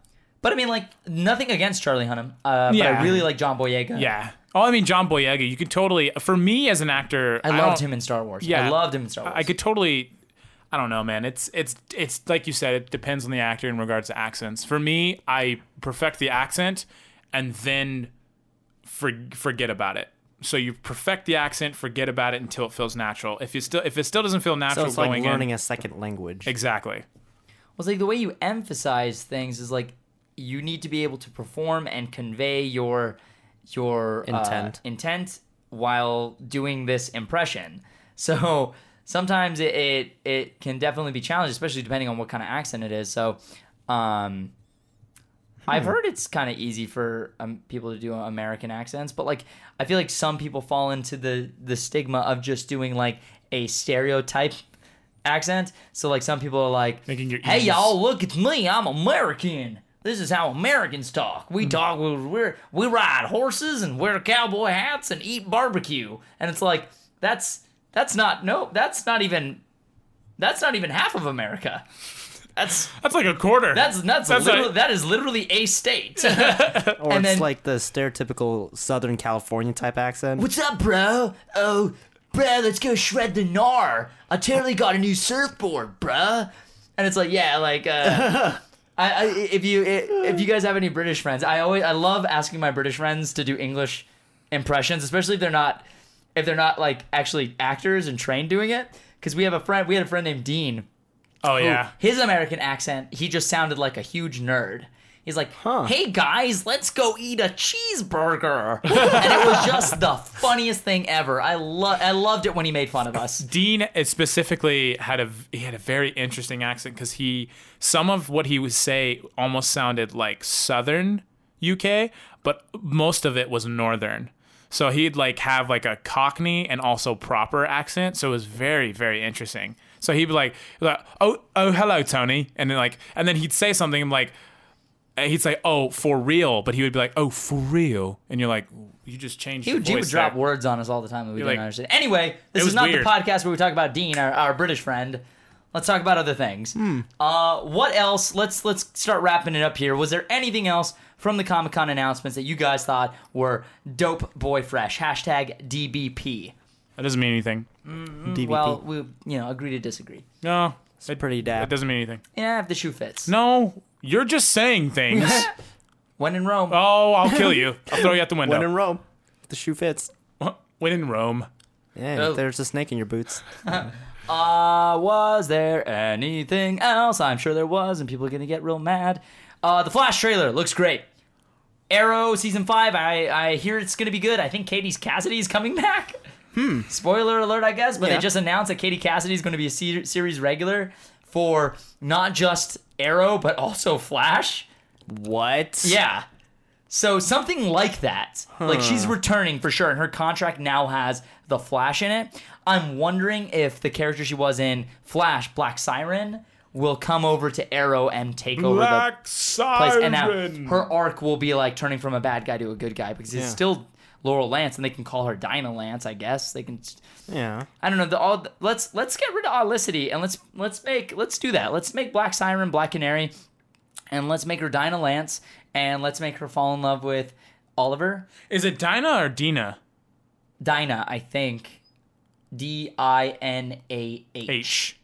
S1: But I mean, like, nothing against Charlie Hunnam. Uh, But I
S3: Yeah.
S1: really like John Boyega.
S3: Yeah. Oh, I mean John Boyega. You could totally. For me as an actor,
S1: I loved
S3: don't-
S1: him in Star Wars.
S3: Yeah.
S1: I loved him in Star Wars.
S3: I could totally. I don't know, man. It's it's it's like you said. It depends on the actor in regards to accents. For me, I perfect the accent, and then for, forget about it. So you perfect the accent, forget about it until it feels natural. If you still if it still doesn't feel natural
S2: So it's like
S3: going
S2: learning
S3: in,
S2: a second language.
S3: exactly.
S1: Well, it's like the way you emphasize things is like you need to be able to perform and convey your your uh,
S2: Intent.
S1: intent while doing this impression. So sometimes it, it it can definitely be challenged, especially depending on what kind of accent it is. So, um,
S3: Hmm.
S1: I've heard it's kind of easy for um, people to do American accents, but like I feel like some people fall into the the stigma of just doing like a stereotype accent. So like some people are like,
S3: Making your
S1: "Hey
S3: E's.
S1: y'all, look it's me, I'm American. This is how Americans talk.
S3: Hmm.
S1: We talk we we're, we ride horses and wear cowboy hats and eat barbecue." And it's like that's that's not no, that's not even that's not even half of America. That's
S3: That's like a quarter.
S1: that's that's,
S3: That's
S1: literally,
S3: like-
S1: that is literally a state.
S2: Or
S1: And
S2: it's
S1: then-
S2: like the stereotypical Southern California type accent.
S1: What's up, bro? Oh, bro, let's go shred the gnar. I totally got a new surfboard, bruh. And it's like, yeah, like, uh, I, I, if you if you guys have any British friends, I always I love asking my British friends to do English impressions, especially if they're not if they're not like actually actors and trained doing it. Because we have a friend, we had a friend named Dean
S3: oh yeah.
S1: his American accent, he just sounded like a huge nerd. He's like, "Hey guys, let's go eat a cheeseburger," and it was just the funniest thing ever. I love, I loved it when he made fun of us.
S3: Dean is specifically had a he had a very interesting accent because he some of what he would say almost sounded like Southern UK, but most of it was Northern. So he'd like have like a Cockney and also proper accent. So it was very very interesting. So he'd be like, like oh oh hello Tony, and then like and then he'd say something like. and He'd say, "Oh, for real," but he would be like, "Oh, for real," and you're like, "You just changed."
S1: He
S3: your
S1: would, he
S3: voice
S1: would drop
S3: there."
S1: words on us all the time that we didn't
S3: like-
S1: understand. Anyway, this
S3: It
S1: is
S3: was
S1: not
S3: weird.
S1: the podcast where we talk about Dean, our, our British friend. Let's talk about other things. Uh, what else? Let's let's start wrapping it up here. Was there anything else from the Comic Con announcements that you guys thought were dope boy fresh? Hashtag DBP.
S3: That doesn't mean anything.
S2: DVP.
S1: Well, we you know agree to disagree.
S3: No, it,
S2: pretty
S3: It
S2: dab.
S3: doesn't mean anything.
S1: Yeah, if the shoe fits.
S3: No, you're just saying things.
S1: When in Rome.
S3: oh, I'll kill you. I'll throw you out the window.
S2: When in Rome, the shoe fits.
S3: Rome. When in Rome.
S2: Yeah,
S1: Oh.
S2: there's a snake in your boots.
S1: Uh, was there anything else? I'm sure there was, and people are gonna get real mad. Uh, the Flash trailer looks great. Arrow season five. I I hear it's gonna be good. I think Katie's Cassidy's coming back. Hmm. Spoiler alert, I guess, but
S2: Yeah.
S1: they just announced that Katie Cassidy's gonna be a se- series regular for not just Arrow but also Flash.
S2: What?
S1: Yeah. So something like that. Like she's returning for sure, and her contract now has the Flash in it. I'm wondering if the character she was in Flash, Black Siren, will come over to Arrow and take over the
S3: Black
S1: place,
S3: Siren.
S1: and now her arc will be like turning from a bad guy to a good guy because it's still Laurel Lance, and they can call her Dinah Lance. I guess they can.
S2: Yeah.
S1: I don't know. The, all let's let's get rid of Olicity and let's let's make let's do that. Let's make Black Siren Black Canary, and let's make her Dinah Lance, and let's make her fall in love with Oliver
S3: Is it Dinah or Dina?
S1: Dinah. I think D I N A H.
S3: H.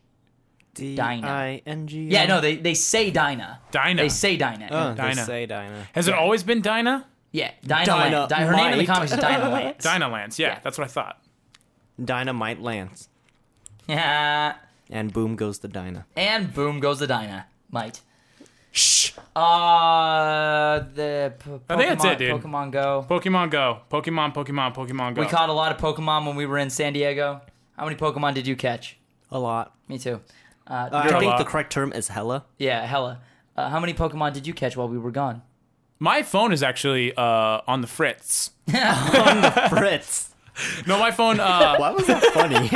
S2: D I N G.
S1: Yeah, no, they they say Dinah.
S3: Dinah.
S1: They say Dinah.
S2: Oh, they
S3: Dinah.
S2: say Dinah.
S3: Has it always been Dinah?
S1: yeah, Dinah.
S2: Dinah
S1: Lance. Di- her name in the
S2: Light.
S1: comics is Dinah Lance.
S3: Dinah Lance. Yeah,
S1: Yeah.
S3: that's what I thought.
S2: Dynamite Lance.
S1: Yeah.
S2: And boom goes the Dinah.
S1: And boom goes the dynamite.
S3: Shh.
S1: Uh, the p- Pokemon,
S3: I think that's it, dude.
S1: Pokemon Go.
S3: Pokemon Go. Pokemon. Pokemon. Pokemon Go.
S1: We caught a lot of Pokemon when we were in San Diego. How many Pokemon did you catch?
S2: A lot.
S1: Me too. Uh,
S2: Uh,
S3: You're
S2: I
S3: a
S2: think
S3: lot.
S2: the correct term is hella.
S1: yeah, hella. Uh, how many Pokemon did you catch while we were gone?
S3: My phone is actually uh, on the fritz.
S2: Fritz.
S3: No, my phone. Uh,
S2: Why was that funny?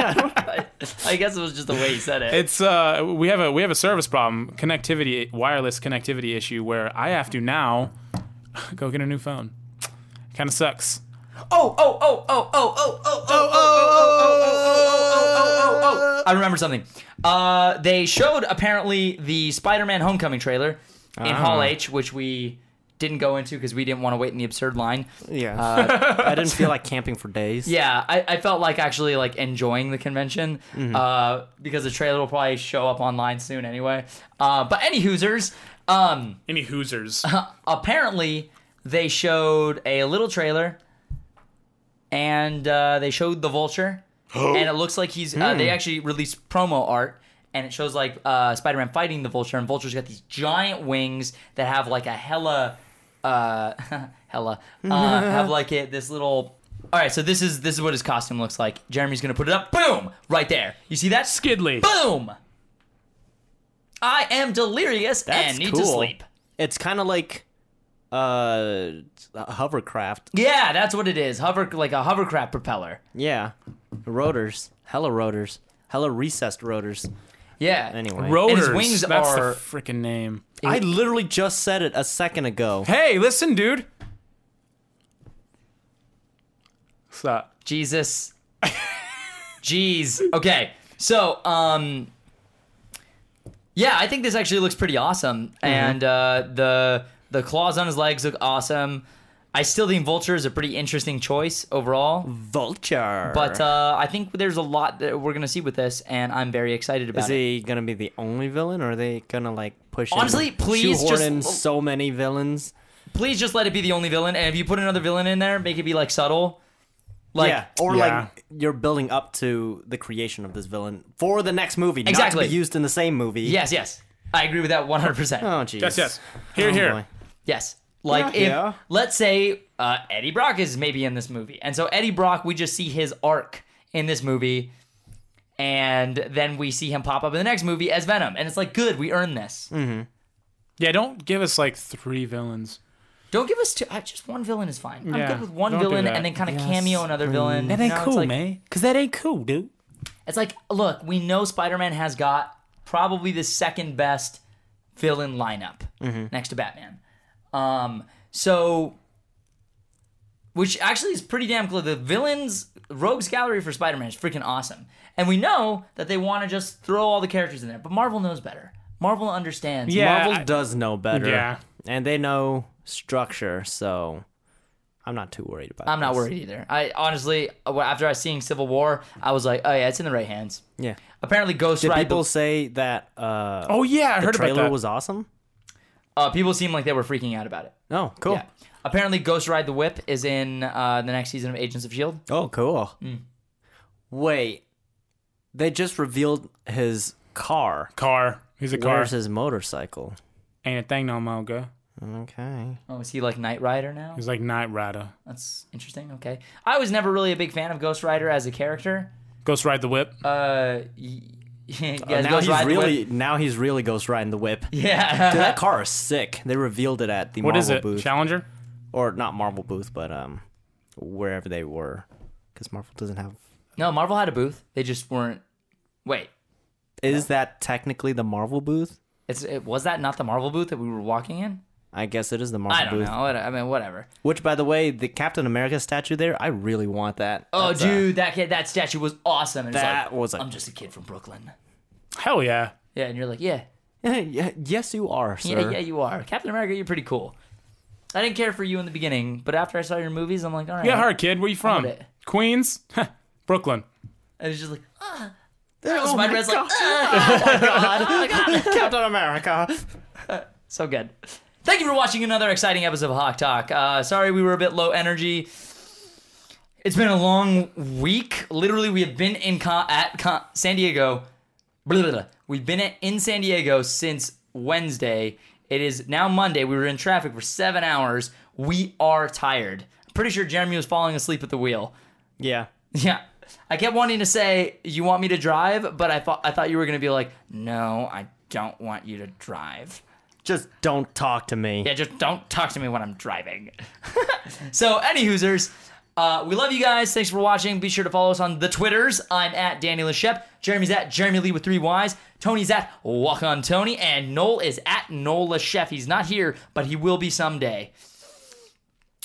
S1: I guess it was just the way you said it.
S3: it's uh, we have a we have a service problem, connectivity, wireless connectivity issue where I have to now go get a new phone. Kind of sucks.
S1: oh, oh, oh, oh, oh, oh, oh, oh, oh, oh, oh, oh, I remember something. Uh, they showed apparently the Spider-Man Homecoming trailer in Hall H, which we didn't go into because we didn't want to wait in the absurd line.
S2: yeah. Uh, I didn't feel like camping for days.
S1: Yeah, I, I felt like actually like enjoying the convention uh, because the trailer will probably show up online soon anyway. Uh, but any hoosers, um,
S3: Any hoosers?
S2: Uh-huh.
S1: apparently they showed a little trailer and uh, they showed the vulture and it looks like he's uh,
S2: Hmm.
S1: they actually released promo art and it shows like uh, spider-man fighting the vulture and vulture's got these giant wings that have like a hella uh, hella uh, have like a, this little all right so this is this is what his costume looks like jeremy's gonna put it up boom right there you see that
S3: Skidly.
S1: boom i am delirious
S2: That's
S1: and need to
S2: cool.
S1: sleep
S2: It's kind of like uh, a hovercraft.
S1: Yeah, that's what it is. Hover like a hovercraft propeller.
S2: Yeah. Rotors. Hella rotors. Hella recessed rotors.
S1: Yeah.
S2: Anyway.
S3: Rotors.
S1: wings
S3: That's
S1: are-
S3: the freaking name.
S2: I literally just said it a second ago.
S3: Hey, listen, dude. What's up?
S1: Jesus. Jeez. Okay. So, um Yeah, I think this actually looks pretty awesome.
S2: Mm-hmm.
S1: And uh the the claws on his legs look awesome. I still think Vulture is a pretty interesting choice overall,
S2: Vulture.
S1: but uh, I think there's a lot that we're gonna see with this, and I'm very excited about
S2: Is
S1: it.
S2: he gonna be the only villain, or are they gonna like push?
S1: Honestly,
S2: in,
S1: please
S2: shoehorn
S1: just-
S2: in so many villains.
S1: Please just let it be the only villain, and if you put another villain in there, make it be like subtle, like
S2: yeah, or
S3: Yeah.
S2: like you're building up to the creation of this villain for the next movie, not
S1: Exactly.
S2: to be used in the same movie.
S1: Yes, yes. I agree with that 100%.
S2: Oh jeez.
S3: Yes, yes. Here,
S2: Oh,
S3: here.
S2: boy.
S1: Yes. Like
S2: Yeah.
S1: if
S2: Yeah.
S1: let's say uh, Eddie Brock is maybe in this movie. And so Eddie Brock we just see his arc in this movie and then we see him pop up in the next movie as Venom and it's like good, we earned this.
S3: Yeah, don't give us like three villains.
S1: Don't give us two I just one villain is fine. I'm
S3: Yeah.
S1: good with one
S3: Don't do
S1: villain
S3: that.
S1: and then kind of cameo another villain.
S2: That
S1: You
S2: ain't
S1: know, it's
S2: cool,
S1: like-
S2: man. Cause that ain't cool, dude.
S1: It's like, look, we know Spider Man has got probably the second best villain lineup
S2: Mm-hmm.
S1: next to Batman. Um, so, which actually is pretty damn cool. The villains, Rogues Gallery for Spider Man is freaking awesome. And we know that they want to just throw all the characters in there, but Marvel knows better. Marvel understands.
S3: Yeah,
S2: Marvel
S3: I-
S2: does know better.
S3: Yeah.
S2: and they know structure, so I'm not too worried about.
S1: I'm not
S2: this.
S1: worried either. I honestly, uh, after I seeing Civil War, I was like, oh yeah, it's in the right hands.
S2: Yeah.
S1: Apparently, Ghost
S2: Did
S1: Rider.
S2: people say that uh,
S3: Oh yeah, I
S2: the
S3: heard about
S2: trailer
S3: that.
S2: was awesome?
S1: uh, people seem like they were freaking out about it.
S2: Oh, cool.
S1: Yeah. Apparently, Ghost Ride the Whip is in uh, the next season of Agents of S.H.I.E.L.D.
S2: Oh, cool.
S1: Hmm.
S2: Wait, they just revealed his car.
S3: car. He's a car.
S2: Where's his motorcycle?
S3: Ain't a thing no more, girl.
S2: Okay.
S1: Oh, is he like Knight Rider now?
S3: He's like Knight Rider.
S1: That's interesting. Okay. I was never really a big fan of Ghost Rider as a character.
S3: Ghost ride the whip.
S1: Uh, y- yeah,
S2: Uh, now
S1: Ghost
S2: he's
S1: Ride the Whip.
S2: really now he's really ghost riding the whip.
S1: Yeah.
S2: Dude, that car is sick. They revealed it at the
S3: What
S2: Marvel
S3: is it?
S2: booth.
S3: Challenger.
S2: or not Marvel booth, but um, wherever they were, because Marvel doesn't have.
S1: No, Marvel had a booth. They just weren't. Wait,
S2: Is that technically the Marvel booth?
S1: it's it, was that not the Marvel booth that we were walking in?
S2: I guess it is the Marvel
S1: I don't
S2: booth.
S1: know. What- I mean, whatever.
S2: Which, by the way, the Captain America statue there, I really want that.
S1: Oh,
S2: That's, uh,
S1: dude, that kid, that statue was awesome. And it's
S2: that
S1: like,
S2: was a-
S1: I'm just a kid from Brooklyn.
S3: Hell yeah.
S1: Yeah, and you're like, yeah,
S2: yeah, yes, you are, sir.
S1: yeah, yeah, you are Captain America. You're pretty cool. I didn't care for you in the beginning, but after I saw your movies, I'm like, all right.
S3: Yeah, hard kid. Where you from?
S1: Hold it.
S3: Queens, Heh, Brooklyn.
S1: And it's just like, ah. Oh my God. Like, ah, ah, God.
S2: Captain America.
S1: So good. Thank you for watching another exciting episode of Hawk Talk. Uh, sorry we were a bit low energy. It's been a long week. Literally, we have been in con- at con- San Diego. Blah, blah, blah. We've been at- in San Diego since Wednesday. It is now Monday. We were in traffic for seven hours. We are tired. I'm pretty sure Jeremy was falling asleep at the wheel.
S2: Yeah.
S1: Yeah. I kept wanting to say you want me to drive, but I thought I thought you were gonna be like, no, I don't want you to drive.
S2: Just don't talk to me.
S1: Yeah, just don't talk to me when I'm driving. so, any hoosers, uh, we love you guys. Thanks for watching. Be sure to follow us on the Twitters. I'm at Danny Leshep. Jeremy's at Jeremy Lee with three Y's. Tony's at Walk on Tony, and Noel is at Noel Leshep. He's not here, but he will be someday.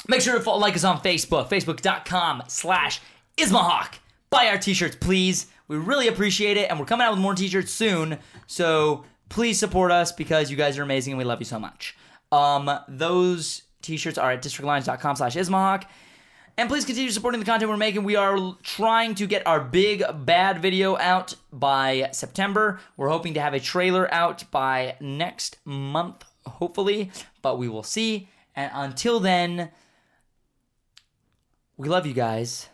S1: Make sure to follow, like us on Facebook, facebook.com slash ismahawk. Buy our t-shirts, please. We really appreciate it, and we're coming out with more t-shirts soon. So please support us because you guys are amazing and we love you so much. Um, those t-shirts are at districtlines.com slash ismahawk. And please continue supporting the content we're making. We are l- trying to get our big bad video out by September. We're hoping to have a trailer out by next month, hopefully, but we will see. And until then, we love you guys,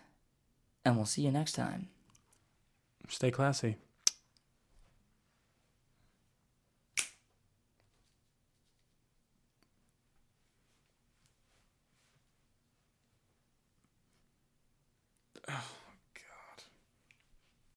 S1: and we'll see you next time.
S3: Stay classy.